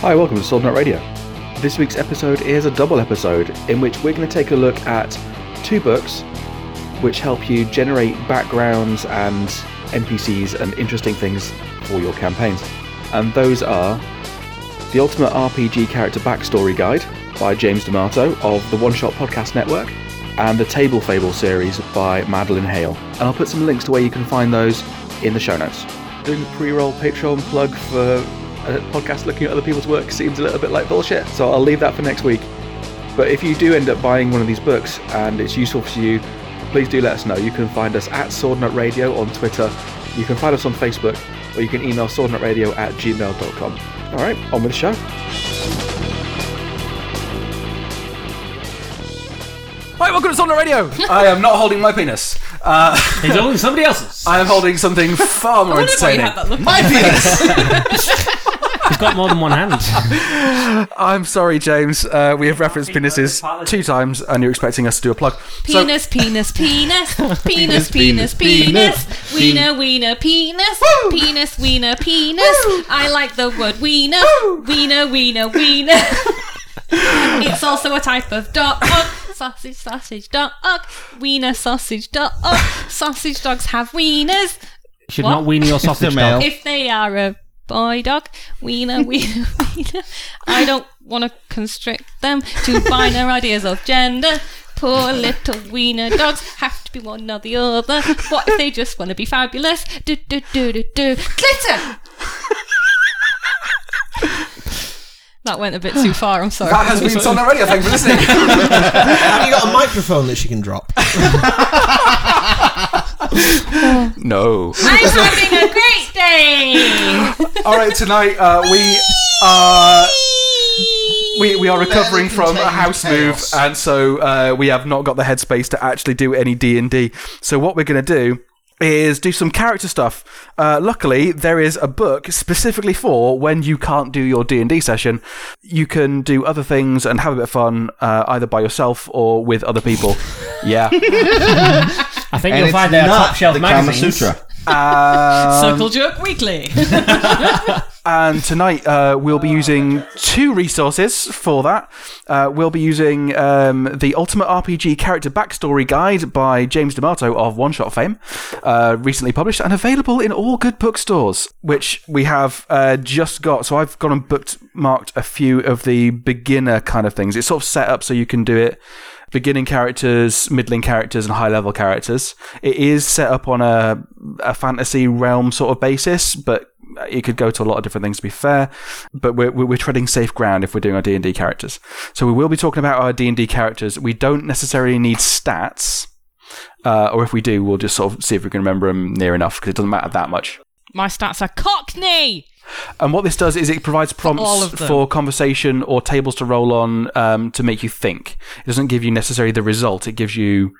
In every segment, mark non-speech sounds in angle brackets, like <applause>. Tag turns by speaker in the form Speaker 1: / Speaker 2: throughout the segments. Speaker 1: Hi, welcome to Sword Nut Radio. This week's episode is a double episode in which we're going to take a look at two books which help you generate backgrounds and NPCs and interesting things for your campaigns. And those are The Ultimate RPG Character Backstory Guide by James D'Amato of the One Shot Podcast Network and the Table Fable series by Madeline Hale. And I'll put some links to where you can find those in the show notes. Doing the pre-roll Patreon plug for a podcast looking at other people's work seems a little bit like bullshit, so I'll leave that for next week. But if you do end up buying one of these books and it's useful for you, please do let us know. You can find us at Swordnut Radio on Twitter, you can find us on Facebook, or you can email swordnutradio at gmail.com. All right, on with the show.
Speaker 2: Right, welcome to Sonar Radio. <laughs> I am not holding my penis. Uh,
Speaker 3: He's <laughs> holding somebody else's.
Speaker 2: I am holding something far more
Speaker 4: wondered why you
Speaker 2: entertaining.
Speaker 4: had that look.
Speaker 2: my penis.
Speaker 3: He's got more than one hand.
Speaker 2: I'm sorry, James. Uh, we have referenced penises two times, and you're expecting us to do a plug.
Speaker 4: <laughs>
Speaker 2: So-
Speaker 4: Penis, penis, <laughs> penis, penis, penis,
Speaker 3: penis.
Speaker 4: penis, wiener, wiener, penis, penis, wiener, penis. I like the word wiener, wiener, wiener, wiener. <laughs> It's also a type of <laughs> dog. Sausage, sausage, dog. Wiener, sausage, dog. Sausage dogs have wieners.
Speaker 3: Should
Speaker 4: What?
Speaker 3: not wean your sausage dog.
Speaker 4: If they are a boy dog, wiener, <laughs> wiener, wiener. I don't want to constrict them to
Speaker 3: <laughs>
Speaker 4: binary ideas of gender. Poor little wiener dogs have to be one or the other. What if they just want to be fabulous? Do do do do do glitter. that went a bit too far.
Speaker 3: <laughs>
Speaker 4: I'm sorry.
Speaker 2: that has been Sonar Radio. Thanks for listening.
Speaker 5: Have you got a microphone that she can drop?
Speaker 1: No.
Speaker 4: I'm having a great day.
Speaker 2: All right, tonight uh, we are we, we are recovering from a house move,
Speaker 5: chaos.
Speaker 2: and so uh, we have not got the headspace to actually do any D and D. So what we're going to do is do some character stuff. Uh, luckily, there is a book specifically for when you can't do your D and D session. You can do other things and have a bit of fun, uh, either by yourself or with other people. yeah.
Speaker 3: I think you'll find they are top shelf magazines.
Speaker 4: Circle jerk weekly.
Speaker 2: And tonight uh, we'll be using two resources for that. Uh, we'll be using um, the Ultimate RPG Character Backstory Guide by James D'Amato of One Shot fame, uh, recently published and available in all good bookstores, which we have uh, just got. So I've gone and booked marked a few of the beginner kind of things. It's sort of set up so you can do it beginning characters, middling characters, and high level characters. It is set up on a a fantasy realm sort of basis, but it could go to a lot of different things. To be fair, but we're we're we're treading safe ground if we're doing our D and D characters. So we will be talking about our D and D characters. We don't necessarily need stats. Uh, or if we do, we'll just sort of see if we can remember them near enough because it doesn't matter that much.
Speaker 4: My stats are cockney.
Speaker 2: And what this does is it provides
Speaker 4: all
Speaker 2: prompts
Speaker 4: of
Speaker 2: for,
Speaker 4: them.
Speaker 2: conversation or tables to roll on um, to make you think. It doesn't give you necessarily the result. It gives you,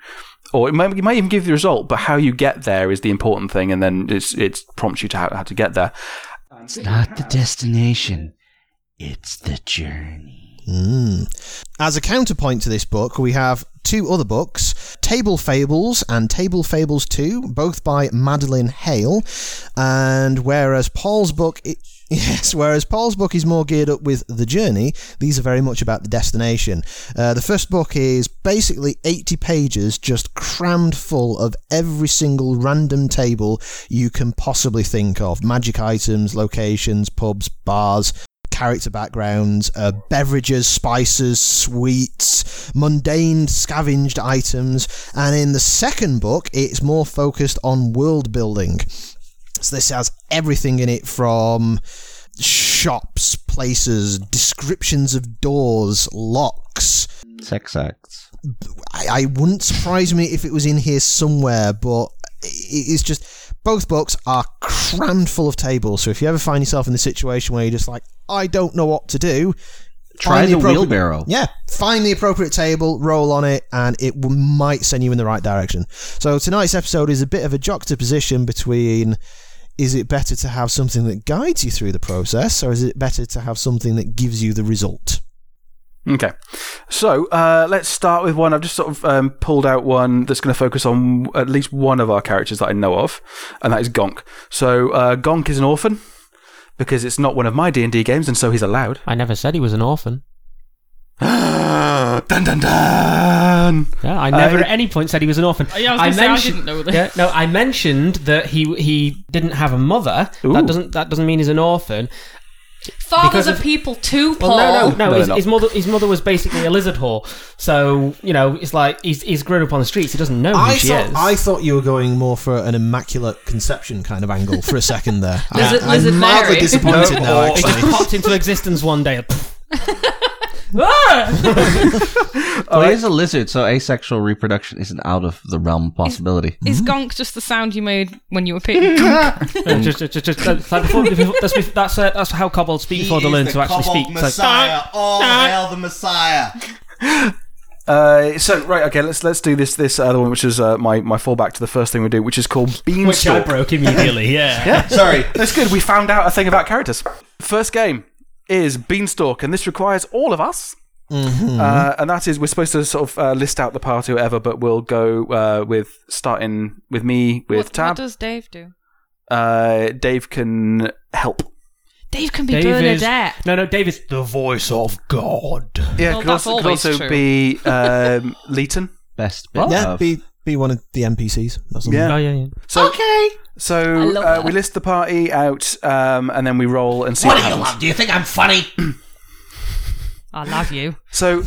Speaker 2: or it might, it might even give you the result, but how you get there is the important thing, and then it's, it prompts you to how, how to get there.
Speaker 6: It's not the destination, it's the journey.
Speaker 5: Hmm. As a counterpoint to this book, we have two other books Table Fables and Table Fables 2, both by Madeline Hale. And whereas Paul's book. i <laughs> Yes, whereas Paul's book is more geared up with the journey, these are very much about the destination. Uh, the first book is basically 80 pages just crammed full of every single random table you can possibly think of magic items, locations, pubs, bars, character backgrounds, uh, beverages, spices, sweets, mundane scavenged items, and in the second book, it's more focused on world building. So this has everything in it from shops, places, descriptions of doors, locks,
Speaker 6: Sex acts.
Speaker 5: I, I wouldn't surprise me if it was in here somewhere, but i- it's just both books are crammed full of tables. So if you ever find yourself in the situation where you're just like, I don't know what to do,
Speaker 6: Try
Speaker 5: find
Speaker 6: the
Speaker 5: appropriate-
Speaker 6: wheelbarrow.
Speaker 5: Yeah, find the appropriate table, roll on it, and it w- might send you in the right direction. So tonight's episode is a bit of a juxtaposition between. Is it better to have something that guides you through the process, or is it better to have something that gives you the result?
Speaker 2: Okay, so uh, let's start with one. I've just sort of um, pulled out one that's going to focus on at least one of our characters that I know of, and that is Gonk. So uh, Gonk is an orphan. because it's not one of my D and D games, and so he's allowed. <gasps>
Speaker 3: I never said he was an orphan.
Speaker 2: dun dun dun.
Speaker 3: Yeah, I never
Speaker 2: Uh,
Speaker 3: at any point said he was an orphan.
Speaker 7: Yeah, I was gonna say, I didn't know this.
Speaker 3: Yeah, no, I mentioned that he he didn't have a mother.
Speaker 2: Ooh.
Speaker 3: That doesn't that doesn't mean he's an orphan.
Speaker 7: Fathers
Speaker 3: Because
Speaker 7: of
Speaker 3: of-
Speaker 7: people too, Paul.
Speaker 3: Well, no, no, no.
Speaker 2: No,
Speaker 3: his,
Speaker 2: they're
Speaker 3: his mother his mother was basically a lizard whore. So you know, it's like he's he's grown up on the streets. He <laughs> doesn't know who
Speaker 5: I
Speaker 3: she
Speaker 5: thought,
Speaker 3: is.
Speaker 5: I thought you were going more for an immaculate conception kind of angle for a second there.
Speaker 7: Lizard-
Speaker 5: I,
Speaker 7: Lizard
Speaker 5: I'm mildly
Speaker 7: Mary.
Speaker 5: disappointed now,
Speaker 3: It just
Speaker 5: actually.
Speaker 3: popped into existence one
Speaker 7: <laughs>
Speaker 3: day. <laughs>
Speaker 7: Ah!
Speaker 6: Oh, he is a lizard, so asexual reproduction isn't out of the realm of possibility.
Speaker 7: Is gonk just the sound you made when you were <laughs> picking?
Speaker 3: Yeah, just, just, just, just, that's, like before, before- that's, before- that's, uh, that's how kobolds speak before they learn to actually speak. It's like,
Speaker 8: all hail the Messiah.
Speaker 2: Uh, so right, okay, let's let's do this this other one, which is uh, my my fallback to the first thing we do, which is called
Speaker 3: which I
Speaker 2: Beanstalk.
Speaker 3: broke immediately.
Speaker 6: <laughs>
Speaker 3: Yeah.
Speaker 8: Sorry.
Speaker 2: That's good. We found out a thing about characters. First game is Beanstalk, and this requires all of us. Uh, and that is, we're supposed to sort of uh, list out the party, or whatever, but we'll go uh, with starting with me, with
Speaker 7: what,
Speaker 2: Tab.
Speaker 7: what does Dave do?
Speaker 2: uh, Dave can help.
Speaker 7: Dave can be
Speaker 3: Dave is-
Speaker 7: Bernadette.
Speaker 3: no, no, Dave is <laughs> the voice of God.
Speaker 2: Yeah,
Speaker 7: Well,
Speaker 2: could
Speaker 7: that's
Speaker 2: also, could
Speaker 7: always
Speaker 2: also
Speaker 7: true.
Speaker 2: be
Speaker 7: <laughs>
Speaker 2: um, Leighton.
Speaker 6: Best bit
Speaker 5: Yeah,
Speaker 6: of
Speaker 5: be, be one of the NPCs. That's all.
Speaker 3: Oh yeah, yeah.
Speaker 2: So,
Speaker 8: Okay.
Speaker 7: I
Speaker 2: so
Speaker 7: love
Speaker 2: uh,
Speaker 7: that.
Speaker 2: we list the party out, um, and then we roll and see what, happens.
Speaker 8: Do you think I'm funny?
Speaker 7: I love you.
Speaker 2: So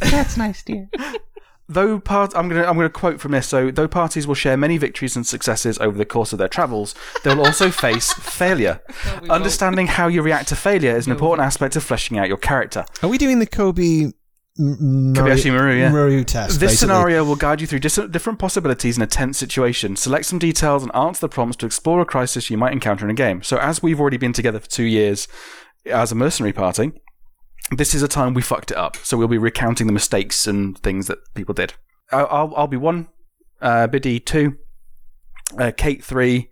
Speaker 2: that's nice, dear. <laughs> Though part, I'm gonna I'm gonna quote from this. So though parties will share many victories and successes over the course of their travels, they'll also face failure. Understanding how you react to failure is an important aspect of fleshing out your character.
Speaker 5: Are we doing the Kobe
Speaker 2: Kobayashi Maru, yeah.
Speaker 5: Maru test?
Speaker 2: This
Speaker 5: basically?
Speaker 2: scenario will guide you through dis- different possibilities in a tense situation. Select some details and answer the prompts to explore a crisis you might encounter in a game. So, as we've already been together for two years as a mercenary party, this is a time we fucked it up. So, we'll be recounting the mistakes and things that people did. I'll, I'll, I'll be one, uh, Biddy two, uh, Kate three,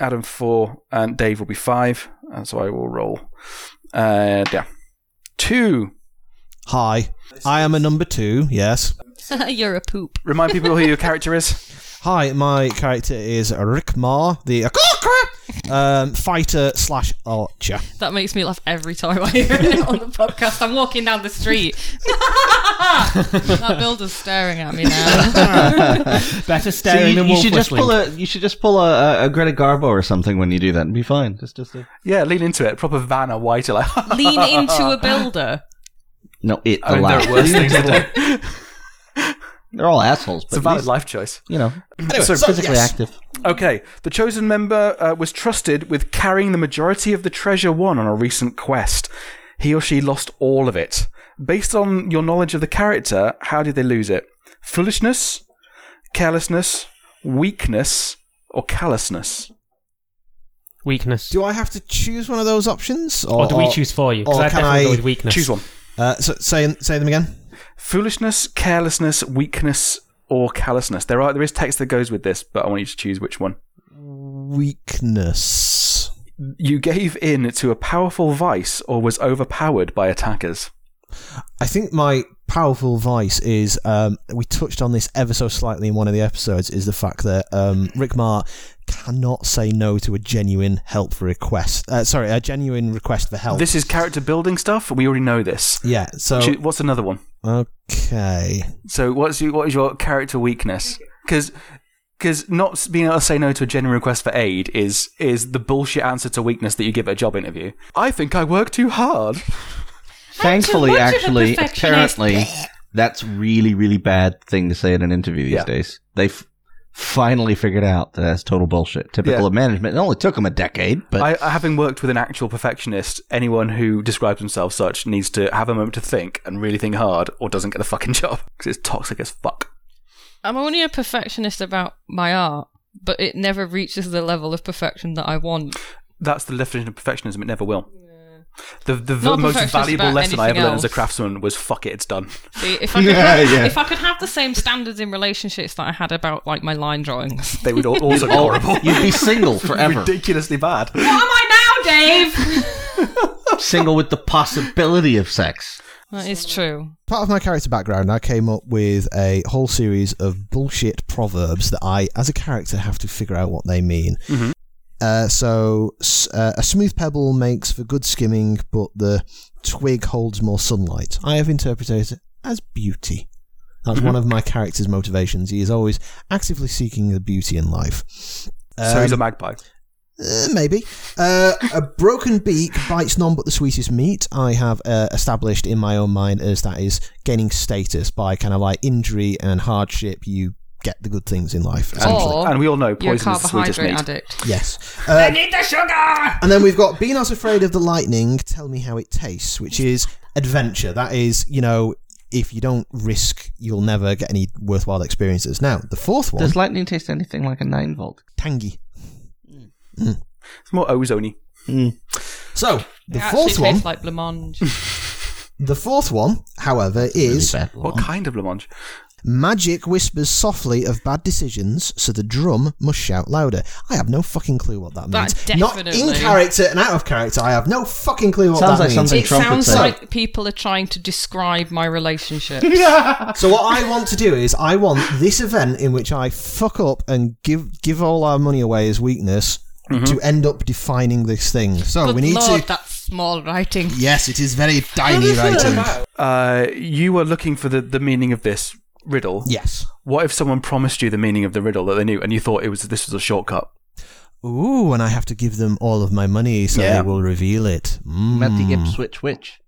Speaker 2: Adam four, and Dave will be five. And so, I will roll. Uh, yeah. Two.
Speaker 5: Hi, I am a number two. Yes.
Speaker 7: You're a poop.
Speaker 2: Remind people who your character is.
Speaker 5: Hi, my character is Rick Mar, the um, fighter slash archer.
Speaker 7: That makes me laugh every time I hear it on the podcast. I'm walking down the street. <laughs> that builder's staring at me now.
Speaker 3: Better
Speaker 6: So
Speaker 3: staring
Speaker 6: you,
Speaker 3: than
Speaker 6: you
Speaker 3: wolf
Speaker 6: should just
Speaker 3: whistling.
Speaker 6: pull a you should just pull a, a, a Greta Garbo or something when you do that and be fine. Just just a,
Speaker 2: Yeah, lean into it. Proper Vanna White. Like, <laughs>
Speaker 7: Lean into a builder.
Speaker 6: no it
Speaker 2: I mean,
Speaker 6: allowed.
Speaker 2: they're worse things to do.
Speaker 6: <laughs> They're all assholes,
Speaker 2: It's a
Speaker 6: but at
Speaker 2: valid
Speaker 6: least,
Speaker 2: life choice.
Speaker 6: you know
Speaker 2: so,
Speaker 6: physically active.
Speaker 2: okay, the chosen member uh, was trusted with carrying the majority of the treasure won on a recent quest. He or she lost all of it. Based on your knowledge of the character, how did they lose it? Foolishness, carelessness, weakness, or callousness?
Speaker 3: weakness.
Speaker 5: Do I have to choose one of those options,
Speaker 3: or do we choose for you? Because
Speaker 5: or
Speaker 3: I
Speaker 5: can
Speaker 3: definitely
Speaker 5: I
Speaker 3: go with weakness.
Speaker 2: Choose one.
Speaker 5: Uh, so, say say them again.
Speaker 2: Foolishness, carelessness, weakness, or callousness. There are there is text that goes with this, but I want you to choose which one.
Speaker 5: Weakness.
Speaker 2: You gave in to a powerful vice or was overpowered by attackers.
Speaker 5: I think my powerful vice is um, we touched on this ever so slightly in one of the episodes is the fact that um, Rick Mar cannot say no to a genuine help request. Uh, sorry, a genuine request for help.
Speaker 2: This is character building stuff. We already know this.
Speaker 5: yeah. So
Speaker 2: Choo- What's another one?
Speaker 5: okay.
Speaker 2: So what's your, what is your character weakness? Because not s- being able to say no to a genuine request for aid is is the bullshit answer to weakness that you give at a job interview. I think I work too hard.
Speaker 6: Thankfully,
Speaker 7: much of a
Speaker 6: actually,
Speaker 7: perfectionist.
Speaker 6: apparently, that's really, really bad thing to say in an interview these
Speaker 2: Yeah.
Speaker 6: days. They've finally figured out that that's total bullshit. Typical
Speaker 2: Yeah.
Speaker 6: of management. It only took them a decade, but
Speaker 2: I, I- having worked with an actual perfectionist, anyone who describes themselves such needs to have a moment to think and really think hard, or doesn't get the fucking <laughs> job because it's toxic as fuck.
Speaker 7: I'm only a perfectionist about my art, but it never reaches the level of perfection that I want.
Speaker 2: that's the definition of perfectionism. It never will. The, the
Speaker 7: Not
Speaker 2: most
Speaker 7: perfectionist
Speaker 2: valuable
Speaker 7: about
Speaker 2: lesson I ever
Speaker 7: anything
Speaker 2: learned as a
Speaker 7: else.
Speaker 2: craftsman was fuck it, it's done.
Speaker 7: See, if I could,
Speaker 6: Yeah, yeah.
Speaker 7: if I could have the same standards in relationships that I had about like my line drawings.
Speaker 2: They would all,
Speaker 5: <laughs>
Speaker 2: also be
Speaker 5: Oh,
Speaker 2: horrible.
Speaker 6: you'd
Speaker 2: <laughs>
Speaker 6: be single forever.
Speaker 2: Ridiculously bad.
Speaker 7: What am I now, Dave?
Speaker 6: single with the possibility of sex.
Speaker 7: that is true.
Speaker 5: Part of my character background, I came up with a whole series of bullshit proverbs that I, as a character, have to figure out what they mean. Uh, so s- uh, a smooth pebble makes for good skimming, but the twig holds more sunlight. I have interpreted it as beauty. That's one of my character's motivations. He is always actively seeking the beauty in life.
Speaker 2: so
Speaker 5: Um,
Speaker 2: he's a magpie.
Speaker 5: Uh, maybe. Uh, a broken beak bites none but the sweetest meat. I have uh, established in my own mind as that is gaining status by kind of like injury and hardship. You get the good things in life, essentially.
Speaker 7: oh,
Speaker 4: Or
Speaker 2: And we all know
Speaker 4: you're a
Speaker 2: poison is the sweetest
Speaker 4: carbohydrate
Speaker 2: meat.
Speaker 4: addict.
Speaker 5: Yes. I need the sugar! And then we've got Be Not Afraid of the Lightning, Tell Me How It Tastes, which is adventure. That is, you know, if you don't risk, you'll never get any worthwhile experiences. Now, the fourth one,
Speaker 6: Does lightning taste anything like a nine volt?
Speaker 5: tangy.
Speaker 2: It's more ozony.
Speaker 5: So, the
Speaker 4: It actually
Speaker 5: fourth one,
Speaker 4: tastes
Speaker 3: <laughs>
Speaker 4: like blancmange.
Speaker 5: the fourth one, however, is
Speaker 6: Bad
Speaker 2: What kind of blancmange?
Speaker 5: Magic whispers softly of bad decisions, so the drum must shout louder. I have no fucking clue what that means.
Speaker 4: That
Speaker 5: Not
Speaker 4: definitely-
Speaker 5: in character and out of character. I have no fucking clue what
Speaker 6: Sounds
Speaker 5: that
Speaker 6: like
Speaker 5: means.
Speaker 6: something
Speaker 4: it
Speaker 6: Trump would
Speaker 4: sounds
Speaker 6: say.
Speaker 4: like people are trying to describe
Speaker 3: <laughs>
Speaker 4: my relationship.
Speaker 5: So what I want to do is I want this event in which I fuck up and give give all our money away as weakness to end up defining this thing. So
Speaker 4: Good
Speaker 5: we need
Speaker 4: lord,
Speaker 5: to.
Speaker 4: that's small writing.
Speaker 5: Yes, it is very tiny writing.
Speaker 2: Uh, you were looking for the, the meaning of this riddle.
Speaker 5: Yes.
Speaker 2: What if someone promised you the meaning of the riddle that they knew, and you thought it was this was a shortcut?
Speaker 5: Ooh, and I have to give them all of my money so
Speaker 2: Yeah.
Speaker 5: they will reveal it. Mm.
Speaker 6: Matty Ipswich Witch.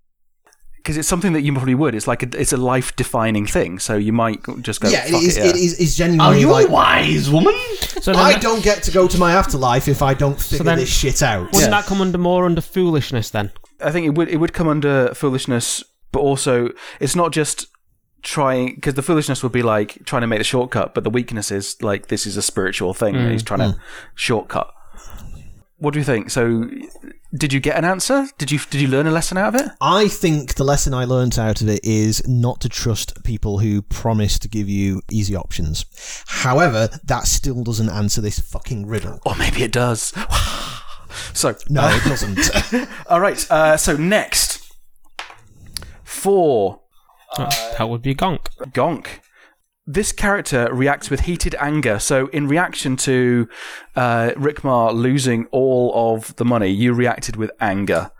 Speaker 2: Because it's something that you probably would. It's like a, it's a life defining thing. So you might just go.
Speaker 5: Yeah, it
Speaker 2: Fuck
Speaker 5: is.
Speaker 2: It, yeah.
Speaker 5: It is. It's
Speaker 6: Mm,
Speaker 5: genuinely like.
Speaker 8: wise woman?
Speaker 3: So then,
Speaker 5: I don't get to go to my afterlife if I don't figure
Speaker 3: then-
Speaker 5: this shit out.
Speaker 3: wouldn't that come under more under foolishness then?
Speaker 2: I think it would it would come under foolishness, but also it's not just trying because the foolishness would be like trying to make the shortcut, but the weakness is like this is a spiritual thing that he's trying to shortcut. What do you think? So, did you get an answer? Did you did you learn a lesson out of it?
Speaker 5: I think the lesson I learned out of it is not to trust people who promise to give you easy options. However, that still doesn't answer this fucking riddle.
Speaker 2: Or maybe it does. <sighs> so,
Speaker 5: No, it doesn't.
Speaker 2: all right. Uh, so next, four
Speaker 6: Uh,
Speaker 3: that would be gonk.
Speaker 2: Gonk. This character reacts with heated anger. So, in reaction to uh, Rickmar losing all of the money, you reacted with anger.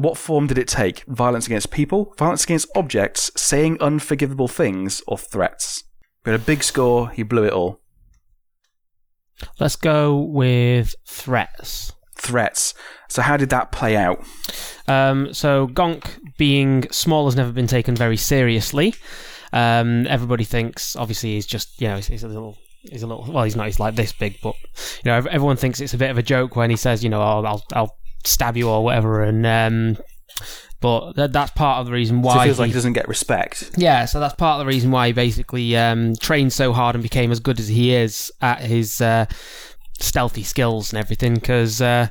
Speaker 2: What form did it take? Violence against people, violence against objects, saying unforgivable things, or threats? We had a big score. He blew it all.
Speaker 3: Let's go with threats.
Speaker 2: Threats. So, how did that play out?
Speaker 3: Um, so Gonk being small has never been taken very seriously. Um, everybody thinks, obviously, he's just you know he's, he's a little. He's a little. Well, he's not. He's like this big, but you know, ev- everyone thinks it's a bit of a joke when he says, you know, I'll, I'll, I'll stab you or whatever. And um, but that, that's part of the reason
Speaker 2: So
Speaker 3: why
Speaker 2: it feels like
Speaker 3: he-
Speaker 2: he doesn't get respect.
Speaker 3: yeah, so that's part of the reason why he basically um, trained so hard and became as good as he is at his uh, stealthy skills and everything, because uh,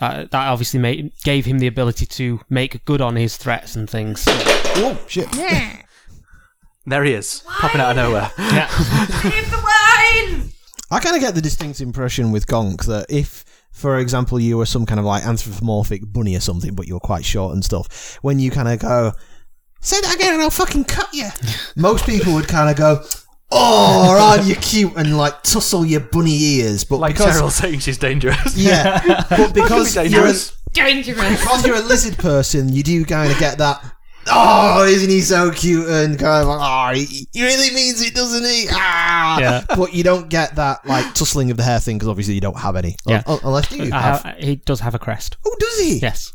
Speaker 3: that, that obviously made, gave him the ability to make good on his threats and things.
Speaker 5: oh shit!
Speaker 2: There he is, popping out of nowhere.
Speaker 7: Leave the wine!
Speaker 5: I kind of get the distinct impression with Gonk that if, for example, you were some kind of like anthropomorphic bunny or something, but you were quite short and stuff, when you kind of go, "Say that again, and I'll fucking cut
Speaker 2: <laughs>
Speaker 5: you," most people would kind of go. Oh, aren't you cute? And like tussle your bunny ears, but
Speaker 2: Like
Speaker 5: because
Speaker 2: Terrell saying she's dangerous.
Speaker 5: Yeah,
Speaker 2: <laughs>
Speaker 5: but because
Speaker 2: Fucking
Speaker 5: you're a,
Speaker 2: dangerous.
Speaker 3: <laughs>
Speaker 7: Dangerous.
Speaker 5: because you're a lizard person, you do kind of get that. Oh, isn't he so cute? And kind of like, oh, he, he really means it, doesn't he? Ah,
Speaker 3: Yeah.
Speaker 5: but you don't get that like tussling of the hair thing because obviously you don't have any.
Speaker 3: Yeah.
Speaker 5: Un- unless you
Speaker 3: I
Speaker 5: have.
Speaker 3: have, he does have a crest.
Speaker 5: Oh, does he?
Speaker 3: Yes,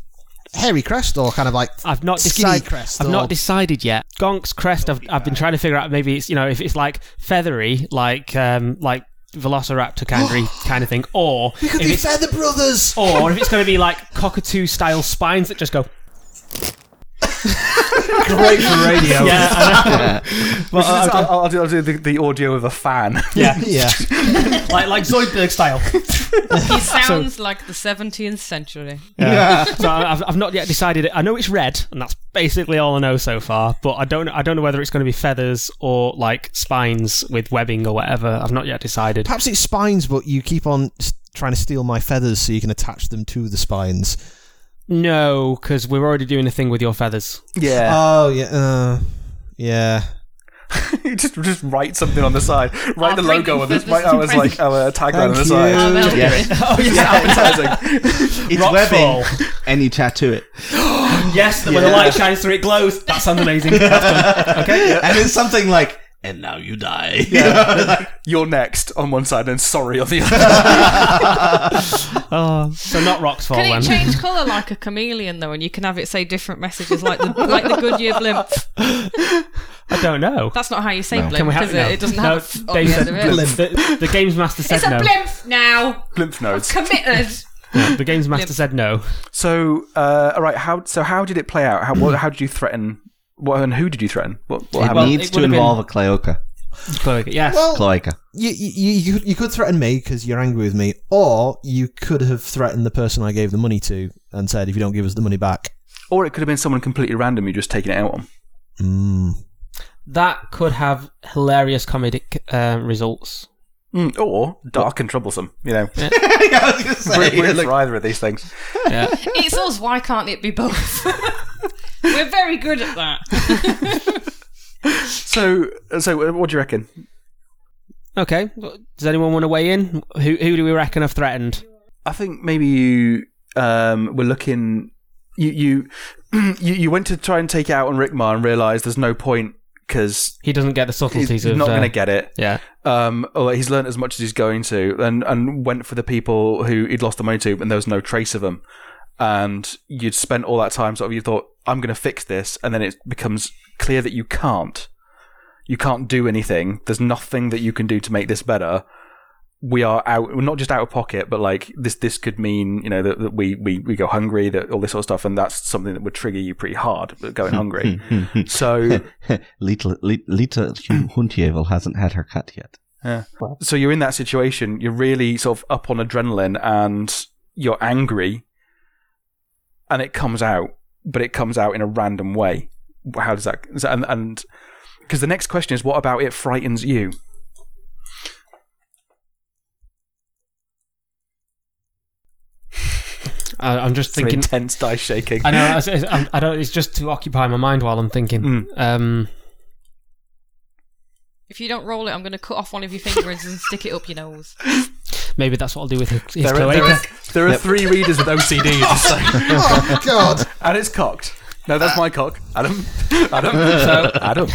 Speaker 5: Hairy crest or kind of like
Speaker 3: I've not
Speaker 5: skinny
Speaker 3: decided.
Speaker 5: crest.
Speaker 3: I've
Speaker 5: or-
Speaker 3: not decided yet. Gonk's crest. I've, I've been trying to figure out. Maybe it's you know if it's like feathery, like um, like Velociraptor kind of kind of thing, or
Speaker 5: we could
Speaker 3: if
Speaker 5: be
Speaker 3: it's Oh,
Speaker 5: feather brothers.
Speaker 3: or if it's going to be like cockatoo style spines that just go.
Speaker 5: Great <laughs> for radio.
Speaker 3: Yeah, I know.
Speaker 2: Which is- I'll, I'll do, I'll do the, the audio of a fan.
Speaker 3: yeah,
Speaker 9: <laughs>
Speaker 5: yeah.
Speaker 3: like like Zoidberg style.
Speaker 4: He sounds like the 17th century.
Speaker 3: so I- I've, I've not yet decided. It. I know it's red, and that's basically all I know so far. But I don't I don't know whether it's going to be feathers or like spines with webbing or whatever. I've not yet decided.
Speaker 5: <laughs> Perhaps it's spines, but you keep on s- trying to steal my feathers so you can attach them to the spines.
Speaker 3: No, because we're already doing a thing with your feathers.
Speaker 2: Yeah.
Speaker 5: Oh yeah, uh, yeah.
Speaker 2: <laughs> you just just write something on the side, write
Speaker 4: Our
Speaker 2: the logo
Speaker 4: printing
Speaker 2: on this.
Speaker 4: for
Speaker 2: My,
Speaker 4: this
Speaker 2: I was like our tagline on the side.
Speaker 6: <laughs>
Speaker 4: Oh, well,
Speaker 6: Yes.
Speaker 9: oh,
Speaker 2: It's advertising.
Speaker 6: <laughs> It's
Speaker 9: Rock
Speaker 6: webbing,
Speaker 9: fall.
Speaker 6: and you tattoo it.
Speaker 9: Yes, when the light shines through, it glows. That sounds amazing.
Speaker 3: <laughs>
Speaker 9: That's done. Okay.
Speaker 6: And it's something like, and now you die.
Speaker 2: <laughs> You're next on one side, and sorry on the other. <laughs>
Speaker 3: Oh, so not Rock's fault
Speaker 4: Can
Speaker 3: then.
Speaker 4: it
Speaker 3: <laughs>
Speaker 4: change colour like a chameleon though, and you can have it say different messages like the like the Goodyear blimp?
Speaker 3: I don't know.
Speaker 4: That's not how you say blimp,
Speaker 3: Can we have
Speaker 4: is it? It doesn't
Speaker 3: no,
Speaker 4: have a f- on
Speaker 3: they
Speaker 4: the
Speaker 3: said
Speaker 4: end of it.
Speaker 3: The, the games master said
Speaker 7: It's a
Speaker 3: no.
Speaker 7: blimp
Speaker 3: <laughs>
Speaker 7: now.
Speaker 2: Lymph nodes.
Speaker 7: Committed.
Speaker 3: The games master said no.
Speaker 2: So, uh, all right. How so? How did it play out? How what, how did you threaten? What and who did you threaten? What, what
Speaker 6: It
Speaker 2: happened?
Speaker 3: Well,
Speaker 6: needs
Speaker 3: it
Speaker 6: to
Speaker 3: would've
Speaker 6: involve a cloaca.
Speaker 3: Chloe, yes.
Speaker 5: Well,
Speaker 6: Cloaca.
Speaker 5: you, you, you, you could threaten me because you're angry with me, or you could have threatened the person I gave the money to and said, if you don't give us the money back.
Speaker 2: Or it could have been someone completely random you just taken it out on.
Speaker 5: Mm.
Speaker 3: that could have hilarious comedic uh, results.
Speaker 2: Mm, or dark and troublesome. You
Speaker 6: <laughs>
Speaker 2: know,
Speaker 6: I was gonna say,
Speaker 2: we're, we're
Speaker 6: look,
Speaker 2: for either of these things.
Speaker 4: It's us. Why can't it be both? <laughs> We're very good at that.
Speaker 2: So, so uh, what do you reckon?
Speaker 3: Okay. Does anyone want to weigh in? Who who do we reckon have threatened?
Speaker 2: I think maybe you um, were looking. You you, <clears throat> you you went to try and take it out on Rickmar and realised there's no point because
Speaker 3: He doesn't get the subtleties
Speaker 2: he's,
Speaker 3: of.
Speaker 2: not
Speaker 3: uh,
Speaker 2: going to get it.
Speaker 3: Yeah.
Speaker 2: Um, or he's learnt as much as he's going to, and and went for the people who he'd lost the money to, and there was no trace of them. And you'd spent all that time sort of you thought I'm going to fix this, and then it becomes clear that you can't. You can't do anything. There's nothing that you can do to make this better. We are out. We're not just out of pocket, but like this. This could mean you know that, that we, we we go hungry, that all this sort of stuff, and that's something that would trigger you pretty hard. but Going hungry. <laughs>
Speaker 6: Hmm. <laughs>
Speaker 2: so
Speaker 6: Lita, Lita, Lita Huntievel hasn't had her cut yet.
Speaker 2: so you're in that situation you're really sort of up on adrenaline and you're angry and it comes out but it comes out in a random way how does that is- and and because the next question is what about it frightens you
Speaker 3: I, I'm just
Speaker 2: it's an
Speaker 3: thinking.
Speaker 2: intense dice shaking
Speaker 3: I know.
Speaker 2: <laughs>
Speaker 3: I, was- I- I don't. It's just to occupy my mind while I'm thinking.
Speaker 2: Mm.
Speaker 3: Um,
Speaker 4: If you don't roll it, I'm going to cut off one of your fingers and stick it up your nose.
Speaker 3: maybe that's what I'll do with his, his
Speaker 2: there, are, there,
Speaker 3: cloaca.
Speaker 2: are, there are three readers with OCD it's like-
Speaker 5: oh, God.
Speaker 2: and it's cocked no that's my cock Adam Adam Adam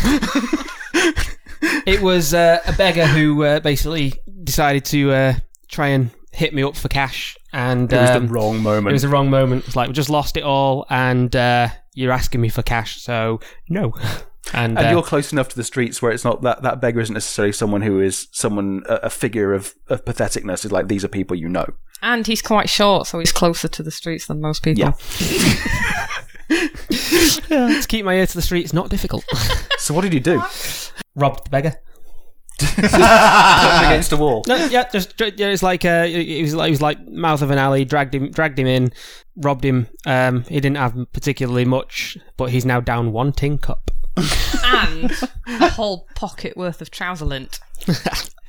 Speaker 3: It was uh, a beggar who uh, basically decided to uh, try and hit me up for cash, and
Speaker 2: it was the
Speaker 3: um, It
Speaker 2: wrong
Speaker 3: was
Speaker 2: moment
Speaker 3: the wrong moment. It's like we just lost it all, and uh, you're asking me for cash, so no. <laughs> And,
Speaker 2: and
Speaker 3: uh,
Speaker 2: you're close enough to the streets where it's not that that beggar isn't necessarily someone who is someone a, a figure of, of patheticness. It's like these are people you know.
Speaker 4: And he's quite short, so he's closer to the streets than most people.
Speaker 2: Yeah.
Speaker 3: to keep my ear to the street is not difficult. <laughs>
Speaker 2: So what did you do?
Speaker 3: Robbed the beggar.
Speaker 2: against a wall.
Speaker 3: No, yeah, just dr- yeah, it's like uh, it was like it was like mouth of an alley. Dragged him, dragged him in, robbed him. Um, he didn't have particularly much, but he's now down one tin cup.
Speaker 4: And a whole pocket worth of trouser
Speaker 3: <laughs>
Speaker 4: lint.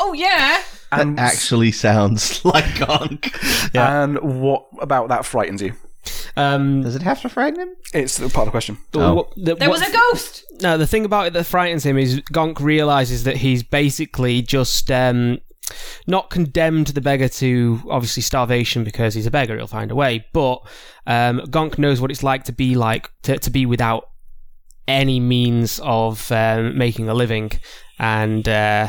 Speaker 4: oh, yeah.
Speaker 2: And,
Speaker 6: That actually sounds <laughs> like Uh, Gonk.
Speaker 2: and what about that frightens you?
Speaker 3: Um,
Speaker 6: Does it have to frighten him?
Speaker 2: It's the part of the question.
Speaker 6: Oh.
Speaker 3: what- the-
Speaker 4: There
Speaker 3: what-
Speaker 4: was a ghost.
Speaker 3: No, the thing about it that frightens him is Gonk realizes that he's basically just um, not condemned the beggar to obviously starvation because he's a beggar. He'll find a way, but um, Gonk knows what it's like to be like to, to be without any means of um, making a living, and uh,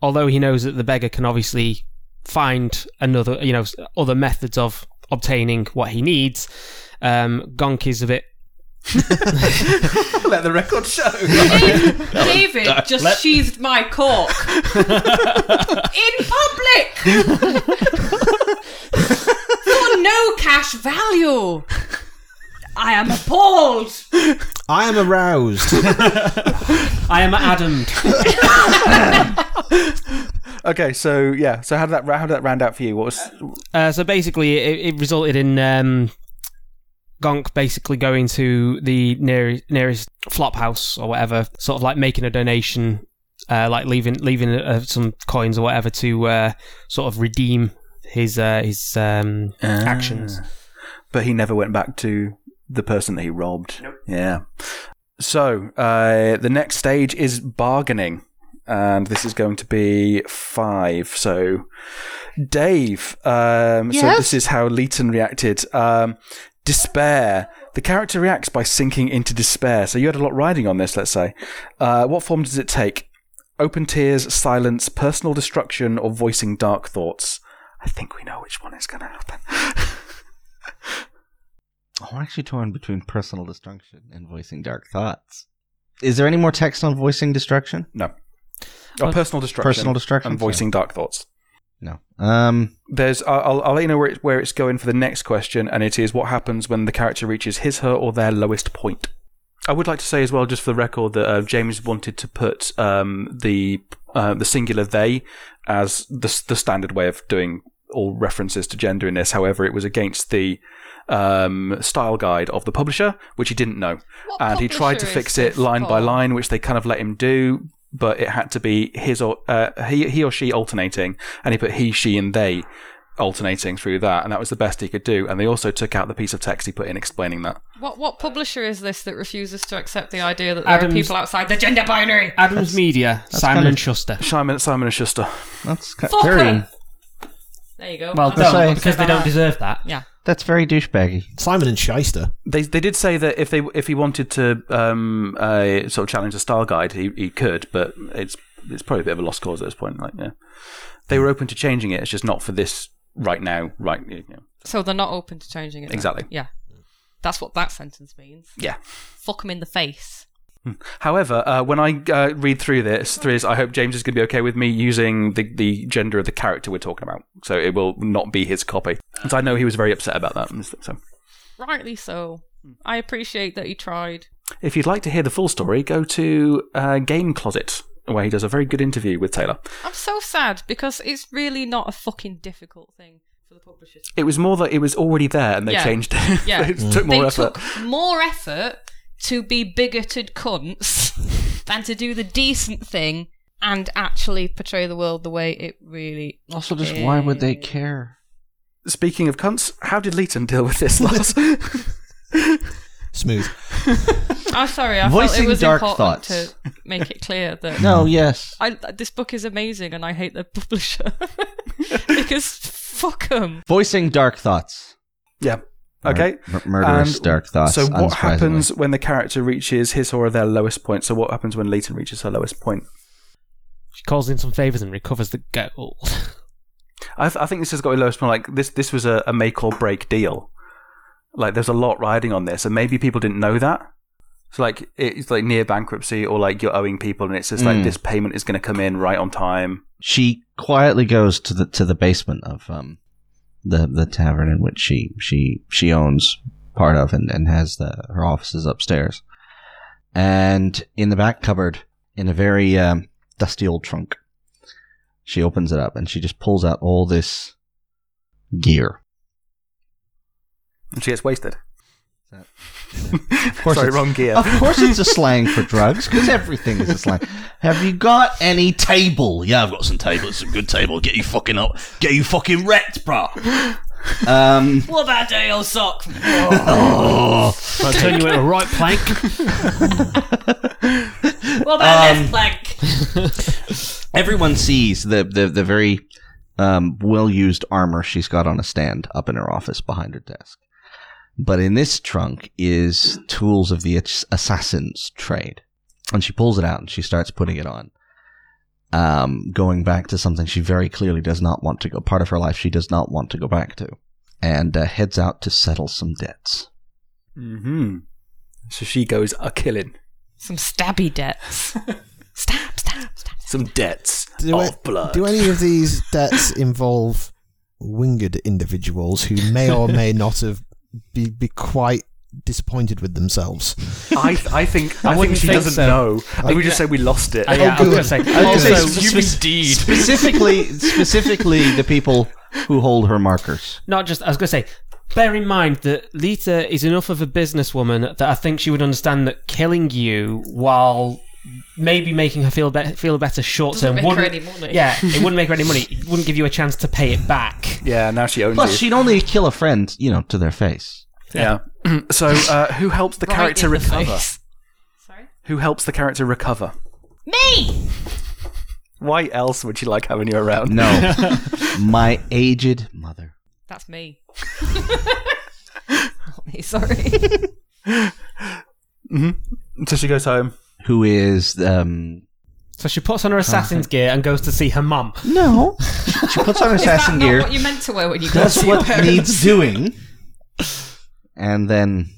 Speaker 3: although he knows that the beggar can obviously find another, you know, s- other methods of obtaining what he needs, um, Gonk is a bit
Speaker 2: Let the record show.
Speaker 3: <laughs>
Speaker 4: Dave- David just sheathed my cork in public for no cash value. I am appalled.
Speaker 5: I am aroused.
Speaker 3: I am Adam'd.
Speaker 2: okay, so yeah, so how did that ra- how did that round out for you? What was
Speaker 3: Uh, so basically, it, it resulted in um, Gonk basically going to the near, nearest flop house or whatever, sort of like making a donation, uh, like leaving leaving uh, some coins or whatever to uh, sort of redeem his uh, his um, actions.
Speaker 2: But he never went back to the person that he robbed. Yeah. So uh, the next stage is bargaining, and this is going to be five. So, Dave. Um, So this is how Leighton reacted. Um, despair. The character reacts by sinking into despair. So you had a lot riding on this. Let's say, uh, what form does it take? Open tears, silence, personal destruction, or voicing dark thoughts. I think we know which one is going to happen. <laughs>
Speaker 6: Oh, I'm actually torn between personal destruction and voicing dark thoughts. Is there any more text on voicing destruction?
Speaker 2: no. Oh,
Speaker 3: Well,
Speaker 2: personal destruction.
Speaker 6: personal destruction,
Speaker 2: And voicing dark thoughts.
Speaker 6: No. Um,
Speaker 2: there's I- I'll, I'll let you know where, it, where it's going for the next question and it is what happens when the character reaches his her or their lowest point i would like to say as well just for the record that uh, james wanted to put um, the uh, the singular they as the, s- the standard way of doing all references to gender in this however it was against the um, style guide of the publisher which he didn't know
Speaker 4: What
Speaker 2: and he tried to
Speaker 4: publisher is
Speaker 2: fix it
Speaker 4: this
Speaker 2: line by
Speaker 4: for?
Speaker 2: line which they kind of let him do but it had to be his or uh, he, he or she alternating and he put he she and they alternating through that, and that was the best he could do. And they also took out the piece of text he put in explaining that.
Speaker 4: What what publisher is this that refuses to accept the idea that there
Speaker 3: Adams-
Speaker 4: are people outside the gender binary?
Speaker 3: Adams Media, Simon
Speaker 6: kind of-
Speaker 3: and Schuster.
Speaker 2: Simon, Simon and Schuster.
Speaker 6: that's ki-
Speaker 4: Fuck
Speaker 6: very
Speaker 4: her. There you go.
Speaker 3: Well,
Speaker 4: I'm
Speaker 6: that's
Speaker 4: done.
Speaker 6: why-
Speaker 3: because they don't deserve that.
Speaker 4: Yeah.
Speaker 6: that's very douchebaggy.
Speaker 5: Simon and Shyster.
Speaker 2: They they did say that if they if he wanted to um uh, sort of challenge the style guide, he, he could, but it's it's probably a bit of a lost cause at this point. Like yeah, they were open to changing it. It's just not for this right now. Right, you know.
Speaker 4: So they're not open to changing it. now.
Speaker 2: Exactly.
Speaker 4: Yeah. That's what that sentence means.
Speaker 2: yeah.
Speaker 4: Fuck them in the face.
Speaker 2: However, uh, when I uh, read through this, through this, I hope James is going to be okay with me using the, the gender of the character we're talking about, so it will not be his copy. Because I know he was very upset about that. So,
Speaker 4: Rightly so. I appreciate that he tried.
Speaker 2: if you'd like to hear the full story, go to uh, Game Closet, where he does a very good interview with Taylor.
Speaker 4: I'm so sad because it's really not a fucking difficult thing for the publishers.
Speaker 2: It was more that it was already there and <laughs> they
Speaker 4: Yeah.
Speaker 2: changed it.
Speaker 4: Yeah.
Speaker 6: Mm.
Speaker 2: it took more
Speaker 4: they
Speaker 2: effort.
Speaker 4: took more effort to be bigoted cunts <laughs> than to do the decent thing and actually portray the world the way it really.
Speaker 6: Also, just why would they care?
Speaker 2: Speaking of cunts, how did Leighton deal with
Speaker 4: <laughs>
Speaker 2: this, Lars?
Speaker 5: Smooth.
Speaker 4: I'm sorry. I felt
Speaker 6: Voicing
Speaker 4: it was
Speaker 6: dark
Speaker 4: important
Speaker 6: thoughts.
Speaker 4: to make it clear that
Speaker 6: No, Oh, yes.
Speaker 4: I, this book is amazing and I hate the <laughs> publisher because fuck them.
Speaker 6: Voicing dark thoughts.
Speaker 2: <laughs> yeah. Okay.
Speaker 6: Mur- murderous
Speaker 2: And
Speaker 6: dark thoughts.
Speaker 2: So, what
Speaker 6: unsurprisingly.
Speaker 2: happens when the character reaches his or their lowest point? So, what happens when Leighton reaches her lowest point?
Speaker 3: She calls in some favors and recovers the gold.
Speaker 2: I, th- I think this has got to lowest point. Like this, this was a, a make or break deal. Like there's a lot riding on this, and maybe people didn't know that. So like it's like near bankruptcy, or like you're owing people, and it's just like
Speaker 6: Mm.
Speaker 2: this payment is going to come in right on time.
Speaker 6: She quietly goes to the to the basement of um the the tavern in which she she she owns part of and and has the her offices upstairs. And in the back cupboard, in a very um, dusty old trunk, she opens it up and she just pulls out all this gear.
Speaker 2: And she gets wasted.
Speaker 6: Of
Speaker 2: <laughs>
Speaker 6: course,
Speaker 2: Sorry,
Speaker 6: it's-
Speaker 2: wrong gear.
Speaker 6: Of course, it's a slang for drugs because everything is a slang. Have you got any table? Yeah, I've got some table. It's a good table. Get you fucking up. Get you fucking wrecked, bro. Um.
Speaker 4: What about Dale Sock?
Speaker 6: oh.
Speaker 3: I'll turn you into a right plank.
Speaker 4: What about Left
Speaker 6: Um,
Speaker 4: Plank?
Speaker 6: Everyone sees the the the very um, well used armor she's got on a stand up in her office behind her desk. But in this trunk is tools of the ass- assassin's trade, and she pulls it out and she starts putting it on. Um, going back to something she very clearly does not want to go, part of her life she does not want to go back to, and uh, heads out to settle some debts.
Speaker 2: hmm So she goes a killing
Speaker 4: Some stabby debts. stab, stab, stab.
Speaker 2: some debts
Speaker 5: Do,
Speaker 2: of
Speaker 5: it-
Speaker 2: blood.
Speaker 5: do any of these debts involve winged individuals who may or may not have be, be quite disappointed with themselves?
Speaker 2: I, th- I think I, think
Speaker 3: wouldn't
Speaker 2: she
Speaker 3: think
Speaker 2: doesn't
Speaker 3: so.
Speaker 2: know. I think we just say we lost it.
Speaker 3: Uh, <laughs> yeah, I was gonna say.
Speaker 6: Also,
Speaker 3: Also,
Speaker 6: spe- specifically, specifically the people who hold her markers.
Speaker 3: not just. I was gonna say. Bear in mind that Lita is enough of a businesswoman that I think she would understand that killing you while maybe making her feel be- feel better short term
Speaker 4: Doesn't make her
Speaker 3: wouldn't.
Speaker 4: any money.
Speaker 3: Yeah,
Speaker 4: <laughs>
Speaker 3: it wouldn't make her any money. It wouldn't give you a chance to pay it back.
Speaker 2: yeah, now she owns
Speaker 6: Plus,
Speaker 2: it.
Speaker 6: she'd only kill a friend, you know, to their face.
Speaker 2: yeah. <clears throat> so uh, who helps the
Speaker 4: Right
Speaker 2: character
Speaker 4: in the
Speaker 2: recover?
Speaker 4: face.
Speaker 2: who helps the character recover.
Speaker 7: Me!
Speaker 2: Why else would you like having you around?
Speaker 6: No, my aged mother.
Speaker 4: That's me. <laughs> Not me, sorry.
Speaker 2: <laughs> So she goes home.
Speaker 6: who is um
Speaker 3: So she puts on her assassin's gear and goes to see her mum.
Speaker 6: no <laughs> she puts on assassin
Speaker 4: That's not
Speaker 6: gear
Speaker 4: what you meant to wear when you go
Speaker 6: does
Speaker 4: to
Speaker 6: what
Speaker 4: your
Speaker 6: needs doing and then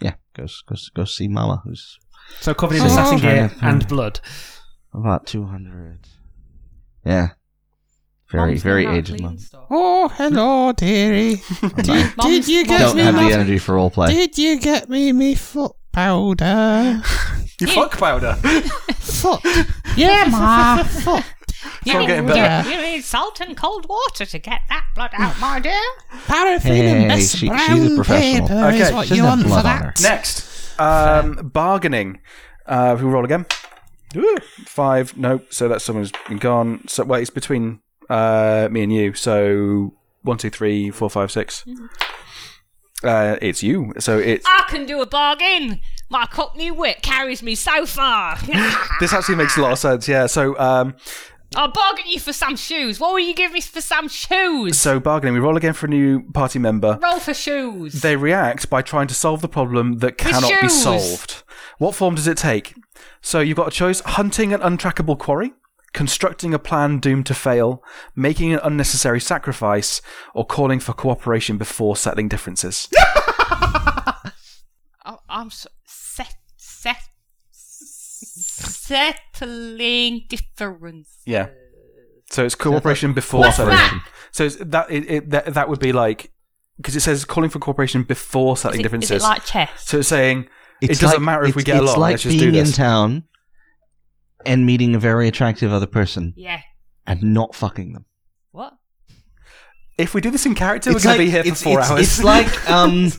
Speaker 6: yeah goes goes goes see mama who's
Speaker 3: So covered
Speaker 6: Oh.
Speaker 3: in assassin
Speaker 6: Trying
Speaker 3: gear
Speaker 6: to find-
Speaker 3: and blood.
Speaker 6: about 200 yeah very very aged mom
Speaker 5: Oh, hello, dearie.
Speaker 6: I
Speaker 5: Did you
Speaker 4: <laughs>
Speaker 5: get
Speaker 6: don't
Speaker 5: me
Speaker 6: have the
Speaker 5: my,
Speaker 6: energy for role play
Speaker 5: Did you get me me foot <laughs> powder?
Speaker 2: You fuck powder.
Speaker 5: foot. Yeah, ma. foot.
Speaker 2: It's all getting better.
Speaker 5: Yeah.
Speaker 7: You need salt and cold water to get that blood out, my dear.
Speaker 5: Paraffin
Speaker 6: Hey,
Speaker 5: and best
Speaker 6: she- she's a
Speaker 5: brown
Speaker 6: professional.
Speaker 5: paper
Speaker 2: Okay,
Speaker 5: is what
Speaker 6: she
Speaker 5: you
Speaker 6: doesn't
Speaker 5: want
Speaker 6: have
Speaker 5: for
Speaker 6: blood on her.
Speaker 5: that.
Speaker 2: Next, um, bargaining. Uh, who roll again? Ooh, five. Nope. So that's someone's been gone. So wait, it's between uh, me and you. So one, two, three, four, five, six. Uh, it's you. So it's
Speaker 7: I can do a bargain. My cockney wit carries me so
Speaker 2: <laughs>
Speaker 7: far.
Speaker 2: this actually makes a lot of sense. Yeah. So um,
Speaker 7: I'll bargain you for some shoes. What will you give me for some shoes?
Speaker 2: so bargaining. We roll again for a new party member.
Speaker 7: Roll for shoes.
Speaker 2: They react by trying to solve the problem that cannot be
Speaker 7: shoes.
Speaker 2: solved. What form does it take? So you've got a choice hunting an untrackable quarry, constructing a plan doomed to fail, making an unnecessary sacrifice, or calling for cooperation before settling differences.
Speaker 7: I- Oh, I'm s- set, set, settling difference.
Speaker 2: yeah. So it's cooperation before
Speaker 7: What's
Speaker 2: settling.
Speaker 7: that?
Speaker 2: So it's, that, it, it, that that would be like because it says calling for cooperation before settling
Speaker 7: Is it, is
Speaker 2: differences.
Speaker 7: it like chess?
Speaker 2: so it's saying
Speaker 6: It's
Speaker 2: it doesn't
Speaker 6: like-
Speaker 2: matter if we
Speaker 6: it's-
Speaker 2: get
Speaker 6: it's
Speaker 2: along.
Speaker 6: like
Speaker 2: let's just
Speaker 6: being
Speaker 2: do this.
Speaker 6: in town and meeting a very attractive other person
Speaker 7: Yeah.
Speaker 6: and not fucking them
Speaker 7: What?
Speaker 2: if we do this in character, we're going to be here for
Speaker 6: it's,
Speaker 2: four
Speaker 6: it's-
Speaker 2: hours. <laughs>
Speaker 6: it's like um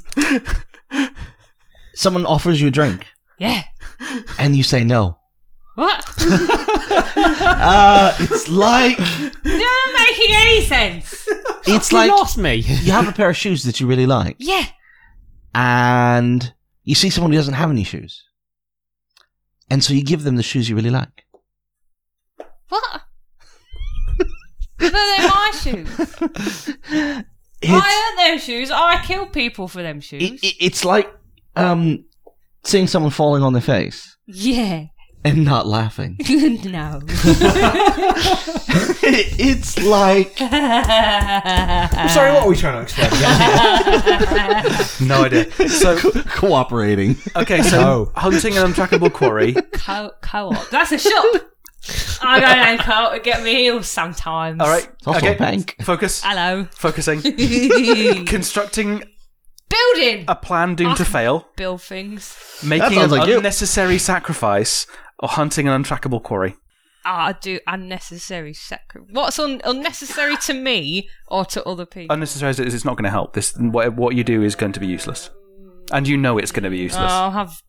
Speaker 6: someone offers you a drink
Speaker 7: Yeah.
Speaker 6: and you say no
Speaker 7: What?
Speaker 6: uh, it's like
Speaker 7: You're not making any sense.
Speaker 6: it's
Speaker 3: You
Speaker 6: like
Speaker 3: lost me.
Speaker 6: you have a pair of shoes that you really like
Speaker 7: Yeah.
Speaker 6: and you see someone who doesn't have any shoes. And so you give them the shoes you really like.
Speaker 7: What?
Speaker 2: <laughs>
Speaker 7: no, they're my shoes.
Speaker 6: It's,
Speaker 7: I own them shoes. I kill people for them shoes.
Speaker 6: it, it- it's like um, seeing someone falling on their face
Speaker 7: yeah.
Speaker 6: and not laughing.
Speaker 7: <laughs> no.
Speaker 6: it's
Speaker 7: <laughs>
Speaker 6: like
Speaker 7: I'm
Speaker 9: Sorry, what are we trying to explain?
Speaker 2: no
Speaker 6: <laughs>
Speaker 2: idea. So
Speaker 6: cooperating.
Speaker 2: Okay,
Speaker 6: <laughs>
Speaker 2: so
Speaker 5: No.
Speaker 2: hunting an untrackable quarry.
Speaker 7: Co- co-op. That's a shop. I go down co-op and get me heels sometimes.
Speaker 2: All right.
Speaker 6: It's also
Speaker 2: okay.
Speaker 6: a bank.
Speaker 2: Focus.
Speaker 7: Hello.
Speaker 2: Focusing.
Speaker 7: Building.
Speaker 2: Constructing a plan doomed to fail,
Speaker 7: Build things.
Speaker 2: making an
Speaker 6: sounds like you.
Speaker 2: unnecessary sacrifice, or hunting an untrackable quarry.
Speaker 7: Ah, I do unnecessary sacri- What's un- unnecessary to me or to other people?
Speaker 2: Unnecessary as it is, it's not going to help. This what, what you do is going to be useless, and you know it's going to be useless.
Speaker 4: I'll have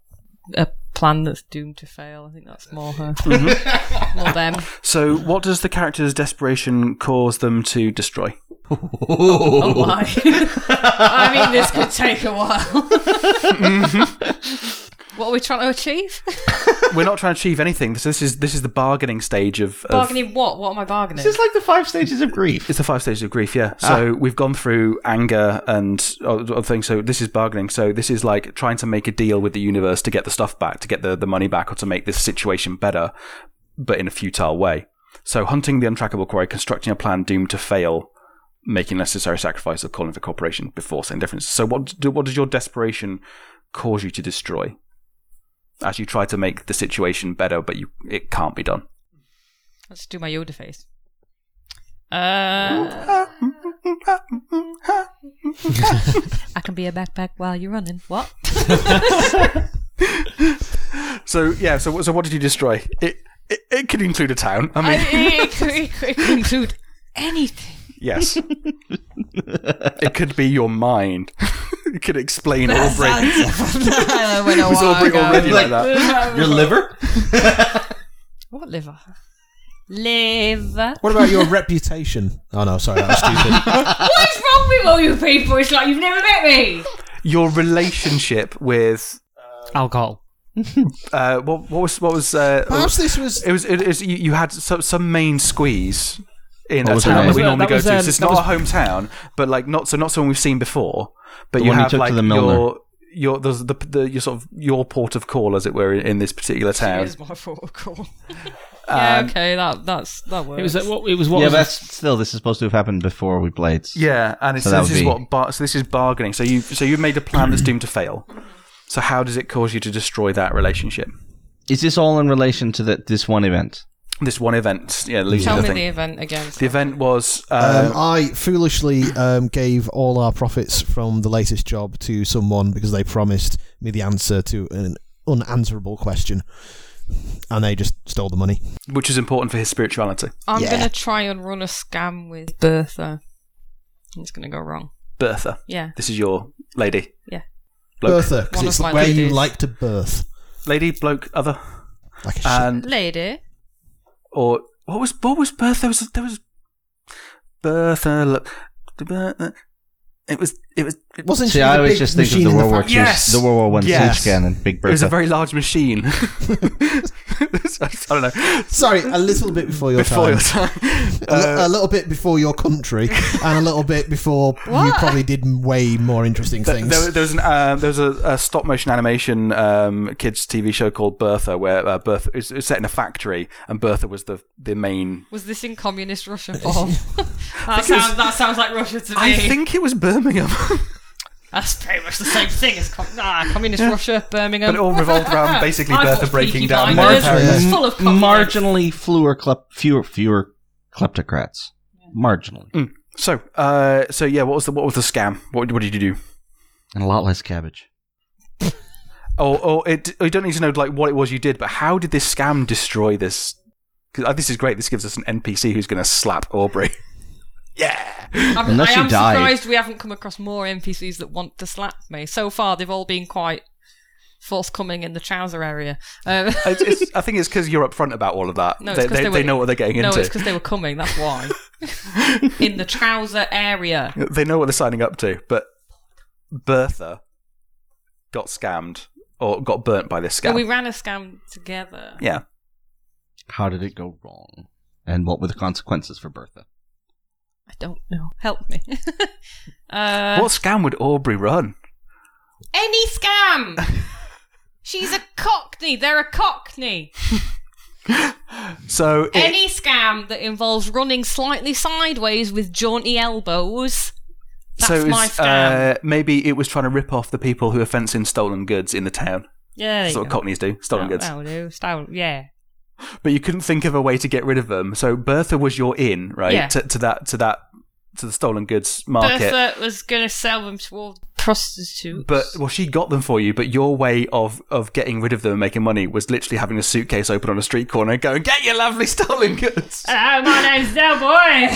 Speaker 4: a plan that's doomed to fail. I think that's more her. more them.
Speaker 2: So, what does the character's desperation cause them to destroy?
Speaker 4: Oh my. <laughs> I mean, this could take a while.
Speaker 7: Mm-hmm.
Speaker 4: What are we trying to achieve?
Speaker 2: We're not trying to achieve anything. So this is this is the bargaining stage of, of
Speaker 4: Bargaining what? What am I bargaining?
Speaker 6: It's like the five stages of grief.
Speaker 2: It's the five stages of grief, yeah. So we've gone through anger and other things. So this is bargaining. So this is like trying to make a deal with the universe to get the stuff back, to get the, the money back, or to make this situation better, but in a futile way. So hunting the untrackable quarry, constructing a plan doomed to fail, making necessary sacrifice of calling for cooperation before seeing differences. So what do, what does your desperation cause you to destroy? As you try to make the situation better, but you it can't be done.
Speaker 4: Let's do my Yoda face.
Speaker 7: <laughs>
Speaker 4: Uh, I can be a backpack while you're running.
Speaker 7: <laughs>
Speaker 4: What?
Speaker 2: So yeah, so so what did you destroy? It it, it could include a town. I mean,
Speaker 4: I, it, could, it could include anything.
Speaker 7: <laughs>
Speaker 6: <laughs>
Speaker 2: yes, it could be your mind. <laughs> it could explain Aubrey. It
Speaker 4: I
Speaker 2: <laughs>
Speaker 4: went a
Speaker 2: was
Speaker 4: while
Speaker 2: Aubrey
Speaker 4: ago.
Speaker 2: already like that.
Speaker 6: Your liver?
Speaker 4: What liver?
Speaker 7: Live.
Speaker 5: What about your <laughs> reputation? Oh no, sorry, that was <laughs> stupid.
Speaker 7: What's wrong with all you people? It's like you've never met me.
Speaker 2: Your relationship with
Speaker 3: Alcohol.
Speaker 2: Uh, what, what was what was? Uh,
Speaker 5: Perhaps this was
Speaker 2: it was it is you, you had some, some main squeeze in
Speaker 6: What
Speaker 2: a
Speaker 6: was
Speaker 2: town
Speaker 6: that?
Speaker 2: that we
Speaker 3: That
Speaker 2: normally
Speaker 3: was,
Speaker 2: go to.
Speaker 3: um,
Speaker 2: So it's
Speaker 3: that
Speaker 2: not
Speaker 3: was-
Speaker 2: a hometown, but like not so not someone we've seen before. But
Speaker 6: The
Speaker 2: you
Speaker 6: one we
Speaker 2: have
Speaker 6: took to
Speaker 2: like
Speaker 6: the Milner.
Speaker 2: your your the, the the your sort of your port of call, as it were, in, in this particular town.
Speaker 4: Here's my protocol. yeah,
Speaker 2: Um,
Speaker 4: okay, that that's that works.
Speaker 3: It was uh, what it was. What
Speaker 6: yeah,
Speaker 3: was
Speaker 6: but that's still. This is supposed to have happened before we played.
Speaker 2: Yeah, and it's,
Speaker 6: So that
Speaker 2: this
Speaker 6: would
Speaker 2: is
Speaker 6: be-
Speaker 2: what bar- so this is bargaining. So you so you made a plan that's doomed to fail. So how does it cause you to destroy that relationship?
Speaker 6: Is this all in relation to that this one event?
Speaker 2: This one event, yeah, losing
Speaker 4: Tell
Speaker 2: the
Speaker 4: me
Speaker 2: thing.
Speaker 4: the event again.
Speaker 2: The event was uh,
Speaker 5: Um, I foolishly um, gave all our profits from the latest job to someone because they promised me the answer to an unanswerable question, and they just stole the money.
Speaker 2: which is important for his spirituality.
Speaker 4: I'm
Speaker 5: Yeah.
Speaker 4: gonna try and run a scam with Bertha. It's gonna go wrong.
Speaker 2: Bertha,
Speaker 4: Yeah,
Speaker 2: this is your lady,
Speaker 4: yeah.
Speaker 2: bloke,
Speaker 5: Bertha, because
Speaker 4: One
Speaker 5: it's
Speaker 4: of my
Speaker 5: where you
Speaker 4: ladies.
Speaker 5: like to birth,
Speaker 2: lady, bloke, other,
Speaker 5: like a shit.
Speaker 2: and
Speaker 4: Lady,
Speaker 2: or what was what was Bertha? There was there was Bertha. Look, Bertha. It was it was it
Speaker 5: Wasn't
Speaker 6: See,
Speaker 5: she
Speaker 6: I
Speaker 5: the
Speaker 6: always
Speaker 5: big
Speaker 6: just think of
Speaker 5: machine
Speaker 6: the
Speaker 5: in
Speaker 6: World War
Speaker 5: factory?
Speaker 6: II,
Speaker 2: Yes!
Speaker 6: the World War One
Speaker 2: Yes.
Speaker 6: siege cannon, Big
Speaker 2: was a
Speaker 6: Bertha.
Speaker 2: very large machine. <laughs> I don't know.
Speaker 5: Sorry, a little bit before your
Speaker 2: Before
Speaker 5: time.
Speaker 2: your time.
Speaker 5: <laughs> A li-
Speaker 2: Uh,
Speaker 5: a little bit before
Speaker 2: <laughs>
Speaker 5: your country, and a little bit before you probably did way more interesting
Speaker 2: Th-
Speaker 5: things.
Speaker 2: There, there was an uh, there was a, a stop motion animation um, kids TV show called Bertha, where uh, Bertha is set in a factory, and Bertha was the the main.
Speaker 4: was this in communist
Speaker 2: <laughs>
Speaker 4: Russia form?
Speaker 2: That sounds, that sounds like Russia to me. I think it was Birmingham, <laughs>
Speaker 4: that's pretty much the same thing as com- nah, communist Russia, Birmingham.
Speaker 2: but it all revolved
Speaker 4: <laughs>
Speaker 2: around basically
Speaker 4: I've
Speaker 2: Bertha
Speaker 4: watched
Speaker 2: breaking
Speaker 4: Peaky
Speaker 2: down.
Speaker 4: Blinders.
Speaker 2: military-
Speaker 5: Yeah.
Speaker 4: It's full of
Speaker 6: Mm.
Speaker 4: communists.
Speaker 6: marginally fewer klep- fewer fewer kleptocrats. Marginally,
Speaker 2: Mm. So, uh, so yeah, what was the what was the scam? What, what did you do?
Speaker 6: and a lot less cabbage.
Speaker 2: Oh, oh, it, you don't need to know like what it was you did, but how did this scam destroy this? 'cause, uh, this is great. This gives us an NPC who's going to slap Aubrey.
Speaker 4: I'm,
Speaker 6: Unless
Speaker 4: I
Speaker 6: you
Speaker 4: am
Speaker 6: die.
Speaker 4: surprised we haven't come across more NPCs that want to slap me. So far, they've all been quite forthcoming in the trouser area. Um,
Speaker 2: It's, it's, <laughs> I think it's because you're upfront about all of
Speaker 4: <laughs>
Speaker 2: that.
Speaker 4: no, it's
Speaker 2: they,
Speaker 4: 'cause
Speaker 2: they,
Speaker 4: they,
Speaker 2: they
Speaker 4: were,
Speaker 2: know what they're getting
Speaker 4: No,
Speaker 2: into.
Speaker 4: it's because they were coming. That's
Speaker 2: <laughs>
Speaker 4: why. in the trouser area.
Speaker 2: they know what they're signing up to, but Bertha got scammed or got burnt by this
Speaker 4: So
Speaker 2: scam.
Speaker 4: Oh, we ran a scam together.
Speaker 2: yeah.
Speaker 6: How did it go wrong? And what were the consequences for Bertha?
Speaker 4: I don't know. Help me. <laughs> uh,
Speaker 2: what scam would Aubrey run?
Speaker 4: Any
Speaker 2: <laughs>
Speaker 4: scam. She's a cockney. They're a cockney.
Speaker 2: So it,
Speaker 4: Any scam that involves running slightly sideways with jaunty elbows. That's
Speaker 2: so
Speaker 4: my
Speaker 2: it's,
Speaker 4: scam.
Speaker 2: Uh, maybe it was trying to rip off the people who are fencing stolen goods in the town.
Speaker 4: yeah. there
Speaker 2: That's
Speaker 4: you
Speaker 2: what
Speaker 4: go. Oh,
Speaker 2: Cockneys do, stolen goods.
Speaker 4: That'll do. That'll- yeah.
Speaker 2: But you couldn't think of a way to get rid of them. So Bertha was your in, right?
Speaker 4: Yeah.
Speaker 2: To, to that, to that, to the stolen goods market.
Speaker 4: Bertha was going to sell them to all prostitutes.
Speaker 2: But well, she got them for you. But your way of of getting rid of them and making money was literally having a suitcase open on a street corner, and going, "Get your lovely stolen goods."
Speaker 4: Hello, my name's Del Boy.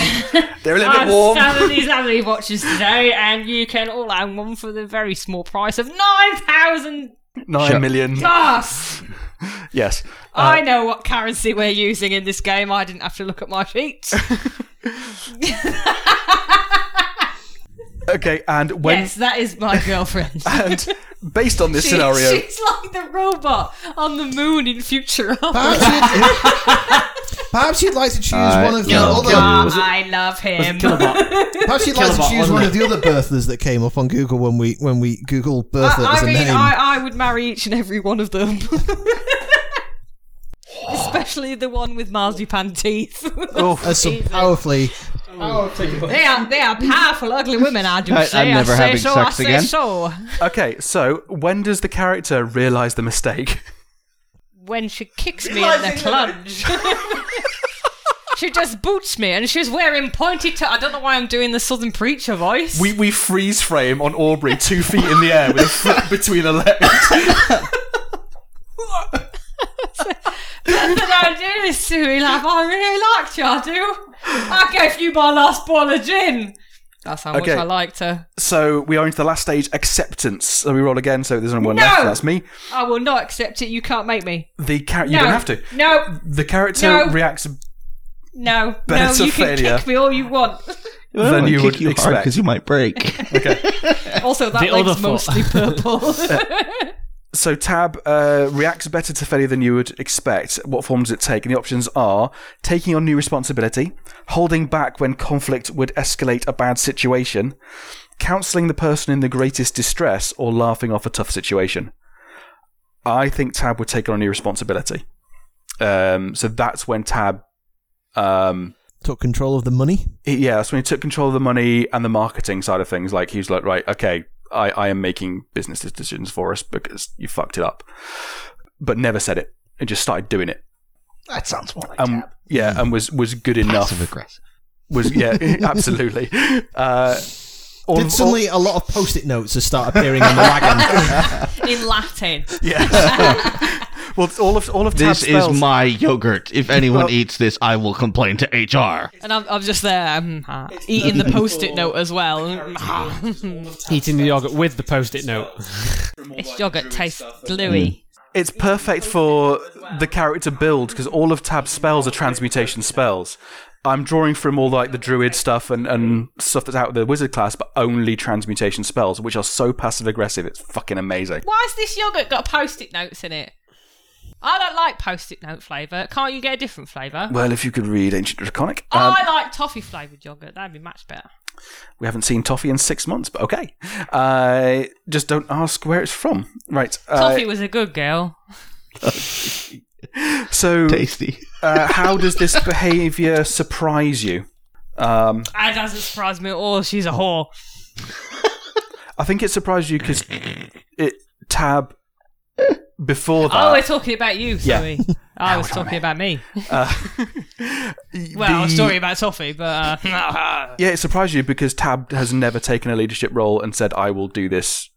Speaker 2: <laughs> They're a little bit
Speaker 4: I'm
Speaker 2: warm.
Speaker 4: selling these lovely watches today, and you can all own one for the very small price of 9,000
Speaker 2: Nine
Speaker 6: Shut-
Speaker 2: million. Uh,
Speaker 4: dollars.
Speaker 2: Yes.
Speaker 4: I know what currency we're using in this game. I didn't have to look at my sheet.
Speaker 2: Okay. And when
Speaker 4: yes, that is my
Speaker 2: <laughs>
Speaker 4: girlfriend.
Speaker 2: and based on this
Speaker 4: She-
Speaker 2: scenario,
Speaker 4: She's like the robot on the moon in Futurama. <laughs>
Speaker 5: Perhaps you'd, perhaps you'd <laughs> like to choose one of the other.
Speaker 4: I love him.
Speaker 5: Perhaps you'd like to choose one of the other Berthas that came up on Google when we when we Google Bertha
Speaker 4: I,
Speaker 5: as
Speaker 4: I
Speaker 5: a
Speaker 4: mean,
Speaker 5: name.
Speaker 4: I, I would marry each and every one of them. <laughs> Especially the one with marzipan teeth.
Speaker 6: Oh.
Speaker 5: Uh, so powerfully,
Speaker 4: <laughs> they are they are powerful, ugly women. I do
Speaker 6: I-
Speaker 4: say.
Speaker 6: I'm never
Speaker 4: I say
Speaker 6: having
Speaker 4: so,
Speaker 6: sex
Speaker 4: I say
Speaker 6: again.
Speaker 4: So
Speaker 2: okay. So when does the character realize the mistake? <laughs>
Speaker 4: when she kicks me in the plunge. <laughs> She just boots me, and she's wearing pointy. T- I don't know why I'm doing the southern preacher voice.
Speaker 2: We we freeze frame on Aubrey, two feet in the air with
Speaker 4: <laughs>
Speaker 2: a foot between her legs.
Speaker 4: But don't do this to me, love. I really liked you. I do. I gave you my last ball of gin. That's how
Speaker 2: Okay.
Speaker 4: much I liked her.
Speaker 2: So we are into the last stage, acceptance. So we roll again. So there's only one
Speaker 4: No!
Speaker 2: left. That's me.
Speaker 4: I will not accept it. You can't make me.
Speaker 2: The character. You
Speaker 4: no,
Speaker 2: don't have to.
Speaker 4: No,
Speaker 2: The character
Speaker 4: No.
Speaker 2: reacts
Speaker 4: no,
Speaker 2: Better
Speaker 4: no. You
Speaker 2: failure.
Speaker 4: can kick me all you want.
Speaker 2: Then
Speaker 6: Well,
Speaker 2: you
Speaker 6: kick
Speaker 2: would
Speaker 6: you
Speaker 2: expect.
Speaker 6: <laughs> because you might break.
Speaker 4: <laughs> Also, that
Speaker 3: The other
Speaker 4: leg's <laughs>
Speaker 3: foot.
Speaker 4: mostly purple.
Speaker 2: So Tab uh, reacts better to failure than you would expect. What form does it take? And the options are taking on new responsibility, holding back when conflict would escalate a bad situation, counselling the person in the greatest distress, or laughing off a tough situation. I think Tab would take on a new responsibility. Um, so that's when Tab, um,
Speaker 5: Took control of the money.
Speaker 2: he- yeah, that's when he took control of the money and the marketing side of things. Like he was like, right, okay, I, I am making business decisions for us because you fucked it up, but never said it and just started doing it.
Speaker 6: That sounds more like
Speaker 2: Um, yeah, and was was good enough.
Speaker 6: passive aggressive.
Speaker 2: Was yeah, <laughs> absolutely. Uh, all- all-
Speaker 5: Did suddenly a lot of post-it notes just start appearing on
Speaker 2: <laughs>
Speaker 5: the wagon?
Speaker 7: in Latin.
Speaker 2: well, all of all of Tab's
Speaker 6: This
Speaker 2: spells.
Speaker 6: is my yogurt. If anyone eats this, I will complain to HR.
Speaker 4: And I'm, I'm just there um, ah, eating the post-it note as well. Mm, ah.
Speaker 3: Eating the yogurt with the post-it note.
Speaker 4: It's yogurt tastes gluey.
Speaker 2: it's perfect for the character build because all of Tab's spells are transmutation spells. I'm drawing from all like the druid stuff and, and stuff that's out of the wizard class, but only transmutation spells, which are so passive aggressive. It's fucking amazing.
Speaker 7: Why's this yogurt got post-it notes in it?
Speaker 4: I don't like post-it note flavour. Can't you get a different flavour?
Speaker 2: Well, if you could read Ancient Draconic,
Speaker 4: Oh,
Speaker 2: um,
Speaker 4: I like toffee flavoured yogurt. That'd be much better.
Speaker 2: we haven't seen toffee in six months, but okay. Uh, just don't ask where it's from. Right. Uh,
Speaker 4: Toffee was a good girl.
Speaker 2: so,
Speaker 6: Tasty.
Speaker 2: uh, how does this <laughs> behaviour surprise you? Um,
Speaker 4: That doesn't surprise me at all. She's a whore.
Speaker 2: Uh, I think it surprised you because it tab before that.
Speaker 4: oh, we're talking about you,
Speaker 2: yeah. <laughs>
Speaker 4: sorry. I was talking about me.
Speaker 2: the-
Speaker 4: Well, sorry about toffee, but uh,
Speaker 2: Yeah, it surprised you because Tab has never taken a leadership role and said, "I will do this,"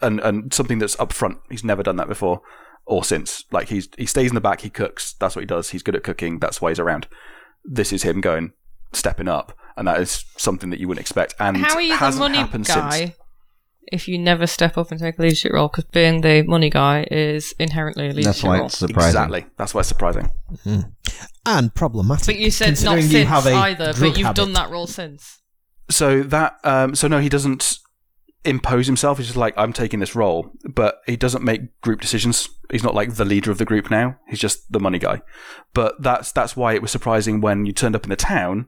Speaker 2: and and something that's up front. He's never done that before or since. Like he's he stays in the back. He cooks. That's what he does. He's good at cooking. That's why he's around. This is him going stepping up, and that is something that you wouldn't expect. And
Speaker 4: how are you the
Speaker 2: hasn't
Speaker 4: money
Speaker 2: happened
Speaker 4: guy
Speaker 2: since.
Speaker 4: if you never step up and take a leadership role? Because being the money guy is inherently a leadership
Speaker 6: That's why
Speaker 4: role.
Speaker 6: it's surprising.
Speaker 2: Exactly. That's why it's surprising.
Speaker 5: and problematic.
Speaker 4: But you said not
Speaker 8: Considering you
Speaker 4: since
Speaker 8: have a
Speaker 4: either,
Speaker 8: drug
Speaker 4: but you've
Speaker 8: habit.
Speaker 4: done that role since.
Speaker 2: so that um, so no he doesn't impose himself he's just like i'm taking this role but he doesn't make group decisions he's not like the leader of the group now he's just the money guy but that's that's why it was surprising when you turned up in the town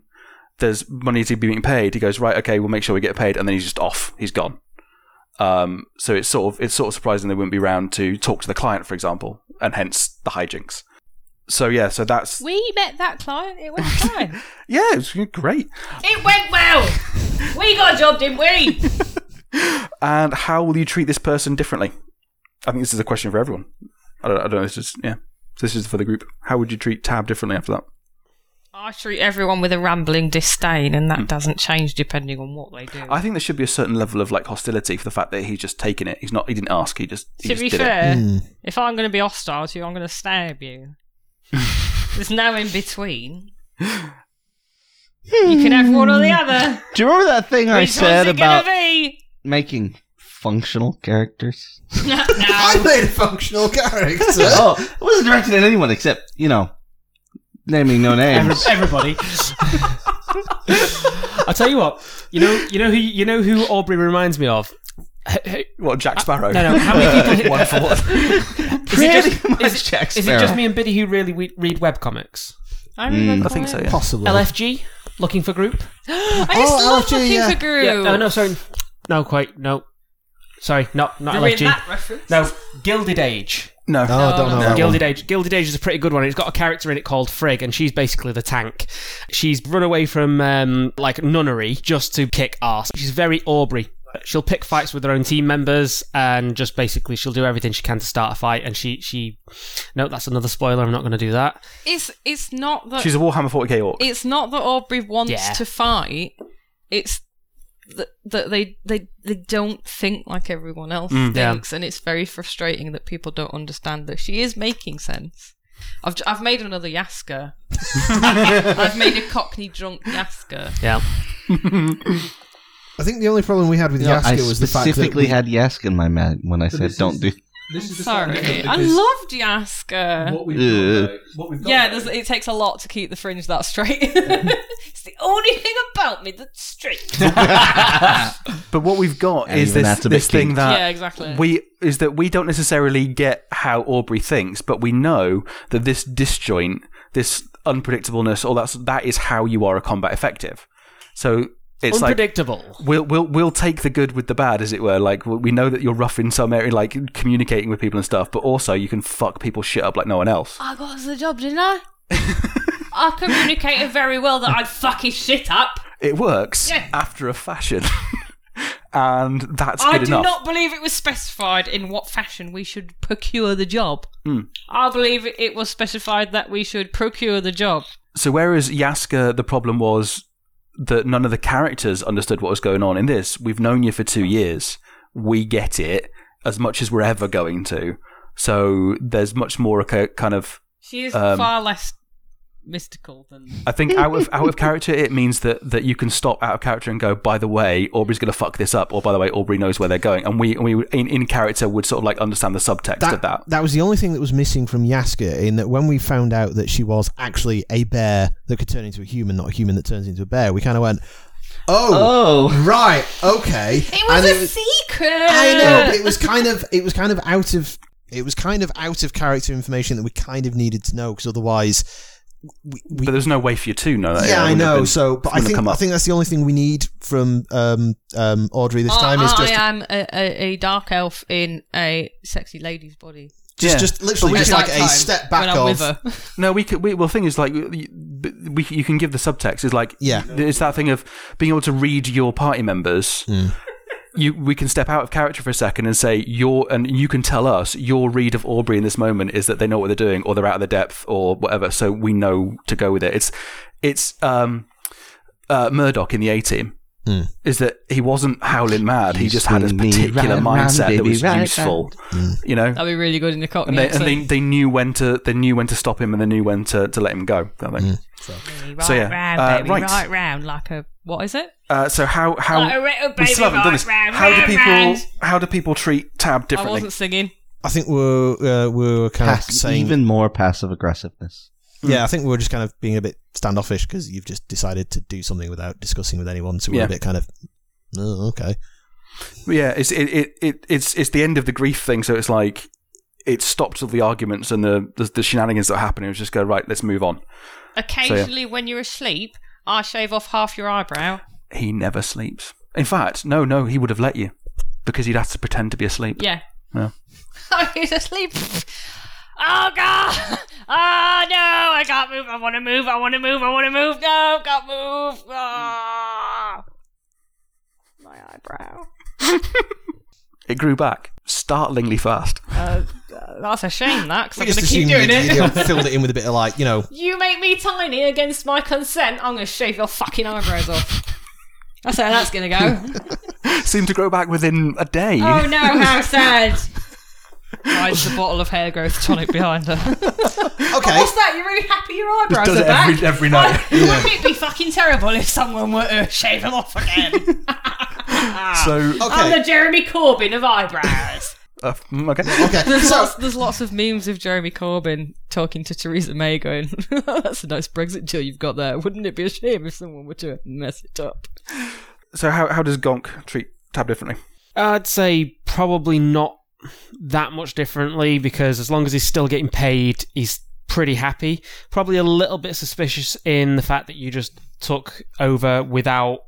Speaker 2: there's money to be being paid he goes right okay we'll make sure we get paid and then he's just off he's gone um, so it's sort of it's sort of surprising they wouldn't be round to talk to the client for example and hence the hijinks so yeah so that's
Speaker 7: We met that client. It went fine.
Speaker 2: yeah it's great
Speaker 7: it went well. We got a job, didn't we?
Speaker 4: <laughs>
Speaker 2: and how will you treat this person differently? I think this is a question for everyone. I don't, I don't know. This is yeah. This is for the group. How would you treat Tab differently after that?
Speaker 4: I treat everyone with a rambling disdain, and that doesn't change depending on what they do.
Speaker 2: I think there should be a certain level of like hostility for the fact that he's just taken it. He's not. He didn't ask. He just. He
Speaker 4: to
Speaker 2: just
Speaker 4: be
Speaker 2: did It.
Speaker 4: fair,
Speaker 6: Hmm.
Speaker 4: if I'm going to be hostile to you, I'm going to stab you. There's no in between. you can have one or the other.
Speaker 6: Do you remember that thing Hmm. I
Speaker 4: Which
Speaker 6: said
Speaker 4: one's it
Speaker 6: about
Speaker 4: gonna be?
Speaker 6: making functional characters?
Speaker 5: I made a functional character.
Speaker 6: <laughs> oh, it wasn't directed at anyone except you know, naming no names.
Speaker 3: Everybody. <laughs> I tell you what, you know, you know who you know who Aubrey reminds me of.
Speaker 2: What Jack Sparrow?
Speaker 3: Uh, No, no. How many
Speaker 2: <laughs>
Speaker 3: people?
Speaker 2: One for
Speaker 3: Is it just,
Speaker 6: Pretty
Speaker 3: is,
Speaker 6: much
Speaker 3: it-
Speaker 6: Jack
Speaker 3: is it
Speaker 6: Sparrow.
Speaker 3: just me and Biddy who really we- read web comics?
Speaker 4: I
Speaker 6: Hmm.
Speaker 4: remember.
Speaker 2: I think so. <laughs> Yeah.
Speaker 5: Possibly.
Speaker 3: LFG, looking for group.
Speaker 4: I just
Speaker 5: Oh,
Speaker 4: love
Speaker 5: LFG,
Speaker 4: looking
Speaker 5: yeah.
Speaker 4: for Gru.
Speaker 3: Oh no, sorry, no, quite no. Sorry, not not
Speaker 4: Ruin
Speaker 3: LFG.
Speaker 4: that reference.
Speaker 3: No, Gilded Age.
Speaker 2: No.
Speaker 5: Oh, I don't know. that one.
Speaker 3: Gilded Age. Gilded Age is a pretty good one. It's got a character in it called Frigg, and she's basically the tank. She's run away from um, like nunnery just to kick ass. She's very Aubrey. She'll pick fights with her own team members, and just basically she'll do everything she can to start a fight. And she she, no, that's another spoiler. I'm not going to do that.
Speaker 4: It's it's not that
Speaker 2: She's a Warhammer 40k orc.
Speaker 4: it's not that Aubrey wants
Speaker 3: Yeah.
Speaker 4: to fight. It's that that they they they don't think like everyone else
Speaker 3: yeah.
Speaker 4: thinks, and it's very frustrating that people don't understand that she is making sense. I've j- I've made another Yasker. I've made a Cockney drunk Yasker.
Speaker 3: Yeah,
Speaker 5: I think the only problem we had with
Speaker 6: No, I
Speaker 5: Yaska was the fact that
Speaker 6: specifically
Speaker 5: we,
Speaker 6: had Yask in my mind when I said don't do.
Speaker 8: This is the sort of thing
Speaker 4: Sorry,
Speaker 8: that-
Speaker 4: I
Speaker 8: because
Speaker 4: loved Yasker.
Speaker 8: What we've
Speaker 6: Ugh. Uh,
Speaker 8: got, though, what we've got
Speaker 4: Yeah,
Speaker 8: though,
Speaker 4: there's, it takes a lot to keep the fringe that straight. <laughs> it's
Speaker 7: It's the only thing about me that's straight.
Speaker 2: But what we've got
Speaker 6: And
Speaker 2: is
Speaker 6: even
Speaker 2: this
Speaker 6: that's a bit
Speaker 2: this thing
Speaker 6: kinked.
Speaker 2: that
Speaker 4: Yeah, exactly.
Speaker 2: we is that we don't necessarily get how Aubrey thinks, but we know that this disjoint, this unpredictableness, all that's that is how you are a combat effective. So it's like
Speaker 3: Unpredictable.
Speaker 2: we'll we'll we'll take the good with the bad, as it were. Like we- we know that you're rough in some area, like communicating with people and stuff, but also you can fuck people shit up like no one else.
Speaker 7: I got us the job, didn't I? I communicated very well that I'd fuck his shit up.
Speaker 2: It works
Speaker 7: Yeah.
Speaker 2: after a fashion, <laughs> and that's
Speaker 4: I
Speaker 2: good
Speaker 4: do
Speaker 2: enough.
Speaker 4: not believe it was specified in what fashion we should procure the job.
Speaker 5: Hmm.
Speaker 4: I believe it was specified that we should procure the job.
Speaker 2: So whereas Yaska, the problem was that none of the characters understood what was going on. In this, we've known you for two years. We get it as much as we're ever going to. So there's much more a ki- kind of.
Speaker 4: She is
Speaker 2: Um,
Speaker 4: far less mystical than.
Speaker 2: I think out of out of character, it means that that you can stop out of character and go. By the way, Aubrey's going to fuck this up, or by the way, Aubrey knows where they're going, and we we in, in character would sort of like understand the subtext of that.
Speaker 5: was the only thing that was missing from Yaska in that when we found out that she was actually a bear that could turn into a human, not a human that turns into a bear, we kind of went, oh,
Speaker 6: Oh,
Speaker 5: right, okay.
Speaker 7: It was
Speaker 5: And
Speaker 7: a secret.
Speaker 5: I know, but it was kind of it was kind of out of it was kind of out of character information that we kind of needed to know because otherwise we, we
Speaker 2: But uh, there's no way for you to know that.
Speaker 5: yeah, I
Speaker 2: wouldn't have
Speaker 5: know.
Speaker 2: been-
Speaker 5: So, but I
Speaker 2: wouldn't have
Speaker 5: think
Speaker 2: come
Speaker 5: I
Speaker 2: up.
Speaker 5: think that's the only thing we need from um, um, Audrey
Speaker 7: Oh,
Speaker 5: this time is
Speaker 4: I,
Speaker 5: just
Speaker 4: I am a, a, a dark elf in a sexy lady's body.
Speaker 5: just
Speaker 2: Yeah.
Speaker 5: just literally just
Speaker 4: At
Speaker 5: like
Speaker 4: that
Speaker 5: a
Speaker 4: time, when
Speaker 5: step back
Speaker 4: I'm with
Speaker 5: of
Speaker 4: her.
Speaker 2: No, we could. We, well, the thing is, like, you- we, you can give the subtext. Is like,
Speaker 5: Yeah.
Speaker 2: it's that thing of being able to read your party members. You, we can step out of character for a second and say your, and you can tell us your read of Aubrey in this moment is that they know what they're doing, or they're out of their depth, or whatever. So we know to go with it. It's, it's um, uh, Murdoch in the A Team. Is that he wasn't howling mad? He
Speaker 6: You
Speaker 2: just had a
Speaker 6: swing me
Speaker 2: particular
Speaker 6: round,
Speaker 2: mindset that
Speaker 6: baby,
Speaker 2: was
Speaker 6: right
Speaker 2: useful. You know,
Speaker 4: That'd be really good in the cockney
Speaker 2: and they, and
Speaker 4: accent.
Speaker 2: they they knew when to they knew when to stop him and they knew when to, to let him go. That thing.
Speaker 4: right
Speaker 2: so yeah,
Speaker 4: round,
Speaker 2: uh,
Speaker 4: baby,
Speaker 2: right.
Speaker 4: right. round, like a what is it?
Speaker 2: Uh, so how how
Speaker 7: Like a little
Speaker 2: we
Speaker 7: baby
Speaker 2: still haven't done this.
Speaker 7: right round,
Speaker 2: how do
Speaker 7: round,
Speaker 2: people
Speaker 7: round.
Speaker 2: how do people treat Tab
Speaker 4: I
Speaker 2: differently?
Speaker 4: wasn't singing.
Speaker 5: I think we're uh, we're kind of
Speaker 6: pass,
Speaker 5: saying
Speaker 6: even more passive aggressiveness.
Speaker 5: yeah I think we're just kind of being a bit standoffish because you've just decided to do something without discussing with anyone so we're
Speaker 2: Yeah.
Speaker 5: a bit kind of oh, okay
Speaker 2: Yeah, it's it, it, it it's it's the end of the grief thing. So it's like it stopped all the arguments and the the, the shenanigans that happened. It was just go right, let's move on.
Speaker 4: Occasionally, when you're asleep, I shave off half your eyebrow.
Speaker 2: He never sleeps. In fact, no, no, he would have let you because he'd have to pretend to be asleep.
Speaker 4: Yeah. <laughs>
Speaker 2: Yeah.
Speaker 4: I was asleep. Oh god! Oh no! I can't move. I want to move. I want to move. I want to move. No, can't move. Ah. My eyebrow.
Speaker 2: It grew back startlingly fast. <laughs>
Speaker 4: That's a shame. That
Speaker 5: we
Speaker 4: because I'm
Speaker 5: just
Speaker 4: gonna keep
Speaker 5: assumed
Speaker 4: doing
Speaker 5: you,
Speaker 4: it.
Speaker 5: you filled it in with a bit of like you know
Speaker 4: You make me tiny against my consent. I'm gonna shave your fucking eyebrows off. That's how that's gonna go.
Speaker 2: <laughs> Seemed to grow back within a day.
Speaker 4: Oh
Speaker 2: <laughs>
Speaker 4: no, how sad! Hides the bottle of hair growth tonic behind
Speaker 2: <laughs>
Speaker 4: her.
Speaker 5: <laughs> okay
Speaker 4: What's that? You're really happy your eyebrows
Speaker 2: Does
Speaker 4: are
Speaker 2: it
Speaker 4: back?
Speaker 2: every every night.
Speaker 4: Wouldn't it be fucking terrible if someone were to shave them off
Speaker 2: <laughs>
Speaker 4: again?
Speaker 2: So
Speaker 4: I'm
Speaker 5: okay
Speaker 4: the Jeremy Corbyn of eyebrows.
Speaker 2: uh, mm, okay.
Speaker 5: <laughs> okay so
Speaker 4: <laughs> There's lots of memes of Jeremy Corbyn talking to Theresa May going, <laughs> that's a nice Brexit deal you've got there. Wouldn't it be a shame if someone were to mess it up?
Speaker 2: So how how does Gonk treat Tab differently?
Speaker 3: I'd say probably not that much differently because as long as he's still getting paid, he's pretty happy. Probably a little bit suspicious in the fact that you just took over without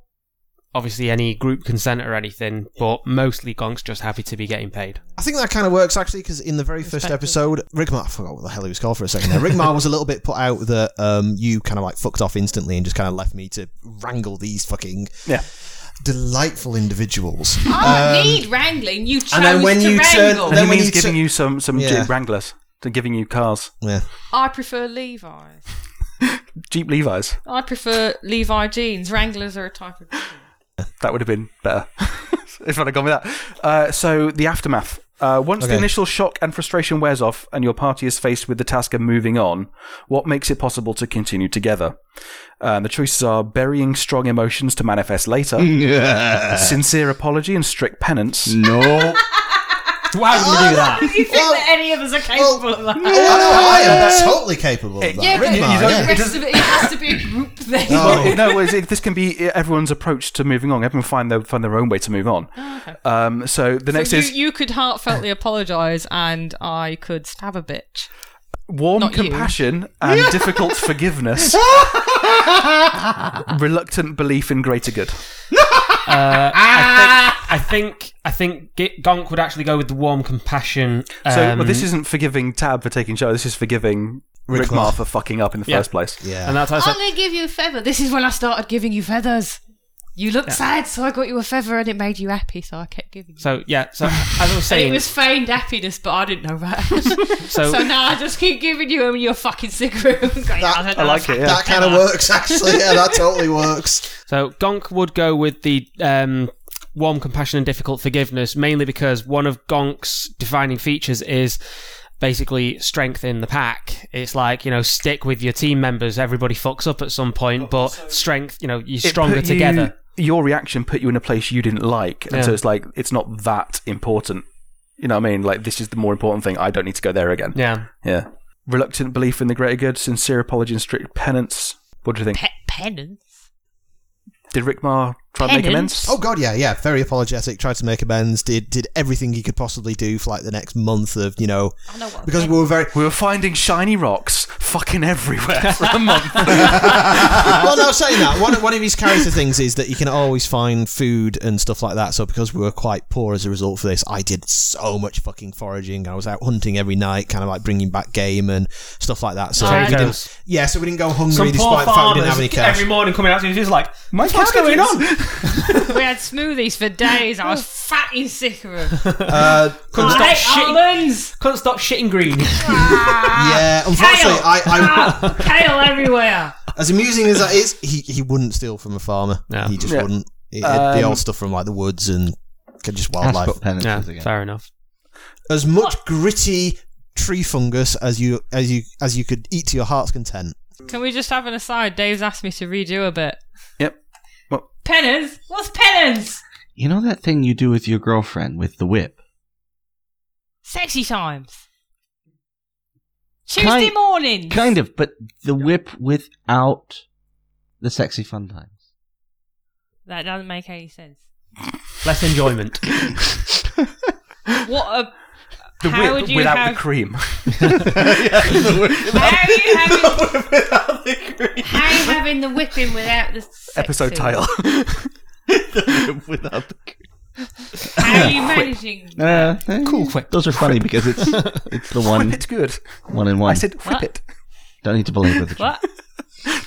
Speaker 3: obviously any group consent or anything, but mostly Gonk's just happy to be getting paid.
Speaker 5: I think that kind of works actually because in the very first episode, Rigmar, I forgot what the hell he was called for a second there. Rigmar was a little bit put out that um, you kind of like fucked off instantly and just kind of left me to wrangle these fucking
Speaker 2: Yeah.
Speaker 5: delightful individuals.
Speaker 7: Oh, I
Speaker 5: Um,
Speaker 7: don't need wrangling. You chose
Speaker 5: and then when
Speaker 7: to
Speaker 5: you turn-
Speaker 7: wrangle.
Speaker 5: And then
Speaker 2: he
Speaker 5: when
Speaker 2: means
Speaker 5: you
Speaker 2: giving
Speaker 5: took-
Speaker 2: you some some
Speaker 5: Yeah.
Speaker 2: Jeep Wranglers, to giving you cars,
Speaker 5: yeah.
Speaker 4: I prefer Levi's.
Speaker 2: Jeep Levi's.
Speaker 4: I prefer Levi jeans. Wranglers are a type
Speaker 7: <laughs>
Speaker 4: of.
Speaker 2: That would have been better <laughs> if I'd have gone with that. Uh, so the aftermath. Uh, once the
Speaker 5: Okay.
Speaker 2: initial shock and frustration wears off, and your party is faced with the task of moving on, what makes it possible to continue together? Um, the choices are burying strong emotions to manifest later,
Speaker 5: Mm.
Speaker 2: sincere apology and strict penance,
Speaker 6: <laughs> No,
Speaker 3: Why would we do
Speaker 7: Oh,
Speaker 3: that?
Speaker 4: Do you think
Speaker 5: Well- Oh,
Speaker 4: that any of us are capable of that?
Speaker 5: I, I am totally capable of that.
Speaker 7: Yeah, but
Speaker 5: Rigmar,
Speaker 7: the
Speaker 5: yeah. Oh,
Speaker 7: rest of it is has to be a
Speaker 5: <laughs>
Speaker 7: group thing.
Speaker 2: <laughs> Well, Oh, no, well, it- this can be everyone's approach to moving on. Everyone find their find their own way to move on. Um, so the next
Speaker 4: you,
Speaker 2: is
Speaker 4: you could heartfeltly apologise and I could stab a bitch.
Speaker 2: warm
Speaker 4: not you.
Speaker 2: compassion and difficult forgiveness, reluctant belief in greater good.
Speaker 3: Uh, I think I think G- Gonk would actually go with the warm compassion. Um,
Speaker 2: So well, this isn't forgiving Tab for taking show. This is forgiving Rick,
Speaker 5: Rick Mar-
Speaker 2: Mar for fucking up in the
Speaker 3: Yeah.
Speaker 2: first place.
Speaker 5: Yeah.
Speaker 3: and that's how I
Speaker 7: I'm
Speaker 3: said-
Speaker 7: going to give you a feather. This is when I started giving you feathers. You looked sad, so I got you a feather and it made you happy, so I kept giving you.
Speaker 3: so yeah. So as I was
Speaker 7: <laughs> And
Speaker 3: saying,
Speaker 7: it was feigned happiness, but I didn't
Speaker 5: <laughs>
Speaker 7: know that.
Speaker 3: so,
Speaker 7: <laughs> so now I just keep giving you them your fucking cigarette. <laughs>
Speaker 5: That-
Speaker 2: I like it. Yeah.
Speaker 5: That kind of works, actually. Yeah, that totally works.
Speaker 3: so Gonk would go with the um, warm compassion and difficult forgiveness, mainly because one of Gonk's defining features is basically strength in the pack. It's like you know, stick with your team members. Everybody fucks up at some point, but strength. You know, you're
Speaker 2: It
Speaker 3: stronger
Speaker 2: put you-
Speaker 3: together.
Speaker 2: your reaction put you in a place you didn't like, and
Speaker 3: Yeah.
Speaker 2: so it's like it's not that important. You know what I mean? Like this is the more important thing. I don't need to go there again.
Speaker 3: Yeah.
Speaker 2: Yeah. Reluctant belief in the greater good, sincere apology and strict penance. What do you think?
Speaker 7: Pet penance.
Speaker 2: Did Rick Mar try to make amends?
Speaker 5: Oh god, yeah, yeah. Very apologetic. Tried to make amends. Did did everything he could possibly do for like the next month of you know
Speaker 7: I know what
Speaker 5: because we were
Speaker 2: <laughs>
Speaker 7: Oh.
Speaker 5: very
Speaker 2: We were finding shiny rocks fucking
Speaker 6: <laughs>
Speaker 2: everywhere for a month.
Speaker 5: well, no, saying that, one, one of his character things is that you can always find food and stuff like that. So because we were quite poor as a result for this, I did so much fucking foraging. I was out hunting every night, kind of like bringing back game and stuff like that. So we
Speaker 3: Potatoes.
Speaker 5: didn't, yeah, so we didn't go hungry
Speaker 3: Some poor
Speaker 5: despite the fact we didn't
Speaker 3: farmers
Speaker 5: have any cash.
Speaker 3: every morning coming out to me, he's like,
Speaker 2: My
Speaker 3: "What's going on?"
Speaker 7: We had smoothies for days.
Speaker 4: <laughs>
Speaker 7: I was fat in sick of 'em.
Speaker 5: Uh,
Speaker 3: Couldn't
Speaker 7: I
Speaker 3: stop
Speaker 7: hate
Speaker 3: shitting.
Speaker 7: almonds.
Speaker 3: Couldn't stop shitting
Speaker 5: <laughs>
Speaker 3: green. Ah,
Speaker 5: yeah, unfortunately, I, I,
Speaker 3: <laughs>
Speaker 7: Ah, kale everywhere.
Speaker 5: as amusing as that is, he, he wouldn't steal from a farmer.
Speaker 3: Yeah.
Speaker 5: He just
Speaker 2: Yeah.
Speaker 5: wouldn't. It, it'd be
Speaker 2: Um,
Speaker 5: all stuff from like the woods and just
Speaker 6: That's
Speaker 5: wildlife.
Speaker 6: what penance
Speaker 3: yeah,
Speaker 6: is again.
Speaker 3: fair enough.
Speaker 5: As much gritty tree fungus as you as you as you could eat to your heart's content.
Speaker 4: Can we just have an aside? Dave's asked me to redo a bit.
Speaker 2: Yep.
Speaker 7: Penance? What's penance?
Speaker 6: You know that thing you do with your girlfriend with the whip?
Speaker 7: Sexy times.
Speaker 6: Kind-
Speaker 7: Tuesday morning.
Speaker 6: Kind of, but the whip without the sexy fun times.
Speaker 7: That doesn't make any sense.
Speaker 3: Less <laughs> enjoyment.
Speaker 7: What a.
Speaker 2: The
Speaker 7: How
Speaker 2: whip
Speaker 7: would you
Speaker 2: without
Speaker 7: have-
Speaker 2: the
Speaker 6: <laughs>
Speaker 2: cream. <laughs>
Speaker 7: How are you having. How are you having the whipping without the. Sexy?
Speaker 2: Episode title.
Speaker 6: without the
Speaker 7: How
Speaker 2: <laughs>
Speaker 7: are you managing?
Speaker 6: uh,
Speaker 5: eh,
Speaker 6: cool whip. Those are funny because it's it's the one
Speaker 2: it's good.
Speaker 6: one in one.
Speaker 2: I said whip it.
Speaker 6: Don't need to belabor the
Speaker 4: What?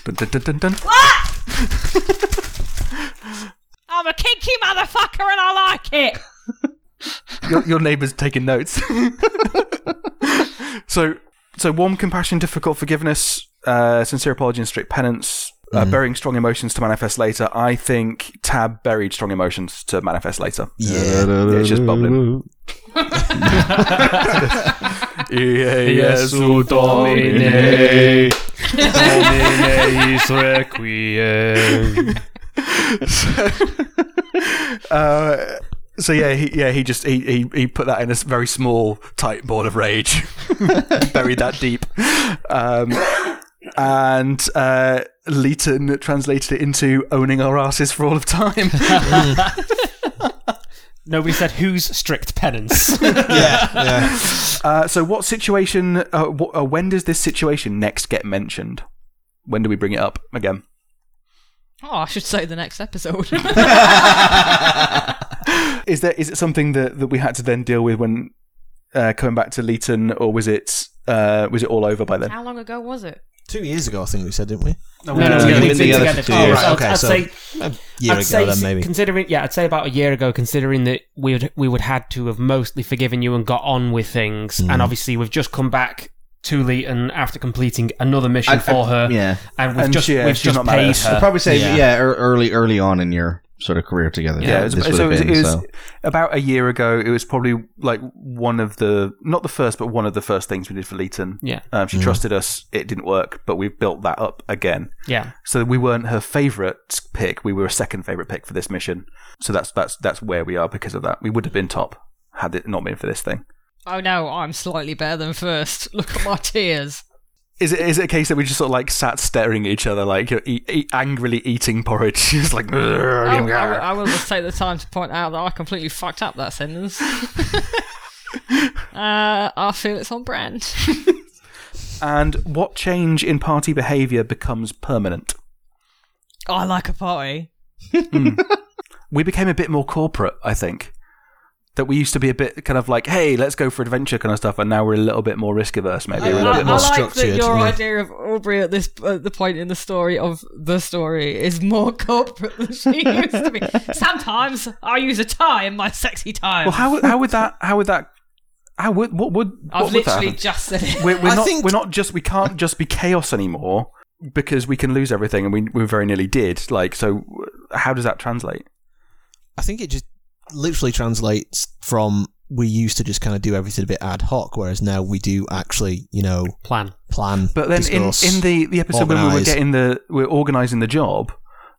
Speaker 2: Dun, dun, dun, dun, dun.
Speaker 4: I'm a kinky motherfucker and I like it.
Speaker 2: Your, your neighbour's taking notes. <laughs> so, so warm compassion, difficult forgiveness, uh, sincere apology, and strict penance. Uh, burying strong emotions to manifest later. I think Tab buried strong emotions to manifest later.
Speaker 5: <laughs> Yeah.
Speaker 2: It's just bubbling. <laughs> Jesu Domine. Uh, so yeah, he, yeah, he just he, he he put that in a s- very small, tight ball of rage, <laughs> buried that deep, um, and uh, Leighton translated it into owning our asses for all of time.
Speaker 3: Nobody said who's strict penance.
Speaker 5: yeah, yeah.
Speaker 2: Uh, so, what situation? Uh, wh- uh, when does this situation next get mentioned? When do we bring it up again?
Speaker 4: Oh, I should say the next
Speaker 2: <laughs>
Speaker 4: episode.
Speaker 2: Is there is it something that, that we had to then deal with when uh, coming back to Leighton, or was it uh, was it all over by then?
Speaker 7: How long ago was it?
Speaker 5: Two years ago, I think we said, didn't we?
Speaker 3: no,
Speaker 6: no, no, leave it together for two years.
Speaker 3: I'd-
Speaker 5: Okay,
Speaker 3: I'd
Speaker 5: so-
Speaker 3: say,
Speaker 5: year
Speaker 3: I'd
Speaker 5: ago,
Speaker 3: say
Speaker 5: then
Speaker 3: s-
Speaker 5: maybe.
Speaker 3: considering, yeah, I'd say about a year ago, considering that we would we would had to have mostly forgiven you and got on with things,
Speaker 5: Mm.
Speaker 3: and obviously we've just come back to Leighton after completing another mission
Speaker 6: I- I-
Speaker 3: for her,
Speaker 6: yeah.
Speaker 3: and we've
Speaker 2: And
Speaker 3: just
Speaker 2: she- yeah,
Speaker 3: we've
Speaker 2: she's
Speaker 3: just
Speaker 2: not mad at
Speaker 3: paid
Speaker 2: us.
Speaker 3: her.
Speaker 6: I'd probably say
Speaker 5: Yeah.
Speaker 6: yeah, ear- early early on in your sort of career together.
Speaker 2: yeah, it was,
Speaker 6: this would
Speaker 2: so
Speaker 6: have
Speaker 2: it was,
Speaker 6: been
Speaker 2: it was
Speaker 6: so.
Speaker 2: about a year ago. It was probably like one of the not the first, but one of the first things we did for Leighton.
Speaker 3: Yeah.
Speaker 2: um,
Speaker 6: Mm.
Speaker 2: she trusted us. It didn't work, but we built that up again.
Speaker 3: Yeah,
Speaker 2: So we weren't her favorite pick. We were a second favorite pick for this mission. So that's that's that's where we are because of that. We would have been top had it not been for this thing.
Speaker 4: oh no, I'm slightly better than first. Look at my tears.
Speaker 2: Is it is it a case that we just sort of like sat staring at each other, like you know, e- e- angrily eating porridge? <laughs> It's like
Speaker 3: Oh,
Speaker 4: I, I- I will just take the time to point out that I completely fucked up that
Speaker 2: <laughs>
Speaker 4: sentence. uh, I feel it's on brand. <laughs>
Speaker 2: and what change in party behaviour becomes permanent?
Speaker 4: I like a party.
Speaker 2: we became a bit more corporate, I think. That we used to be a bit kind of like, hey, let's go for adventure kind of stuff, and now we're a little bit more risk averse, maybe. We're a
Speaker 4: I,
Speaker 2: little
Speaker 4: I-
Speaker 2: bit more.
Speaker 4: I like that
Speaker 5: structured,
Speaker 4: your
Speaker 5: yeah.
Speaker 4: idea of Aubrey at this at the point in the story of the story is more <laughs> corporate than she used to be.
Speaker 2: <laughs>
Speaker 4: Sometimes I use a tie in my sexy time.
Speaker 2: Well, how would how would that how would that how would what would what
Speaker 4: I've
Speaker 2: would that
Speaker 4: literally
Speaker 2: happen?
Speaker 4: just said it.
Speaker 2: we're, we're
Speaker 5: I
Speaker 2: not
Speaker 5: think-
Speaker 2: we're not just we can't just be chaos anymore because we can lose everything, and we we very nearly did. Like, so how does that translate?
Speaker 5: I think it just literally translates from we used to just kind of do everything a bit ad hoc, whereas now we do actually, you know,
Speaker 3: Plan.
Speaker 5: plan.
Speaker 2: But then in,
Speaker 5: discuss,
Speaker 2: in the, the episode when we were
Speaker 5: organise.
Speaker 2: getting the we're organising the job,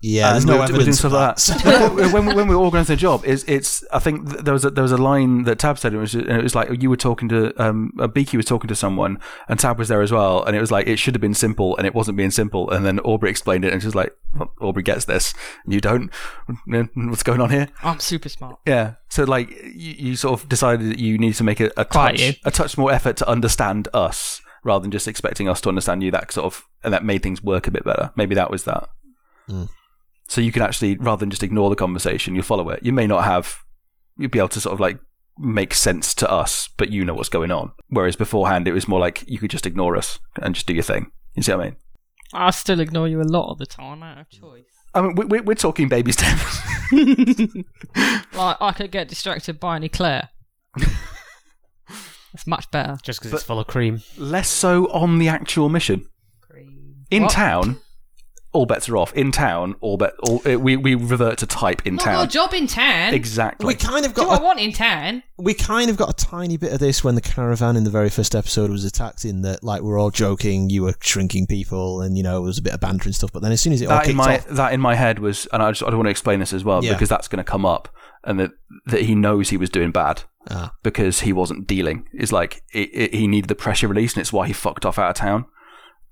Speaker 5: yeah, there's
Speaker 2: and
Speaker 5: no
Speaker 2: we're- we're doing
Speaker 5: evidence for
Speaker 2: stuff like
Speaker 5: that.
Speaker 2: <laughs>
Speaker 5: <laughs>
Speaker 2: that. when, when we were organising a job, it's, it's I think th- there was a, there was a line that Tab said, and it was, and it was like you were talking to um, uh, Beaky was talking to someone, and Tab was there as well, and it was like it should have been simple, and it wasn't being simple, and then Aubrey explained it, and she was like, well, Aubrey gets this, and you don't. What's going on here?
Speaker 4: I'm super smart.
Speaker 2: Yeah. So like you, you sort of decided that you need to make a, a
Speaker 3: Quite
Speaker 2: touch
Speaker 3: you.
Speaker 2: a touch more effort to understand us rather than just expecting us to understand you. That sort of and that made things work a bit better. Maybe that was that. So you can actually rather than just ignore the conversation, you follow it. You may not have you'd be able to sort of like make sense to us, but you know what's going on. Whereas beforehand it was more like you could just ignore us and just do your thing. You see what I mean?
Speaker 4: I still ignore you a lot of the time. I don't have choice.
Speaker 2: I mean, we- we- we're talking baby <laughs> steps.
Speaker 4: Like I could get distracted by an <laughs> eclair. That's much better.
Speaker 3: Just because it's full of cream.
Speaker 2: less so on the actual mission. In
Speaker 4: What?
Speaker 2: town, all bets are off. In town, all bet all uh, we we revert to type in
Speaker 4: Not
Speaker 2: town.
Speaker 4: your job in tan.
Speaker 2: Exactly.
Speaker 5: we kind of
Speaker 4: Do what
Speaker 5: got
Speaker 4: I
Speaker 5: a,
Speaker 4: want in tan?
Speaker 5: we kind of got a tiny bit of this when the caravan in the very first episode was attacked. In that, like, we're all joking, you were shrinking people, and you know, it was a bit of banter and stuff. But then as soon as it all
Speaker 2: that
Speaker 5: kicked
Speaker 2: in my
Speaker 5: off,
Speaker 2: that in my head was, and I just I want to explain this as well
Speaker 5: Yeah.
Speaker 2: because that's going to come up, and that that he knows he was doing bad
Speaker 5: Ah.
Speaker 2: because he wasn't dealing. Is like it, it, he needed the pressure release, and it's why he fucked off out of town.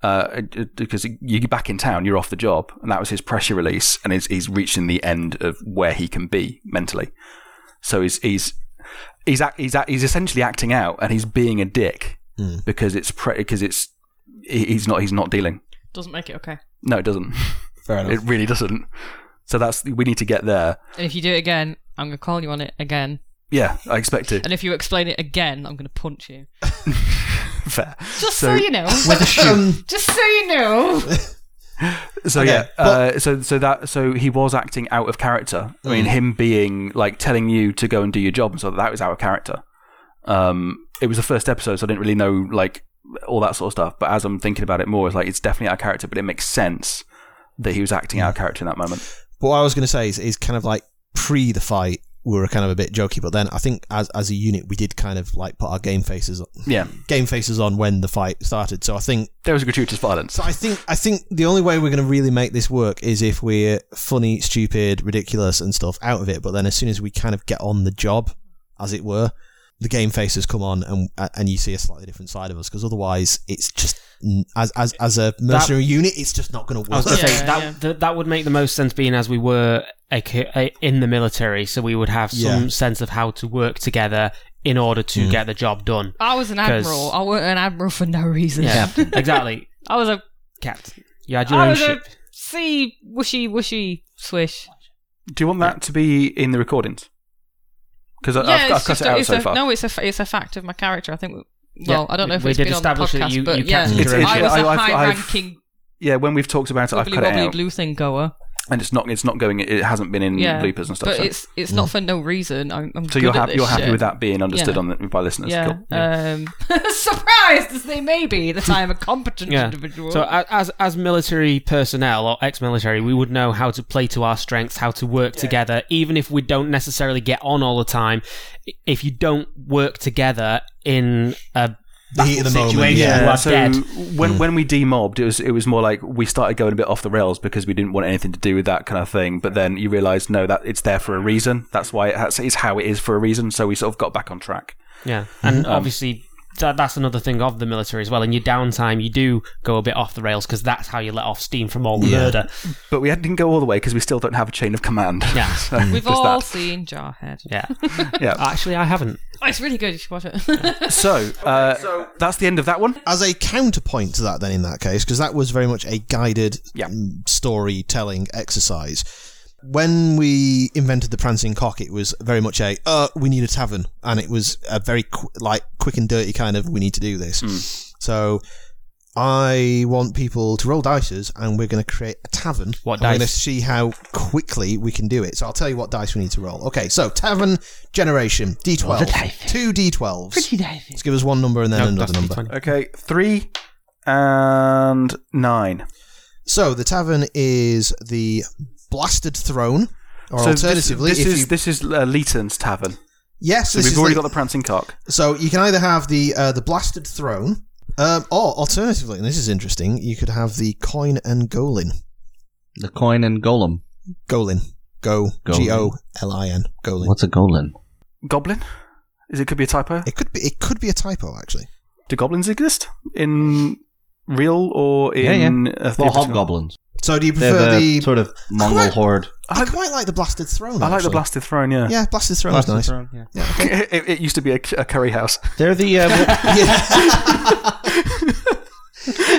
Speaker 2: Uh, it- it- because you're back in town, you're off the job, and that was his pressure release, and he's, he's reaching the end of where he can be mentally. So he's he's he's act, he's, act, he's essentially acting out, and he's being a dick
Speaker 5: Hmm.
Speaker 2: because it's pre- because it's he- he's not he's not dealing.
Speaker 4: Doesn't make it okay.
Speaker 2: No, it doesn't. <laughs>
Speaker 5: fair enough.
Speaker 2: It really doesn't. So that's we need to get there.
Speaker 4: And if you do it again, I'm gonna call you on it again.
Speaker 2: Yeah, I expect it.
Speaker 4: <laughs> And if you explain it again, I'm gonna punch you.
Speaker 2: Fair.
Speaker 4: Just so, you know.
Speaker 5: Um,
Speaker 4: Just so you know.
Speaker 2: So
Speaker 5: Okay,
Speaker 2: yeah. uh, so so that so he was acting out of character. I
Speaker 4: Mm.
Speaker 2: mean, him being like telling you to go and do your job, and so that was out of character. Um, it was the first episode, so I didn't really know like all that sort of stuff. But as I'm thinking about it more, it's like it's definitely out of character, but it makes sense that he was acting
Speaker 4: Mm.
Speaker 2: out of character in that moment.
Speaker 5: But what I was going to say is, is kind of like pre the fight, we were kind of a bit jokey. But then I think as as a unit, we did kind of like put our game faces
Speaker 2: Yeah,
Speaker 5: game faces on when the fight started. So I think
Speaker 2: there was gratuitous violence.
Speaker 5: so I think I think the only way we're going to really make this work is if we're funny, stupid, ridiculous, and stuff out of it. But then as soon as we kind of get on the job, as it were, the game faces come on, and and you see a slightly different side of us. Because otherwise, it's just as as as a mercenary unit, it's just not going to
Speaker 3: I
Speaker 5: work.
Speaker 3: was going to
Speaker 4: Yeah,
Speaker 3: say that,
Speaker 4: yeah.
Speaker 3: th- that would make the most sense being as we were a, co- a, in the military, so we would have some
Speaker 5: Yeah. Mm.
Speaker 3: sense of how to work together in order to get the job done.
Speaker 4: I was an
Speaker 3: 'Cause-
Speaker 4: admiral. I was an admiral for no reason.
Speaker 3: Yeah, exactly.
Speaker 4: I was a
Speaker 3: Captain, you had your
Speaker 4: I
Speaker 3: own
Speaker 4: was a
Speaker 3: ship.
Speaker 4: sea whooshy whooshy swish.
Speaker 2: Do you want that to be in the recordings? Because I've, I've cut it
Speaker 4: a,
Speaker 2: out
Speaker 4: it's
Speaker 2: so
Speaker 4: a,
Speaker 2: far.
Speaker 4: no, it's a f- it's a fact of my character. I think. we- Well,
Speaker 3: Yeah,
Speaker 4: I don't know if
Speaker 3: we
Speaker 4: it's
Speaker 3: did
Speaker 4: been on the
Speaker 3: establish that
Speaker 4: podcast,
Speaker 3: you-
Speaker 4: but
Speaker 3: you
Speaker 4: yeah,
Speaker 3: captured
Speaker 2: It's- your own
Speaker 4: I
Speaker 2: ship.
Speaker 4: was a
Speaker 2: I- I've- I've-
Speaker 4: high-ranking
Speaker 2: Yeah, when we've talked about it, I've
Speaker 4: wibbly
Speaker 2: cut it
Speaker 4: wobbly
Speaker 2: out.
Speaker 4: blue thing goer.
Speaker 2: and it's not it's not going it hasn't been in
Speaker 4: Yeah,
Speaker 2: loopers and stuff
Speaker 4: But
Speaker 2: so, Mm.
Speaker 4: it's it's not for no reason. I'm, I'm
Speaker 2: so you're
Speaker 4: good at
Speaker 2: happy
Speaker 4: this
Speaker 2: you're happy
Speaker 4: shit.
Speaker 2: with that being understood
Speaker 4: Yeah.
Speaker 2: on the, by listeners
Speaker 4: Yeah.
Speaker 2: cool.
Speaker 4: Um, <laughs> surprised as they may be that I am a competent
Speaker 3: Yeah.
Speaker 4: individual.
Speaker 3: So uh, a- as as military personnel or ex-military, we would know how to play to our strengths, how to work together, even if we don't necessarily get on all the time. I- If you don't work together in a
Speaker 5: the heat of the moment,
Speaker 3: Situation.
Speaker 5: yeah.
Speaker 3: You are
Speaker 2: so
Speaker 3: dead.
Speaker 2: when when we demobbed, it was it was more like we started going a bit off the rails because we didn't want anything to do with that kind of thing. But then you realise no, that it's there for a reason. That's why it has, it's how it is for a reason. So we sort of got back on track.
Speaker 3: yeah, and obviously that, that's another thing of the military as well. In your downtime, you do go a bit off the rails because that's how you let off steam from all the murder.
Speaker 2: But we didn't go all the way because we still don't have a chain of command. <laughs>
Speaker 3: Yeah.
Speaker 2: So,
Speaker 7: We've
Speaker 2: there's
Speaker 7: all
Speaker 2: that.
Speaker 7: seen Jarhead.
Speaker 3: Yeah.
Speaker 2: Yeah.
Speaker 3: <laughs> Actually, I haven't.
Speaker 7: Oh, it's really good. You should watch
Speaker 4: <laughs>
Speaker 7: it.
Speaker 2: So, uh, that's the end of that one.
Speaker 5: As a counterpoint to that, then in that case, because that was very much a guided
Speaker 2: Yeah.
Speaker 5: mm, storytelling exercise. When we invented the prancing cock, it was very much a uh, we need a tavern, and it was a very qu- like quick and dirty kind of we need to do this.
Speaker 3: Hmm.
Speaker 5: So I want people to roll dices, and we're going to create a tavern.
Speaker 3: What
Speaker 5: and We're going to
Speaker 3: dice?
Speaker 5: see how quickly we can do it. So I'll tell you what dice we need to roll. Okay, so tavern generation d12, two d12s. Pretty Let's give us one number and then
Speaker 3: No,
Speaker 5: another
Speaker 3: that's
Speaker 5: number.
Speaker 3: D20.
Speaker 2: Okay, three and nine.
Speaker 5: So the tavern is the Blasted Throne, or
Speaker 2: so
Speaker 5: alternatively,
Speaker 2: this, this
Speaker 5: if
Speaker 2: is
Speaker 5: you,
Speaker 2: this is uh, Leeton's tavern.
Speaker 5: yes,
Speaker 2: So
Speaker 5: this
Speaker 2: we've
Speaker 5: is
Speaker 2: already
Speaker 5: the,
Speaker 2: got the prancing cock.
Speaker 5: So you can either have the uh, the Blasted Throne, um, or alternatively, and this is interesting, you could have the Coin and Golin.
Speaker 6: The coin and golem.
Speaker 5: Golin, go
Speaker 6: Golin.
Speaker 5: G O L I N, Golin.
Speaker 6: What's a golem?
Speaker 2: Goblin? Is it could be a typo?
Speaker 5: It could be it could be a typo actually.
Speaker 2: Do goblins exist in real or in? uh,
Speaker 6: well,
Speaker 2: theoretical-
Speaker 6: hobgoblins.
Speaker 5: So do you
Speaker 6: They're
Speaker 5: prefer
Speaker 6: the,
Speaker 5: the?
Speaker 6: sort of Mongol
Speaker 5: Correct.
Speaker 6: horde.
Speaker 5: I quite like the Blasted Throne.
Speaker 2: I like the
Speaker 5: actually.
Speaker 2: blasted throne. Yeah,
Speaker 5: Yeah, Blasted Throne is <laughs>
Speaker 2: <laughs>
Speaker 5: nice.
Speaker 2: it, it used to be a, a curry house. <laughs>
Speaker 6: They're the
Speaker 5: <laughs>
Speaker 6: uh, what,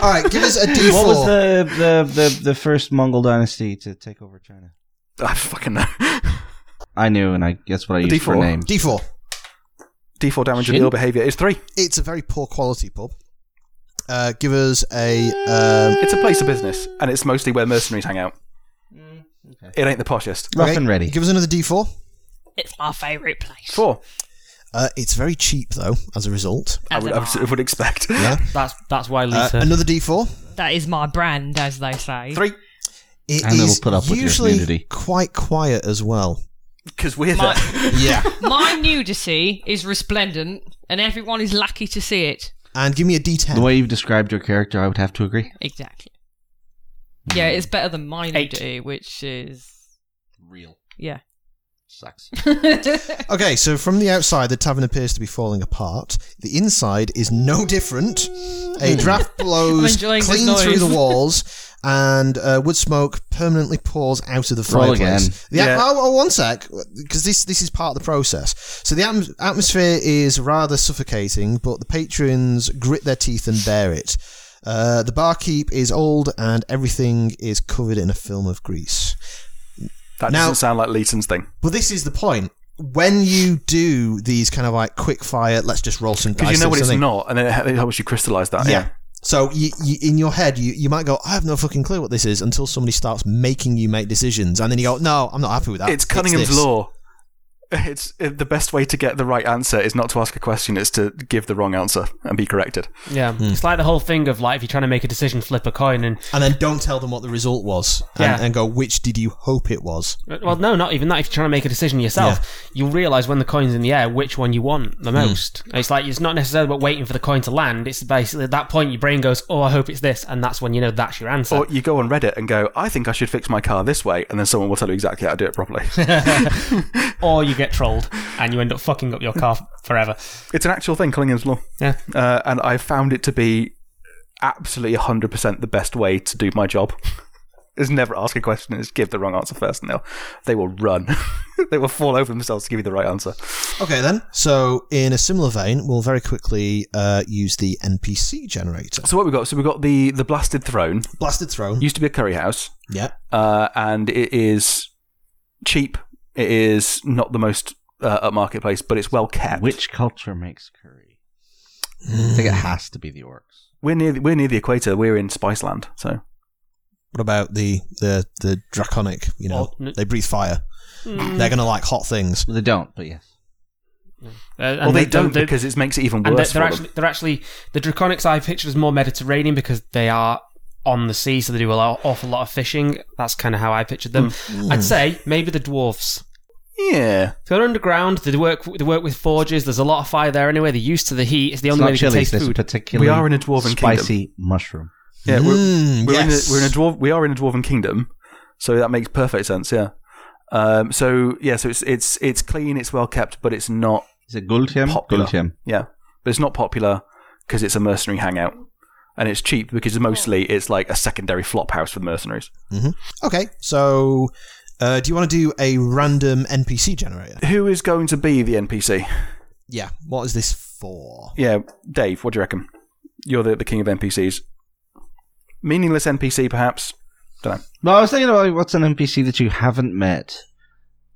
Speaker 5: All right, give us a D4.
Speaker 6: what was the, the the the first Mongol dynasty to take over China?
Speaker 2: I fucking know.
Speaker 6: I knew, and I guess what I used for a
Speaker 2: D4.
Speaker 6: name.
Speaker 5: D4.
Speaker 2: D4 damage and
Speaker 6: Shin?
Speaker 2: ill behavior is three.
Speaker 5: It's a very poor quality pub. Uh, give us a. Um,
Speaker 2: It's a place of business, and it's mostly where mercenaries hang out.
Speaker 6: Mm,
Speaker 2: It ain't the poshest.
Speaker 6: Rough
Speaker 5: Okay,
Speaker 6: and ready.
Speaker 5: Give us another D4.
Speaker 4: It's my favourite place.
Speaker 2: Four.
Speaker 5: Uh, it's very cheap, though, as a result.
Speaker 2: I would, I would- I would expect.
Speaker 5: Yeah.
Speaker 3: That's that's why
Speaker 5: Uh,
Speaker 3: Lisa.
Speaker 5: another D4.
Speaker 4: That is my brand, as they say.
Speaker 2: <laughs> Three,
Speaker 5: It
Speaker 6: And it'll
Speaker 5: is
Speaker 6: put up with your
Speaker 5: usually
Speaker 6: nudity.
Speaker 5: quite quiet as well.
Speaker 2: because we're there.
Speaker 4: My,
Speaker 5: Yeah.
Speaker 4: my nudity is resplendent, and everyone is lucky to see it.
Speaker 5: and give me a D10.
Speaker 6: The way you've described your character, I would have to agree.
Speaker 4: Exactly. Yeah, it's better than my nudity, which is
Speaker 6: Real
Speaker 4: yeah.
Speaker 5: <laughs>
Speaker 6: sucks.
Speaker 5: okay, so from the outside, the tavern appears to be falling apart. The inside is no different. A
Speaker 4: <laughs>
Speaker 5: draft blows
Speaker 4: Hmm. enjoying
Speaker 5: clean
Speaker 4: this
Speaker 5: through
Speaker 4: noise.
Speaker 5: the walls, and uh, wood smoke permanently pours out of the
Speaker 6: Roll
Speaker 5: fireplace.
Speaker 6: again.
Speaker 5: The at-
Speaker 2: Yeah.
Speaker 5: oh, oh, one sec, because this this is part of the process. So the atm- atmosphere is rather suffocating, but the patrons grit their teeth and bear it. Uh, the barkeep is old, and everything is covered in a film of grease.
Speaker 2: <laughs> That
Speaker 5: Now-
Speaker 2: doesn't sound like Leeton's thing.
Speaker 5: Well, this is the point. When you do these kind of like quick fire, let's just roll some dice.
Speaker 2: Because you know
Speaker 5: or
Speaker 2: what it's
Speaker 5: something.
Speaker 2: not, and then it it helps you crystallise that.
Speaker 5: Yeah.
Speaker 2: Yeah.
Speaker 5: So you, you, in your head, you, you might go, I have no fucking clue what this is until somebody starts making you make decisions, and then you go, No, I'm not happy with that.
Speaker 2: It's Cunningham's
Speaker 5: this."
Speaker 2: law. Ah, <laughs> It's it, the best way to get the right answer is not to ask a question; it's to give the wrong answer and be corrected.
Speaker 3: yeah,
Speaker 5: Hmm.
Speaker 3: it's like the whole thing of like if you're trying to make a decision, flip a coin, and
Speaker 5: and then don't tell them what the result was, and,
Speaker 3: Yeah.
Speaker 5: and go, which did you hope it was?
Speaker 3: Uh, well, no, not even that. If you're trying to make a decision yourself, you'll realize when the coin's in the air which one you want
Speaker 2: Hmm.
Speaker 3: the most. It's like it's not necessarily about waiting for the coin to land. It's basically at that point your brain goes, "Oh, I hope it's this," and that's when you know that's your answer.
Speaker 2: Or you go on Reddit and go, "I think I should fix my car this way," and then someone will tell you exactly how to do it <laughs> properly.
Speaker 3: or you get trolled <laughs> and you end up fucking up your car <laughs> forever.
Speaker 2: it's an actual thing, Cunningham's law.
Speaker 3: Yeah.
Speaker 2: uh, and I found it to be absolutely 100% the best way to do my job. <laughs> is never ask a question, is give the wrong answer first, and they'll, they will run. <laughs> they will fall over themselves to give you the right answer.
Speaker 5: Okay, then. So, in a similar vein, we'll very quickly uh, use the NPC generator.
Speaker 2: So, what we got? So, we got the, the Blasted Throne,
Speaker 5: Blasted Throne.
Speaker 2: used to be a curry house,
Speaker 5: yeah.
Speaker 2: uh, and it is cheap. It is not the most uh, upmarket place, but it's well kept.
Speaker 6: Which culture makes curry? I think it has to be the orcs.
Speaker 2: we're near the, we're near the equator. We're in Spiceland, so
Speaker 5: What about the the the draconic? You know,
Speaker 3: Oh, n- Hmm.
Speaker 5: they breathe fire. They're gonna like hot things.
Speaker 6: Well, they don't, but yes.
Speaker 3: Uh, and
Speaker 2: well they,
Speaker 3: they're-
Speaker 2: don't
Speaker 3: they're-
Speaker 2: because it makes it even
Speaker 3: and they're, they're
Speaker 2: worse. for them.
Speaker 3: actually they're actually the draconics I pictured as more Mediterranean because they are on the sea, so they do an awful lot of fishing. That's kind of how I pictured them.
Speaker 2: Mm.
Speaker 3: I'd say maybe the dwarfs.
Speaker 2: Yeah,
Speaker 3: So they're underground. They work. They work with forges. There's a lot of fire there anyway. They're used to the heat. It's the
Speaker 6: It's
Speaker 3: only way they
Speaker 6: not
Speaker 3: can
Speaker 6: chilies.
Speaker 3: taste
Speaker 6: There's a
Speaker 3: food.
Speaker 6: particularly
Speaker 2: We are in a dwarven kingdom.
Speaker 6: spicy mushroom.
Speaker 2: yeah. We're,
Speaker 5: Mm,
Speaker 2: we're
Speaker 5: yes.
Speaker 2: in a, we're in a dwarf, we are in a dwarven kingdom, so that makes perfect sense. Yeah. Um, so yeah, so it's it's it's clean, it's well kept, but it's not
Speaker 6: Is it Gultium?
Speaker 2: popular.
Speaker 6: Gultium.
Speaker 2: Yeah, but it's not popular because it's a mercenary hangout, and it's cheap because mostly it's like a secondary flop house for the mercenaries.
Speaker 5: Okay, so uh, do you want to do a random NPC generator?
Speaker 2: Who is going to be the NPC?
Speaker 5: Yeah. What is this for?
Speaker 2: Yeah, Dave, what do you reckon? You're the, the king of NPCs. Meaningless NPC, perhaps. Don't know.
Speaker 6: No, I was thinking about like, what's an NPC that you haven't met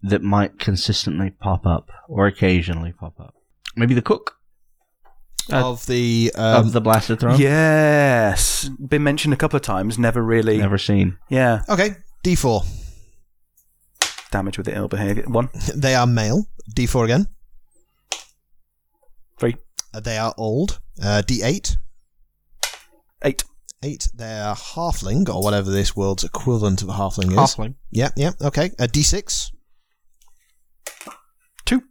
Speaker 6: that might consistently pop up or occasionally pop up. Maybe the cook
Speaker 3: Uh,
Speaker 5: of the um,
Speaker 6: of the Blasted Throne.
Speaker 2: Yes, been mentioned a couple of times. Never really.
Speaker 6: never seen.
Speaker 2: Yeah,
Speaker 5: okay D4.
Speaker 2: damage with the ill behavior. One,
Speaker 5: <laughs> They are male. D4 again.
Speaker 2: three,
Speaker 5: Uh, They are old. Uh, D8.
Speaker 2: eight.
Speaker 5: Eight. They are halfling or whatever this world's equivalent of a halfling is. Yeah. Yeah. Okay. Uh, D6.
Speaker 2: Two.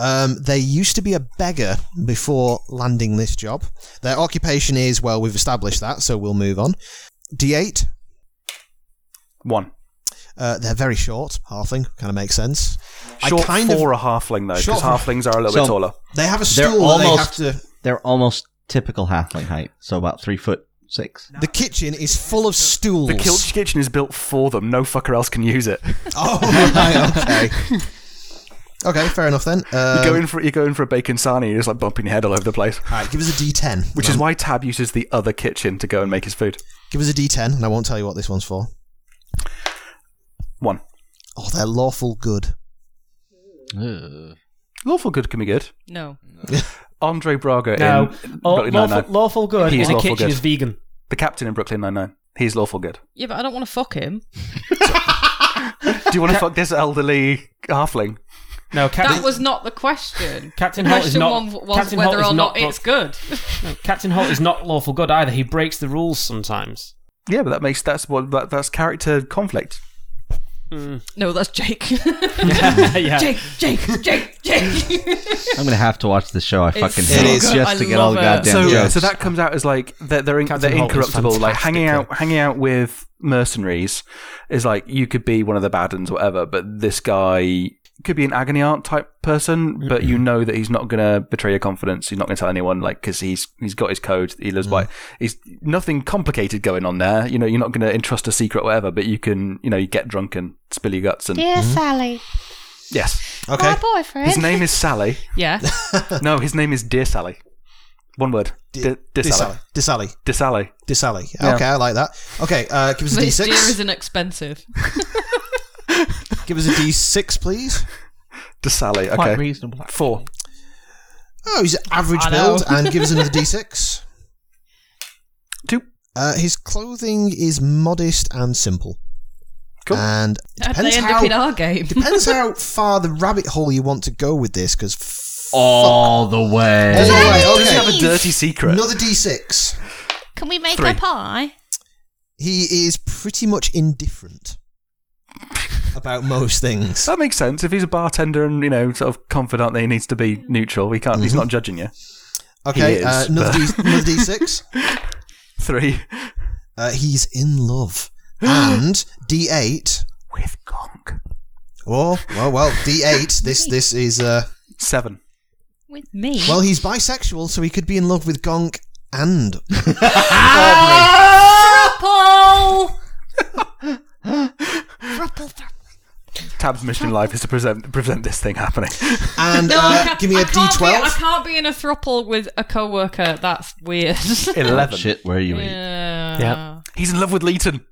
Speaker 5: Um, they used to be a beggar before landing this job. Their occupation is well, we've established that, so we'll move on. D8.
Speaker 2: One.
Speaker 5: Uh, they're very short. Halfling kind of makes sense.
Speaker 2: Short
Speaker 5: I kind
Speaker 2: for
Speaker 5: of.
Speaker 2: a halfling though,
Speaker 5: Short
Speaker 2: because
Speaker 5: for-
Speaker 2: halflings are a little bit
Speaker 6: So-
Speaker 2: taller.
Speaker 5: They have a
Speaker 6: They're
Speaker 5: stool. that
Speaker 6: almost-
Speaker 5: they have to.
Speaker 6: They're almost typical halfling height, so about three foot six.
Speaker 5: The kitchen is full of stools.
Speaker 2: The Kilch kitchen is built for them. No fucker else can use it.
Speaker 5: <laughs> Oh, right, okay. Okay, fair
Speaker 2: <laughs>
Speaker 5: enough then. Um,
Speaker 2: You go in for you go in for a bacon sarnie, you're just like bumping your head all over the place.
Speaker 5: all Um, right, give us a D10.
Speaker 2: Which is why Tab uses the other kitchen to go and make his food.
Speaker 5: Give us a D10, and I won't tell you what this one's for.
Speaker 2: One.
Speaker 5: Oh, they're lawful good.
Speaker 2: Lawful good can be good.
Speaker 7: No.
Speaker 2: Andre Braga
Speaker 3: No,
Speaker 2: in
Speaker 3: Oh,
Speaker 2: Brooklyn Nine
Speaker 3: lawful,
Speaker 2: Nine.
Speaker 3: lawful good
Speaker 2: He is
Speaker 3: in a
Speaker 2: lawful
Speaker 3: kitchen
Speaker 2: good.
Speaker 3: is vegan.
Speaker 2: The captain in Brooklyn Nine Nine. He's lawful good.
Speaker 4: Yeah, but I don't want to fuck him.
Speaker 2: Do you want to fuck this elderly halfling?
Speaker 3: No, Captain,
Speaker 7: That was not the question.
Speaker 3: Captain <laughs>
Speaker 7: The
Speaker 3: Holt is
Speaker 7: question
Speaker 3: not.
Speaker 7: one was
Speaker 3: Captain Holt
Speaker 7: whether
Speaker 3: is
Speaker 7: or
Speaker 3: not.
Speaker 7: not it's good.
Speaker 3: Captain Holt is not lawful good either. He breaks the rules sometimes. <laughs>
Speaker 7: <laughs>
Speaker 2: Yeah, but that makes that's what that, that's character conflict.
Speaker 7: No, that's
Speaker 3: <laughs>
Speaker 7: Jake. <laughs>
Speaker 3: yeah.
Speaker 7: Jake, Jake, Jake, Jake.
Speaker 6: I'm gonna have to watch the show. I fucking
Speaker 7: so
Speaker 6: hate it
Speaker 5: good.
Speaker 6: just
Speaker 7: I
Speaker 6: to get all the
Speaker 7: love it.
Speaker 6: goddamn
Speaker 2: so,
Speaker 6: jokes.
Speaker 2: so that comes out as like they're they're, in,
Speaker 3: Captain
Speaker 2: they're
Speaker 3: Holt is
Speaker 2: incorruptible. Like hanging
Speaker 3: fantastic,
Speaker 2: out hanging out with mercenaries is like you could be one of the bad uns, whatever. But this guy could be an agony aunt type person, but you know that he's not gonna betray your confidence. He's not gonna tell anyone, like because he's he's got his code. That he lives by. He's nothing complicated going on there. You know, you're not gonna entrust a secret, whatever. But you can, you know, you get drunk and spill your guts and
Speaker 10: Dear Sally,
Speaker 2: yes.
Speaker 5: Okay.
Speaker 10: <laughs> my boyfriend.
Speaker 2: His name is <laughs> Sally.
Speaker 3: <laughs>
Speaker 7: yeah.
Speaker 2: No, his name is Dear Sally. One word. Dear, dear Sally.
Speaker 5: Disally. Disally.
Speaker 2: Dear Sally.
Speaker 5: Disally.
Speaker 2: Yeah.
Speaker 5: Okay, I like that. Okay, uh,
Speaker 4: <laughs>
Speaker 5: give us a
Speaker 7: But his deer
Speaker 5: D6.
Speaker 3: <laughs>
Speaker 7: isn't expensive.
Speaker 5: Give us a D6, please.
Speaker 2: Dear Sally.
Speaker 6: Quite
Speaker 2: Okay.
Speaker 6: reasonable.
Speaker 2: Four.
Speaker 5: Oh, he's average
Speaker 3: I know.
Speaker 5: build, and give us another D6.
Speaker 2: Two.
Speaker 5: Uh, his clothing is modest and simple.
Speaker 2: Cool.
Speaker 5: And it
Speaker 7: How'd they
Speaker 5: depends
Speaker 7: end
Speaker 5: how
Speaker 7: up in our game?
Speaker 5: depends how far the rabbit hole you want to go with this, because
Speaker 6: All the way.
Speaker 5: All the way,
Speaker 2: Oh. Does he
Speaker 5: okay.
Speaker 2: have a dirty secret?
Speaker 5: Another D6.
Speaker 10: Can we make
Speaker 2: Three.
Speaker 10: a pie?
Speaker 5: He is pretty much indifferent about most things.
Speaker 2: that makes sense. If he's a bartender and you know, sort of confidant that he needs to be neutral, he can't. He's not judging you.
Speaker 5: Okay,
Speaker 2: is,
Speaker 5: uh, another, D,
Speaker 2: <laughs>
Speaker 5: another <laughs> D6.
Speaker 2: Three
Speaker 5: Uh, he's in
Speaker 7: <gasps>
Speaker 5: love. And D8.
Speaker 2: with Gong.
Speaker 5: Oh, well, well,
Speaker 7: <laughs>
Speaker 5: D8. This this is. Uh,
Speaker 2: Seven.
Speaker 7: With me?
Speaker 5: well, he's bisexual, so he could be in love with Gonk
Speaker 7: <laughs>
Speaker 5: and.
Speaker 7: Paul!
Speaker 2: Tab's mission in life is to present present this thing happening.
Speaker 5: And
Speaker 7: No, I
Speaker 5: uh,
Speaker 7: can't-
Speaker 5: give me a
Speaker 7: I can't be- I
Speaker 5: D12.
Speaker 7: can't be in a thruple with a coworker. That's weird. <laughs>
Speaker 2: Eleven.
Speaker 6: Oh, Shit, where you eat.
Speaker 7: yeah.
Speaker 3: Yeah.
Speaker 2: He's in love with Leighton.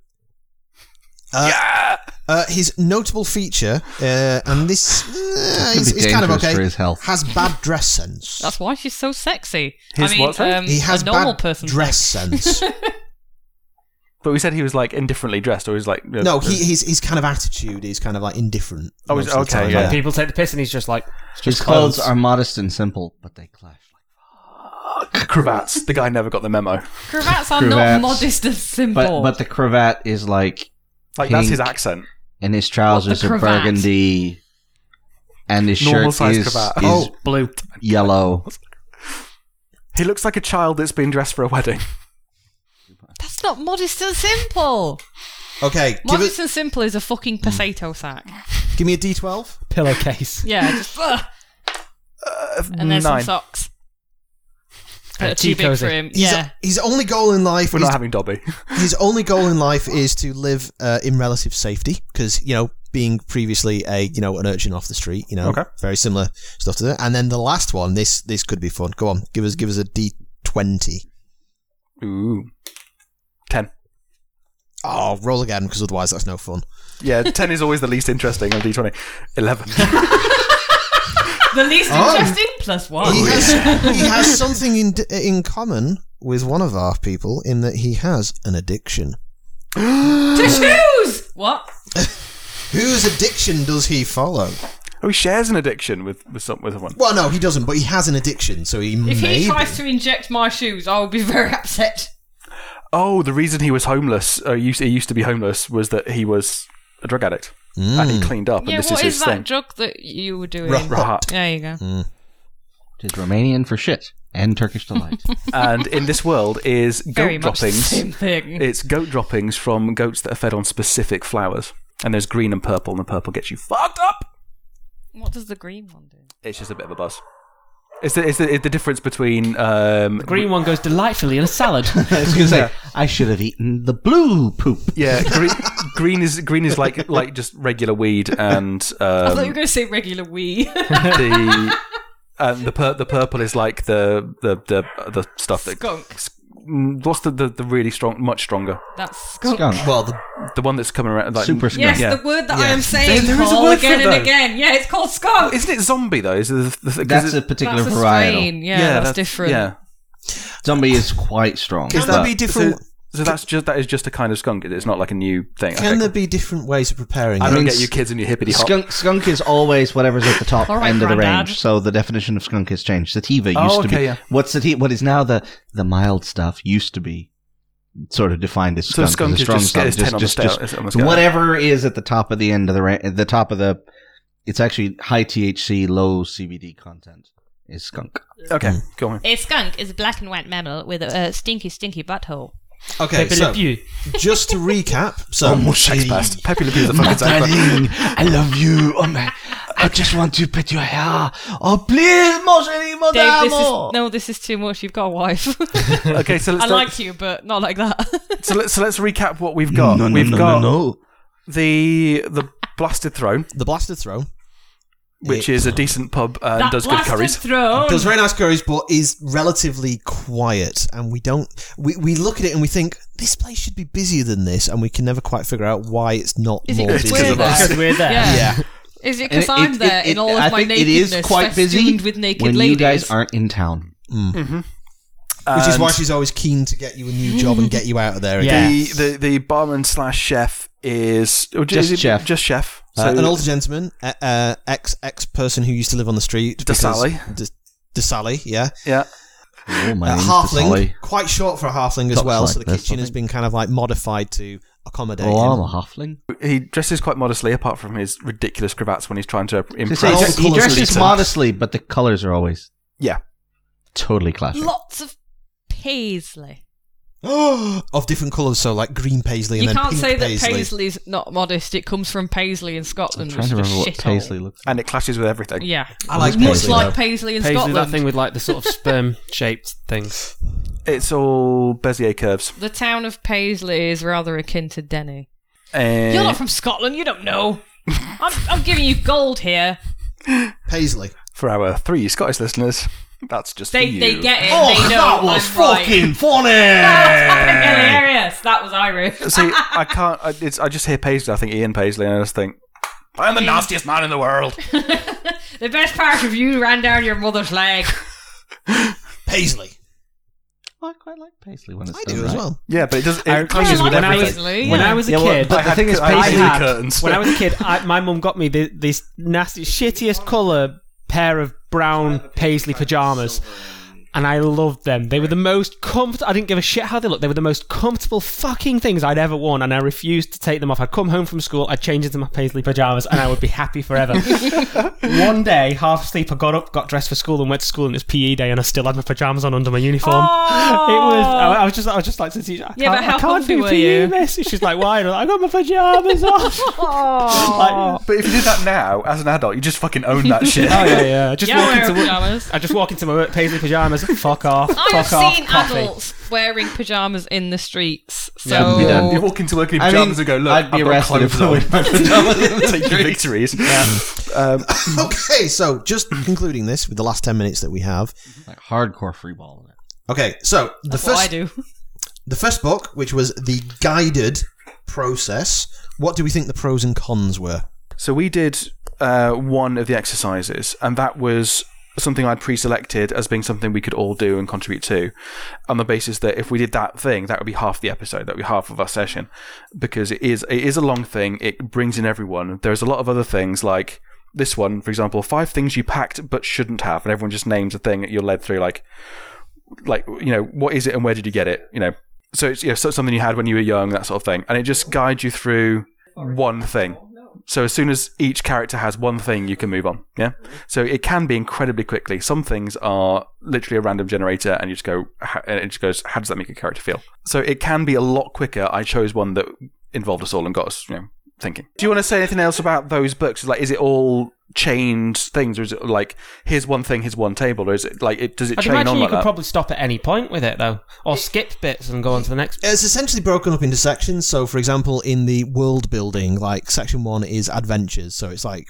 Speaker 5: Uh, his notable feature, uh, and
Speaker 6: <sighs>
Speaker 5: this uh,
Speaker 6: could
Speaker 5: is,
Speaker 6: be
Speaker 5: is kind of
Speaker 6: dangerous
Speaker 5: okay,
Speaker 6: for his health.
Speaker 5: has bad dress sense.
Speaker 7: That's why she's so sexy.
Speaker 2: His
Speaker 7: I mean,
Speaker 2: what, sorry?
Speaker 7: um,
Speaker 5: he has
Speaker 7: Oh, a normal
Speaker 5: bad
Speaker 7: person.
Speaker 5: dress sense.
Speaker 7: <laughs>
Speaker 2: But we said he was like indifferently dressed, or he's like
Speaker 5: no, he, his his kind of attitude is kind of like indifferent.
Speaker 2: Oh, is-
Speaker 5: most of the
Speaker 2: okay,
Speaker 5: time,
Speaker 2: yeah.
Speaker 3: Like people take the piss and he's just like,
Speaker 6: His clothes are modest and simple, but they clash.
Speaker 2: <laughs> cravats. The guy never got the memo.
Speaker 7: Cravats are
Speaker 6: Cravats.
Speaker 7: not modest and
Speaker 6: But
Speaker 7: simple.
Speaker 6: but the cravat is like,
Speaker 2: Like that's his
Speaker 6: Pink.
Speaker 2: accent.
Speaker 6: and his trousers are
Speaker 7: cravat?
Speaker 6: burgundy, and his
Speaker 2: Normal
Speaker 6: shirt
Speaker 2: size
Speaker 6: is, is
Speaker 2: cravat.
Speaker 5: Oh.
Speaker 3: blue.
Speaker 6: yellow.
Speaker 2: He looks like a child that's been dressed for a wedding.
Speaker 7: That's not modest and simple.
Speaker 5: Okay, give,
Speaker 7: Modest
Speaker 5: it, Hmm.
Speaker 7: and simple is a fucking potato sack.
Speaker 5: give me a D12.
Speaker 3: Pillowcase.
Speaker 7: Yeah, just ugh, and there's
Speaker 2: Nine.
Speaker 7: some socks.
Speaker 5: Uh,
Speaker 4: They're too big for him.
Speaker 5: His-
Speaker 4: Yeah.
Speaker 5: His only goal in life
Speaker 2: We're
Speaker 5: is
Speaker 2: not having Dobby.
Speaker 5: his only goal in life is to live uh, in relative safety because you know being previously a you know an urchin off the street you know
Speaker 2: Okay.
Speaker 5: very similar stuff to that and then the last one this this could be fun go on give us give us a d20
Speaker 2: Ooh. 10.
Speaker 5: oh roll again because otherwise that's no fun
Speaker 2: Yeah, 10 is always the least interesting on D20. 11.
Speaker 7: The least interesting plus one.
Speaker 5: Oh.
Speaker 2: Oh,
Speaker 5: he, has, he has something in in common with one of our people in that he has an addiction
Speaker 7: to choose! What?
Speaker 5: whose addiction does he follow
Speaker 2: oh, he shares an addiction with, with, some, with someone.
Speaker 5: well no he doesn't but he has an addiction so he
Speaker 4: If
Speaker 5: may
Speaker 4: he tries to inject my shoes, I will be
Speaker 7: <laughs>
Speaker 4: very upset.
Speaker 2: Oh, the reason he was homeless, uh, used, he used to be homeless, was that he was a drug addict. And he cleaned up,
Speaker 4: yeah,
Speaker 2: and this
Speaker 4: what
Speaker 2: is
Speaker 4: is,
Speaker 2: his
Speaker 4: that
Speaker 2: thing.
Speaker 4: drug that you were doing?
Speaker 5: Right.
Speaker 2: Rahat.
Speaker 4: There you go.
Speaker 6: Which is Romanian for shit and
Speaker 4: <laughs>
Speaker 6: Turkish delight.
Speaker 2: and in this world is goat
Speaker 4: Very much the
Speaker 2: droppings.
Speaker 4: same thing.
Speaker 2: It's goat droppings from goats that are fed on specific flowers. And there's green and purple, and the purple gets you fucked up.
Speaker 4: What does the green one do?
Speaker 2: It's just a bit of a buzz. It's the, it's the, it's the difference between. Um,
Speaker 3: Green one goes delightfully in a salad.
Speaker 6: I was going to say, I should have eaten the blue poop.
Speaker 2: yeah, green, green is green is like like just regular weed, and
Speaker 4: I thought you
Speaker 2: um,
Speaker 4: were going to say regular wee. <laughs>
Speaker 2: the um, the pur- the purple is like the the the, the stuff that
Speaker 4: skunk.
Speaker 2: Mm, what's the, the the really strong, much stronger,
Speaker 4: That's skunk.
Speaker 6: Skunk.
Speaker 5: well the
Speaker 2: the one that's coming around like
Speaker 6: Super skunk.
Speaker 4: Yes,
Speaker 2: Yeah.
Speaker 4: the word that I am saying
Speaker 2: There- there is a
Speaker 4: Paul,
Speaker 2: word for
Speaker 4: again
Speaker 2: it, though.
Speaker 4: and again. Yeah, it's called skunk.
Speaker 2: oh, Isn't it zombie though? Is it the, the, 'cause
Speaker 6: That's
Speaker 2: it-
Speaker 6: a particular
Speaker 4: that's a
Speaker 6: varietal.
Speaker 4: strain. Yeah, that's, different.
Speaker 2: Yeah,
Speaker 6: Zombie is quite strong.
Speaker 5: Can
Speaker 6: but
Speaker 5: there be different?
Speaker 2: so, so that's just that is just a kind of skunk. It's not like a new thing.
Speaker 5: can
Speaker 2: Okay,
Speaker 5: there
Speaker 2: cool.
Speaker 5: be different ways of preparing?
Speaker 2: I
Speaker 5: it?
Speaker 2: don't
Speaker 6: mean,
Speaker 2: get you kids in your hippity hop.
Speaker 6: Skunk, skunk is always whatever's at the top
Speaker 4: All right,
Speaker 6: end of the
Speaker 4: Grandad.
Speaker 6: range. So the definition of skunk has changed. Sativa used
Speaker 2: Oh,
Speaker 6: to
Speaker 2: okay,
Speaker 6: be
Speaker 2: yeah.
Speaker 6: what's sativa, what is now the the mild stuff used to be sort of defined as
Speaker 2: So
Speaker 6: skunk.
Speaker 2: skunk
Speaker 6: as a
Speaker 2: is
Speaker 6: strong
Speaker 2: just-
Speaker 6: skunk,
Speaker 2: is 10 on the scale- is on the
Speaker 6: so
Speaker 2: scale.
Speaker 6: whatever is at the top of the end of the ra- at the top of the it's actually high THC, low CBD content is skunk.
Speaker 2: Okay, go on.
Speaker 7: A skunk is a black and white mammal with a uh, stinky, stinky butthole.
Speaker 5: Okay,
Speaker 3: Pepe Le
Speaker 5: so
Speaker 3: Pew.
Speaker 5: just to
Speaker 6: <laughs>
Speaker 5: recap, so
Speaker 2: Sex
Speaker 5: he-
Speaker 2: past. Pepe Le Pew is the fucking sex past.
Speaker 6: <laughs> darling, I love you. Oh my, I just want to pet your hair. Oh please, Moshe,
Speaker 4: Dave, this is, no, this is too much. You've got a wife.
Speaker 2: Okay, so
Speaker 4: <laughs>
Speaker 2: let's
Speaker 4: I
Speaker 2: start-
Speaker 4: liked you, but not like that.
Speaker 2: so let's so let's recap what we've got. we've got the the blasted throne,
Speaker 5: the blasted throne
Speaker 2: which is a decent pub and
Speaker 4: that
Speaker 2: does good
Speaker 4: blasted
Speaker 2: curries.
Speaker 4: throne.
Speaker 5: does very nice curries, but is relatively quiet, and we don't we, we look at it and we think this place should be busier than this, and we can never quite figure out why it's not
Speaker 4: Is it
Speaker 5: more
Speaker 4: because
Speaker 5: busy.
Speaker 4: we're
Speaker 5: than
Speaker 4: there?
Speaker 5: this.
Speaker 3: We're there.
Speaker 4: yeah.
Speaker 5: Yeah,
Speaker 4: Is it
Speaker 6: And
Speaker 4: because I'm
Speaker 6: it-
Speaker 4: there
Speaker 6: it-
Speaker 4: in all
Speaker 6: it-
Speaker 4: of
Speaker 6: I
Speaker 4: my
Speaker 6: think
Speaker 4: nakedness,
Speaker 6: It is quite busy
Speaker 4: festooned with naked
Speaker 6: when
Speaker 4: ladies?
Speaker 6: you guys aren't in town.
Speaker 5: which is
Speaker 2: And
Speaker 5: why she's always keen to get you a new job and get you out of there.
Speaker 3: Yeah.
Speaker 5: Again.
Speaker 2: the, the the barman slash chef is oh,
Speaker 6: Just
Speaker 2: is it-
Speaker 6: chef.
Speaker 2: Just chef. So
Speaker 5: Uh, an older gentleman, uh, uh, ex ex person who used to live on the street, because-
Speaker 2: Desali.
Speaker 5: De- Desali, yeah.
Speaker 2: yeah,
Speaker 6: Oh my
Speaker 5: A
Speaker 6: name's
Speaker 5: halfling,
Speaker 6: Desali.
Speaker 5: quite short for a halfling as
Speaker 6: Looks
Speaker 5: well.
Speaker 6: like
Speaker 5: so the
Speaker 6: this,
Speaker 5: kitchen
Speaker 6: I
Speaker 5: has
Speaker 6: think.
Speaker 5: been kind of like modified to accommodate
Speaker 6: Oh, I'm
Speaker 5: him.
Speaker 6: a halfling.
Speaker 2: he dresses quite modestly, apart from his ridiculous cravats when he's trying to
Speaker 6: He
Speaker 2: impress.
Speaker 5: all
Speaker 6: dresses-
Speaker 5: the
Speaker 6: he
Speaker 5: colours are
Speaker 6: dresses
Speaker 5: decent.
Speaker 6: modestly, but the colors are always
Speaker 2: yeah,
Speaker 6: totally classic.
Speaker 4: Lots of paisley.
Speaker 5: <gasps> of different colours, so like green paisley and
Speaker 4: you
Speaker 5: then
Speaker 4: can't
Speaker 5: pink
Speaker 4: say that
Speaker 5: paisley.
Speaker 4: paisley's not modest. It comes from paisley in
Speaker 6: I'm
Speaker 4: Scotland.
Speaker 6: trying to
Speaker 4: which is
Speaker 6: remember
Speaker 4: a
Speaker 6: what
Speaker 4: shithole.
Speaker 6: paisley looks like.
Speaker 2: and it clashes with everything.
Speaker 4: Yeah.
Speaker 5: I like
Speaker 6: Much
Speaker 4: Much
Speaker 5: paisley.
Speaker 4: like
Speaker 5: though.
Speaker 4: paisley in
Speaker 3: Paisley,
Speaker 4: Scotland.
Speaker 3: that thing with like the sort of sperm shaped things.
Speaker 2: It's all Bezier curves.
Speaker 4: The town of Paisley is rather akin to Denny.
Speaker 2: Uh,
Speaker 4: You're not from Scotland. You don't know. I'm, I'm giving you gold here.
Speaker 5: paisley.
Speaker 2: for our three Scottish listeners, that's just for
Speaker 4: They,
Speaker 2: you.
Speaker 4: they get it.
Speaker 5: Oh,
Speaker 4: they know I'm right. <laughs>
Speaker 6: funny.
Speaker 4: hilarious. That was Irish.
Speaker 2: See, I can't. I, it's, I just hear Paisley. I think Ian Paisley, and I just think I'm the nastiest man in the world.
Speaker 4: The best part of you ran down your mother's leg.
Speaker 5: Paisley.
Speaker 6: I quite like paisley when it's
Speaker 5: I
Speaker 6: done
Speaker 5: do
Speaker 6: right.
Speaker 5: as well.
Speaker 2: Yeah, but it does. It
Speaker 4: I
Speaker 2: clashes
Speaker 4: like
Speaker 2: with
Speaker 3: when I
Speaker 2: everything.
Speaker 3: was-
Speaker 4: Paisley.
Speaker 3: When
Speaker 4: yeah.
Speaker 3: I was a
Speaker 6: Yeah, well,
Speaker 3: kid,
Speaker 6: but the
Speaker 2: had
Speaker 6: thing is,
Speaker 2: cu- I had
Speaker 3: I
Speaker 2: paisley
Speaker 3: had-
Speaker 2: curtains.
Speaker 3: When I
Speaker 2: <laughs>
Speaker 3: was a kid, I, my mum got me the, this nasty, shittiest colour pair of brown paisley pajamas. And I loved them. They were the most comfortable. I didn't give a shit how they looked. They were the most comfortable fucking things I'd ever worn, and I refused to take them off. I'd come home from school, I'd change into my paisley pajamas, and I would be happy forever. One day, half asleep, I got up, got dressed for school, and went to school, and it was PE day, and I still had my pajamas on under my uniform. Um,
Speaker 4: Oh,
Speaker 3: It was. I, I was just. I was just like to the teacher. I
Speaker 4: Yeah,
Speaker 3: can't,
Speaker 4: but how
Speaker 3: I can't
Speaker 4: comfy
Speaker 3: do
Speaker 4: were
Speaker 3: PE,
Speaker 4: you?
Speaker 3: miss. She's like, why? And I got my pajamas
Speaker 4: <laughs>
Speaker 3: off. Like,
Speaker 2: But if you did that
Speaker 6: <laughs>
Speaker 2: now, as an adult, you just fucking own that shit.
Speaker 3: oh yeah, yeah. I Just
Speaker 4: Yeah, I
Speaker 3: walk
Speaker 4: wear
Speaker 3: into work.
Speaker 4: pajamas.
Speaker 3: I just walk into my work, paisley pajamas, Fuck off.
Speaker 4: I
Speaker 3: fuck
Speaker 4: have
Speaker 3: off.
Speaker 4: Oh, seen
Speaker 3: coffee.
Speaker 4: adults wearing pajamas in the streets. So
Speaker 6: Yeah.
Speaker 2: Yeah, you walk into work in your
Speaker 6: Oh. I mean,
Speaker 2: pajamas and go, look,
Speaker 6: I'd be
Speaker 2: have
Speaker 6: arrested
Speaker 2: got
Speaker 6: if
Speaker 2: clothes
Speaker 6: I
Speaker 2: on.
Speaker 6: went in my pajamas in
Speaker 2: <laughs>
Speaker 6: the
Speaker 2: Take your
Speaker 6: street.
Speaker 2: victories.
Speaker 5: Okay, so just concluding this with the last 10 minutes that we have.
Speaker 6: <laughs> Like hardcore free balling it.
Speaker 5: Okay, so the
Speaker 4: that's what I
Speaker 5: first
Speaker 4: do.
Speaker 5: the first book, which was the guided process, what do we think the pros and cons were?
Speaker 2: So we did uh, one of the exercises, and that was something I'd pre-selected as being something we could all do and contribute to, on the basis that if we did that thing, that would be half the episode, that would be half of our session, because it is it is a long thing. It brings in everyone. There's a lot of other things like this one, for example, five things you packed but shouldn't have, and everyone just names a thing that you're led through, like like you know what is it and where did you get it, you know. So it's you know, so something you had when you were young, that sort of thing, and it just guides you through one thing. So as soon as each character has one thing, you can move on. Yeah. So it can be incredibly quickly. Some things are literally a random generator, and you just go, "H- and it just goes, how does that make a character feel? So it can be a lot quicker. I chose one that involved us all and got us, you know, thinking. Do you want to say anything else about those books? Like, is it all chained things, or is it like here's one thing, here's one table, or is it like it does it
Speaker 3: I'd
Speaker 2: chain
Speaker 3: imagine
Speaker 2: on
Speaker 3: you
Speaker 2: like
Speaker 3: could
Speaker 2: that?
Speaker 3: probably stop at any point with it, though, or skip bits and go on to the next.
Speaker 5: It's essentially broken up into sections. So, for example, in the world building, like section one is adventures. So it's like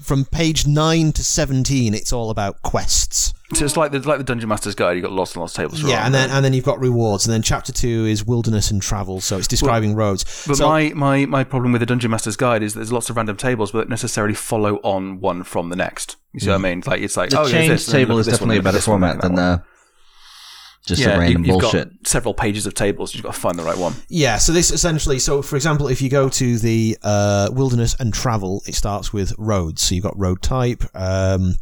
Speaker 5: from page nine to seventeen, it's all about quests.
Speaker 2: so it's like the like the Dungeon Master's Guide. You have got lots and lots of tables. for
Speaker 5: yeah,
Speaker 2: all
Speaker 5: and
Speaker 2: of
Speaker 5: then uh,
Speaker 2: them.
Speaker 5: and then you've got rewards, and then chapter two is wilderness and travel. So it's describing roads.
Speaker 2: But
Speaker 5: so,
Speaker 2: my, my, my problem with the Dungeon Master's Guide is there's lots of random tables, but don't necessarily follow on one from the next. You see what I mean? It's Like it's like
Speaker 6: Mm. The
Speaker 2: oh, there's
Speaker 6: change
Speaker 2: this, and then
Speaker 6: table
Speaker 2: look
Speaker 6: is
Speaker 2: at this one,
Speaker 6: definitely a
Speaker 2: look at
Speaker 6: better
Speaker 2: this one, look
Speaker 6: format
Speaker 2: at
Speaker 6: than
Speaker 2: that one.
Speaker 6: the just
Speaker 2: yeah,
Speaker 6: the random
Speaker 2: you, have
Speaker 6: bullshit.
Speaker 2: Got several pages of tables. You've got to find the right one.
Speaker 5: yeah, so this essentially. So, for example, if you go to the uh, wilderness and travel, it starts with roads. So you've got road type, um,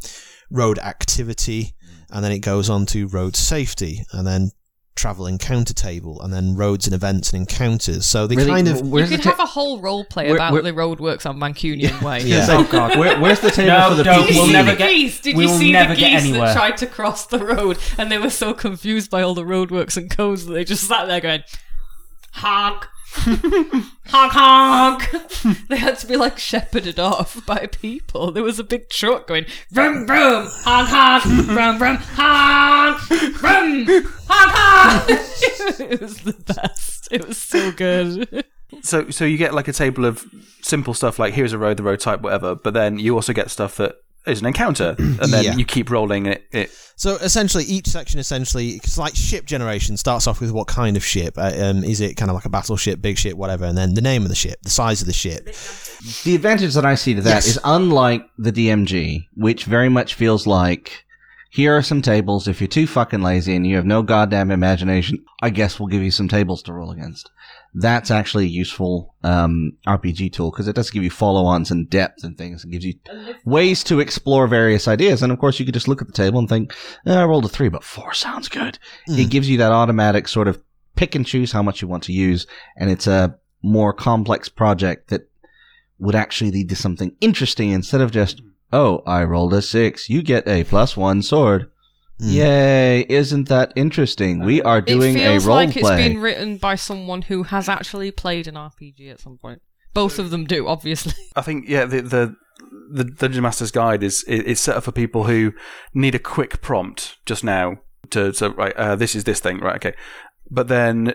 Speaker 5: road activity, and then it goes on to road safety, and then travel encounter table, and then roads and events and encounters. So they
Speaker 6: Really?
Speaker 5: kind of
Speaker 4: You
Speaker 6: Where's the
Speaker 4: could
Speaker 6: ta-
Speaker 4: have a whole role play
Speaker 6: Where-
Speaker 4: about
Speaker 6: where-
Speaker 4: the roadworks on Mancunian Way.
Speaker 5: Yeah.
Speaker 6: It's like, Oh, where- where's the table
Speaker 3: No,
Speaker 6: for the
Speaker 3: don't.
Speaker 4: Did you
Speaker 3: We'll
Speaker 4: see
Speaker 6: PvP?
Speaker 3: never
Speaker 4: the
Speaker 3: get-
Speaker 4: geese? Did
Speaker 3: we
Speaker 4: you
Speaker 3: will
Speaker 4: see
Speaker 3: never
Speaker 4: the
Speaker 3: get
Speaker 4: geese
Speaker 3: anywhere.
Speaker 4: that tried to cross the road and they were so confused by all the roadworks and codes that they just sat there going, honk, <laughs> honk, honk. they had to be like shepherded off by people. There was a big truck going, vroom, vroom, honk, honk, vroom, vroom, honk, vroom, honk, <laughs> honk. it was the best. It was so good.
Speaker 2: So so you get like a table of simple stuff like here's a road, the road type, whatever. But then you also get stuff that is an encounter, and then
Speaker 5: Yeah.
Speaker 2: you keep rolling it. it
Speaker 5: So essentially, each section essentially, it's like ship generation starts off with what kind of ship. Uh, um, is it kind of like a battleship, big ship, whatever, and then the name of the ship, the size of the ship.
Speaker 6: The advantage that I see to that is
Speaker 5: Yes.
Speaker 6: unlike the DMG, which very much feels like here are some tables. If you're too fucking lazy and you have no goddamn imagination, I guess we'll give you some tables to roll against. That's actually a useful um, RPG tool because it does give you follow-ons and depth and things. It gives you ways to explore various ideas, and of course, you could just look at the table and think, "Eh, "I rolled a three, but four sounds good." It gives you that automatic sort of pick and choose how much you want to use, and it's a more complex project that would actually lead to something interesting instead of just, oh, I rolled a six, you get a plus one sword. Hmm.
Speaker 5: Mm.
Speaker 6: Yay, isn't that interesting? We are doing
Speaker 4: it
Speaker 6: a
Speaker 4: feels
Speaker 6: role
Speaker 4: like
Speaker 6: play.
Speaker 4: it's been written by someone who has actually played an RPG at some point. Both of them do, obviously.
Speaker 2: I think yeah the the. The Dungeon Master's Guide is i- is set up for people who need a quick prompt just now to so right uh, this is this thing right okay, but then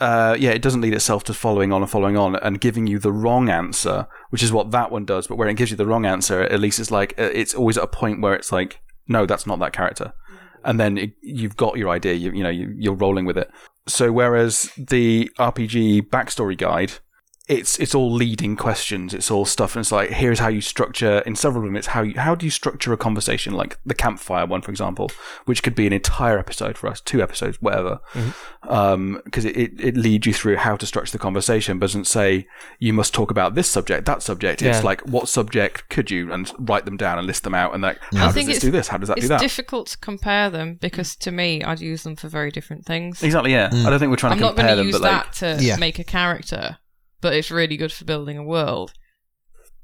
Speaker 2: uh, yeah, it doesn't lead itself to following on and following on and giving you the wrong answer, which is what that one does. But where it gives you the wrong answer, at least it's like uh, it's always at a point where it's like, no, that's not that character, and then it, you've got your idea. You, you know, you, you're rolling with it. So whereas the RPG backstory guide, it's it's all leading questions. It's all stuff, and it's like here's how you structure in several of them. It's how you, how do you structure a conversation, like the campfire one, for example, which could be an entire episode for us, two episodes, whatever, because it, it it leads you through how to structure the conversation, but doesn't say you must talk about this subject, that subject.
Speaker 3: Yeah.
Speaker 2: It's like what subject could you, and write them down and list them out, and like how does
Speaker 4: think
Speaker 2: this
Speaker 4: it's-
Speaker 2: do this? How does that
Speaker 4: It's
Speaker 2: do that?
Speaker 4: difficult to compare them because to me, I'd use them for very different things.
Speaker 2: exactly. Yeah, I don't think we're trying
Speaker 4: I'm
Speaker 2: to
Speaker 4: not going to
Speaker 2: compare them,
Speaker 4: use
Speaker 2: but like
Speaker 4: that to
Speaker 5: Yeah.
Speaker 4: make a character, but it's really good for building a world.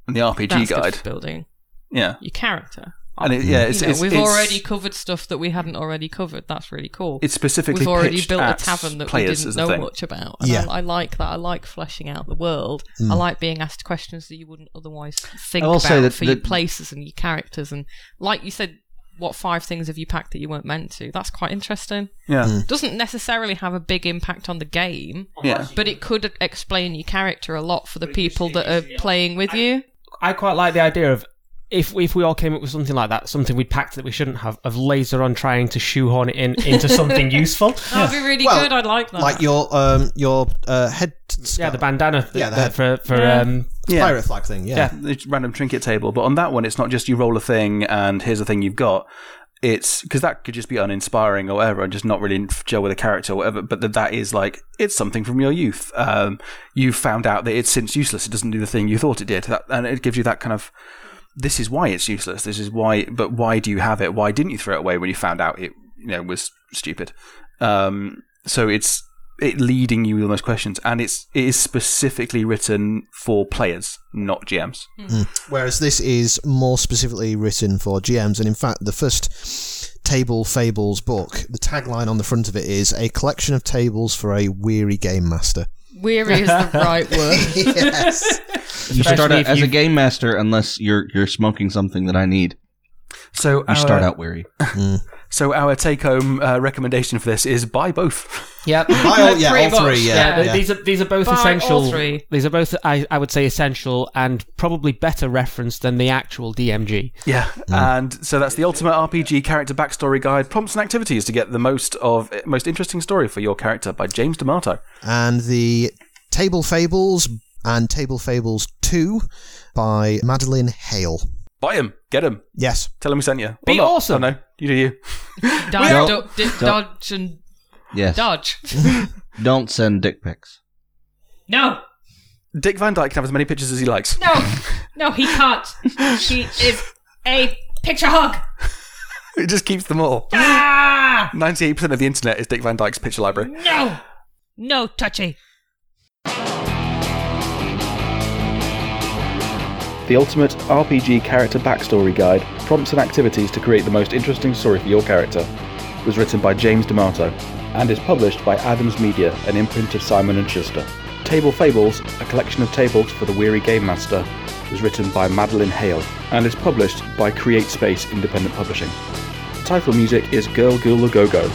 Speaker 2: the RPG
Speaker 4: That's good
Speaker 2: guide.
Speaker 4: for building
Speaker 2: Yeah,
Speaker 4: your character.
Speaker 2: and it, yeah, it's,
Speaker 4: you know,
Speaker 2: it's,
Speaker 4: we've
Speaker 2: it's-
Speaker 4: already covered stuff that we hadn't already covered. That's really cool.
Speaker 2: It's specifically
Speaker 4: We've already
Speaker 2: pitched
Speaker 4: built a
Speaker 2: at
Speaker 4: tavern that we
Speaker 2: players
Speaker 4: didn't
Speaker 2: as a
Speaker 4: know
Speaker 2: thing.
Speaker 4: much about. And
Speaker 5: Yeah. Mm.
Speaker 4: I, I like that. I like fleshing out the world. I like being asked questions that you wouldn't otherwise think
Speaker 6: I will
Speaker 4: about
Speaker 6: say that
Speaker 4: for your
Speaker 6: the-
Speaker 4: places and your characters. And like you said, what five things have you packed that you weren't meant to? That's quite interesting.
Speaker 2: Yeah.
Speaker 4: Doesn't necessarily have a big impact on the game,
Speaker 2: Yeah.
Speaker 4: but it could explain your character a lot for the people that are playing with you.
Speaker 3: I quite like the idea of if if we all came up with something like that, something we'd packed that we shouldn't have, of laser on trying to shoehorn it in into
Speaker 4: <laughs>
Speaker 3: something useful.
Speaker 4: That'd be really
Speaker 5: Well,
Speaker 4: good. I'd like that.
Speaker 5: Like your um your uh, head.
Speaker 3: Yeah, the bandana.
Speaker 5: Yeah, the
Speaker 3: that-
Speaker 5: head-
Speaker 3: for for um.
Speaker 2: Yeah.
Speaker 5: pirate flag thing. Yeah.
Speaker 2: Yeah, it's random trinket table. But on that one, it's not just you roll a thing and here's the thing you've got. It's because that could just be uninspiring or whatever, and just not really gel with a character or whatever. But that that is like it's something from your youth. Um, you found out that it's since useless. It doesn't do the thing you thought it did, that, and it gives you that kind of this is why it's useless. This is why. But why do you have it? Why didn't you throw it away when you found out it you know was stupid? Um, so it's it leading you with all those questions, and it's it is specifically written for players, not GMs.
Speaker 3: Hmm.
Speaker 5: Whereas this is more specifically written for GMs, and in fact, the first Table Fables book, the tagline on the front of it is a collection of tables for a weary game
Speaker 4: <laughs>
Speaker 5: master.
Speaker 4: Weary is
Speaker 5: <laughs>
Speaker 4: the right word.
Speaker 5: yes.
Speaker 6: You start
Speaker 3: Especially
Speaker 6: out
Speaker 3: if
Speaker 6: as a
Speaker 3: you've-
Speaker 6: game master unless you're you're smoking something that I need.
Speaker 2: So
Speaker 6: You
Speaker 2: our,
Speaker 6: start out weary.
Speaker 2: So our take-home uh, recommendation for this is buy both. <laughs>
Speaker 3: Yep.
Speaker 5: By all, yeah,
Speaker 4: Pretty
Speaker 5: all
Speaker 4: much,
Speaker 5: three. Yeah.
Speaker 4: yeah.
Speaker 5: yeah.
Speaker 3: These are these are both
Speaker 4: Buy all
Speaker 3: essential.
Speaker 4: three.
Speaker 3: These are both I, I would say essential and probably better referenced than the actual DMG.
Speaker 2: yeah,
Speaker 6: Hmm.
Speaker 2: and so that's the ultimate RPG character backstory guide, prompts and activities to get the most of most interesting story for your character by James D'Amato.
Speaker 5: And the Table Fables and Table Fables Two by Madeline Hale.
Speaker 2: Buy him, get him,
Speaker 5: Yes.
Speaker 2: tell him we sent you.
Speaker 3: Be
Speaker 2: Or not.
Speaker 3: awesome.
Speaker 2: I don't know. You do you.
Speaker 4: Dodge,
Speaker 6: Well-
Speaker 4: do- di- dodge and
Speaker 6: Yes.
Speaker 4: dodge.
Speaker 6: Don't send dick pics.
Speaker 7: No,
Speaker 2: Dick Van Dyke can have as many pictures as he likes. <laughs>
Speaker 7: no, no, he can't. She is a picture hog.
Speaker 2: It just keeps them all.
Speaker 4: Ah!
Speaker 2: Ninety-eight percent of the internet is Dick Van Dyke's picture library.
Speaker 7: No, no, touchy.
Speaker 1: The Ultimate RPG Character Backstory Guide Prompts and Activities to Create the Most Interesting Story for Your Character was written by James D'Amato and is published by Adams Media, an imprint of Simon & Schuster. Table Fables, a collection of tables for the weary game master, was written by Madeline Hale and is published by Create Space Independent Publishing. Title music is Girl Ghoul Go Go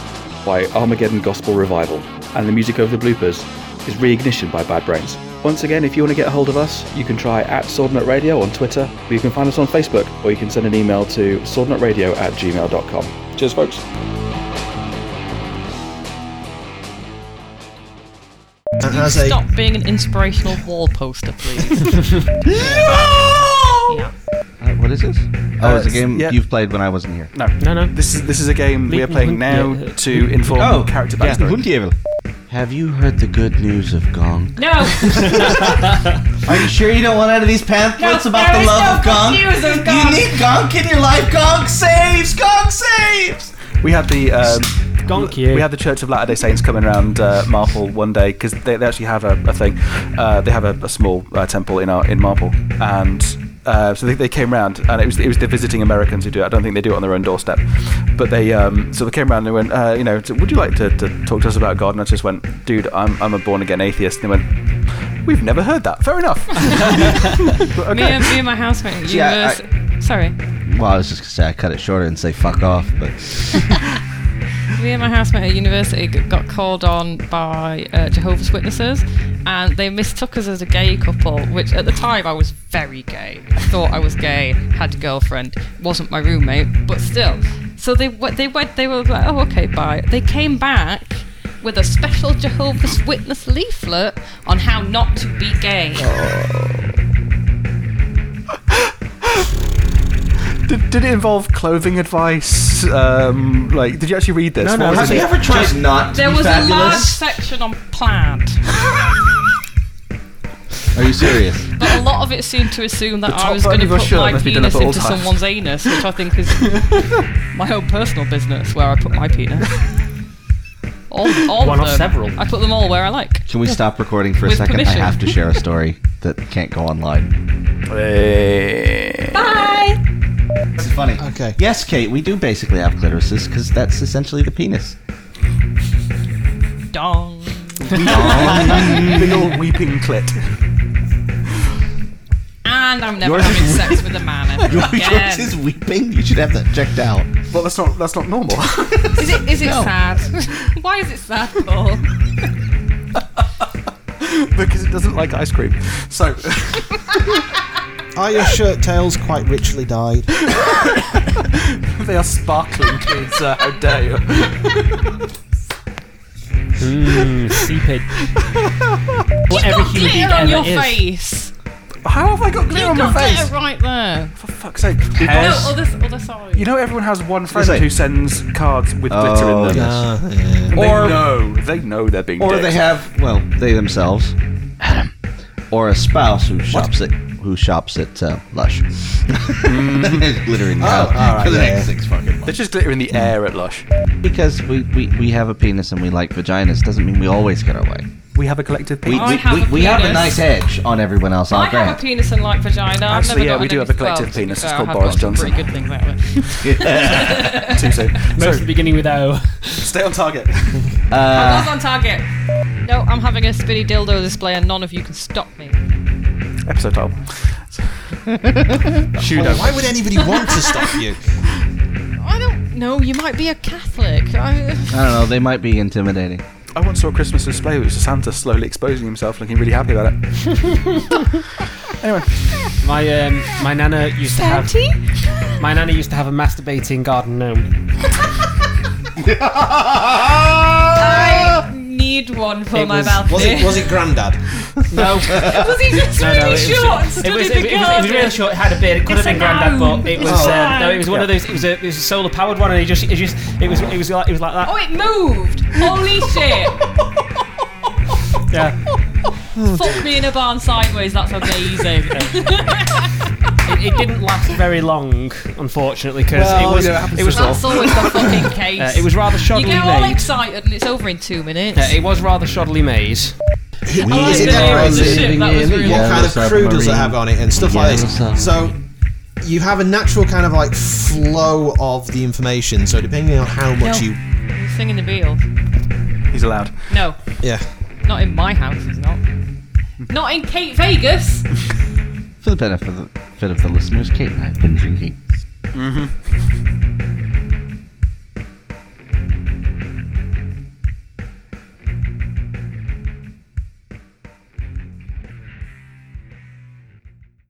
Speaker 1: by Armageddon Gospel Revival, and the music over the bloopers is Reignition by Bad Brains. Once again, if you want to get a hold of us, you can try at Swordnut Radio on Twitter, or you can find us on Facebook, or you can send an email to swordnutradio at gmail.com. Cheers, folks.
Speaker 5: And as a
Speaker 4: Stop being an inspirational wall poster,
Speaker 6: <laughs>
Speaker 4: please. Yeah.
Speaker 6: Uh, what is this? Oh, it's a game
Speaker 2: yeah.
Speaker 6: you've played when I wasn't here.
Speaker 2: No,
Speaker 3: No, no.
Speaker 2: This is this is a game we are playing now to inform
Speaker 6: Oh.
Speaker 2: character backstory.
Speaker 6: Have you heard the good news of Gong?
Speaker 7: No,
Speaker 8: Are you sure you don't want out of these pamphlets about the love of Gong? You need Gong in your life. Gong saves. Gong saves.
Speaker 2: We had the um,
Speaker 3: Gonk
Speaker 2: we
Speaker 3: you.
Speaker 2: had the Church of Latter Day Saints coming around uh, Marple one day because they, they actually have a, a thing. Uh, they have a, a small uh, temple in our in Marple, and uh, so they, they came round, and it was it was the visiting Americans who do it. I don't think they do it on their own doorstep, but they um, so they came round and they went, uh, you know, so would you like to, to talk to us about God? And I just went, dude, I'm I'm a born again atheist. And they went, we've never heard that.
Speaker 3: <laughs>
Speaker 2: Fair enough.
Speaker 4: me, and, me and my housemate. You
Speaker 6: Yeah,
Speaker 4: were, s- sorry.
Speaker 6: Well, I was just gonna say I cut it short and say fuck off, but
Speaker 4: Me and my housemate at university g- got called on by uh, Jehovah's Witnesses, and they mistook us as a gay couple. Which at the time I was very gay. I thought I was gay, had a girlfriend, wasn't my roommate, but still. So they w- they went. They were like, oh okay, bye. They came back with a special Jehovah's Witness leaflet on how not to be gay.
Speaker 2: did, did it involve clothing advice? Um, like, did you actually read this?
Speaker 3: No,
Speaker 2: What
Speaker 3: no,
Speaker 2: was
Speaker 3: I
Speaker 2: it?
Speaker 3: Have you
Speaker 8: ever tried not
Speaker 4: There was a large section on plaid,
Speaker 6: are you serious?
Speaker 4: but a lot of it seemed to assume that I
Speaker 2: top
Speaker 4: was going to
Speaker 2: button of your
Speaker 4: put
Speaker 2: shirt
Speaker 4: my
Speaker 2: must be done up
Speaker 4: penis
Speaker 2: at all
Speaker 4: into
Speaker 2: times.
Speaker 4: someone's anus, which I think is
Speaker 2: <laughs>
Speaker 4: my own personal business where I put my penis. All, all
Speaker 3: One
Speaker 4: of
Speaker 3: of
Speaker 4: them.
Speaker 3: several.
Speaker 4: I put them all where I like.
Speaker 6: Can we stop recording for a
Speaker 4: With
Speaker 6: second?
Speaker 4: permission.
Speaker 6: I have to share a story that can't go online. That's funny.
Speaker 5: okay.
Speaker 6: Yes, Kate, we do basically have clitorises because that's essentially the penis. <laughs>
Speaker 4: Dong.
Speaker 2: <laughs> Big old weeping clit.
Speaker 7: I
Speaker 4: And I'm never
Speaker 6: Yours
Speaker 2: <laughs>
Speaker 4: having
Speaker 6: is-
Speaker 4: sex with a man ever
Speaker 6: Your
Speaker 4: again.
Speaker 6: yours is weeping. You should have that checked out.
Speaker 2: Well, that's not that's not normal.
Speaker 4: Is it is it sad? <laughs> Why is it sad, Paul?
Speaker 2: because it doesn't like ice cream. So, <laughs>
Speaker 5: Are your shirt tails quite richly dyed?
Speaker 2: they are sparkling kids. Uh, how dare you?
Speaker 3: Mm, seepage. what every human being
Speaker 4: Glitter on
Speaker 3: ever
Speaker 4: your
Speaker 3: is.
Speaker 4: face.
Speaker 2: How have I got glitter on my
Speaker 4: Got
Speaker 2: face?
Speaker 4: glitter right there.
Speaker 2: For fuck's sake! We've got-
Speaker 4: No, other other side.
Speaker 2: You know, everyone has one friend
Speaker 6: Listen.
Speaker 2: who sends cards with glitter in them.
Speaker 5: Ah, yeah.
Speaker 2: They
Speaker 6: Or-
Speaker 2: know. Oh, They know they're being.
Speaker 6: Or
Speaker 2: dicks.
Speaker 6: they have well, they themselves, or a spouse who shops at who shops at uh, Lush. <laughs> Glittering out
Speaker 5: alright,
Speaker 6: for the
Speaker 5: yeah,
Speaker 6: next
Speaker 5: yeah.
Speaker 6: six fucking months.
Speaker 2: They're just glitter in the air at Lush.
Speaker 6: Because we, we, we have a penis and we like vaginas doesn't mean we always get our way.
Speaker 2: We have a collective
Speaker 6: We,
Speaker 2: penis.
Speaker 4: I
Speaker 6: we,
Speaker 4: have
Speaker 6: we,
Speaker 4: a
Speaker 6: we have a
Speaker 4: penis.
Speaker 6: nice edge on everyone else. I'll
Speaker 4: I have a
Speaker 6: grant.
Speaker 4: penis and like vagina. I've
Speaker 2: Actually,
Speaker 4: never
Speaker 2: yeah,
Speaker 4: got
Speaker 2: we
Speaker 4: an
Speaker 2: do have a
Speaker 4: anything-
Speaker 2: collective
Speaker 4: well, to be
Speaker 2: penis. It's
Speaker 4: fair, I
Speaker 2: called
Speaker 4: have
Speaker 2: Boris
Speaker 4: got some
Speaker 2: Johnson.
Speaker 4: Pretty good thing that way.
Speaker 2: Too soon.
Speaker 3: Most of
Speaker 2: So
Speaker 3: the beginning with O.
Speaker 2: stay on target.
Speaker 4: That's on target. No, I'm having a spinny dildo display, and none of you can stop me.
Speaker 2: <laughs> Episode <laughs> title.
Speaker 5: Why would anybody want to stop you?
Speaker 4: I don't know. You might be a Catholic. I, uh,
Speaker 6: I don't know. They might be intimidating.
Speaker 2: I once saw a Christmas display which was Santa slowly exposing himself, looking really happy about it.
Speaker 3: My um, my nana used to have my nana used to have a masturbating garden gnome.
Speaker 4: I need one for
Speaker 3: It
Speaker 4: my
Speaker 3: was-
Speaker 4: balcony.
Speaker 5: Was it was
Speaker 4: <laughs>
Speaker 5: it granddad?
Speaker 3: No, <laughs>
Speaker 4: Was he just
Speaker 3: no,
Speaker 4: really
Speaker 3: no, it was-
Speaker 4: short? and
Speaker 3: it
Speaker 4: stood
Speaker 3: was,
Speaker 4: in
Speaker 3: it,
Speaker 4: the
Speaker 3: was, it was
Speaker 4: garden?
Speaker 3: really short. It had a beard. It could
Speaker 4: It's
Speaker 3: have been
Speaker 4: a
Speaker 3: granddad,
Speaker 4: gnome.
Speaker 3: but it was
Speaker 4: It's a
Speaker 3: um, no. It was one
Speaker 2: gnome.
Speaker 3: of those. It was a it was a solar powered one, and it just it just it was it was like it was like
Speaker 4: Oh,
Speaker 3: that.
Speaker 4: it moved!
Speaker 3: <laughs>
Speaker 4: Holy shit!
Speaker 3: Yeah.
Speaker 4: Fuck me in a barn sideways, that's amazing.
Speaker 3: It, it didn't last very long, unfortunately, because
Speaker 2: Well,
Speaker 3: it was
Speaker 2: yeah, it happens
Speaker 3: it was
Speaker 2: to us
Speaker 4: that's always the fucking
Speaker 3: <laughs>
Speaker 4: case.
Speaker 3: uh, it was rather
Speaker 4: you
Speaker 3: shoddily
Speaker 4: get all
Speaker 3: made.
Speaker 4: excited and it's over in two minutes.
Speaker 3: Uh, it was rather shoddily made.
Speaker 4: I like
Speaker 5: Is it
Speaker 4: the layer of the
Speaker 5: decorated?
Speaker 4: ship, that was really
Speaker 5: what kind of crew does it have on it and stuff like this. So you have a natural kind of like flow of the information. So depending on how much
Speaker 4: No.
Speaker 5: you,
Speaker 4: We're singing the Beatles.
Speaker 2: He's allowed.
Speaker 4: No,
Speaker 5: yeah,
Speaker 4: not in my house, it's not. Not in Kate Vegas!
Speaker 6: For the benefit of the, benefit of the listeners, Kate and I have been drinking.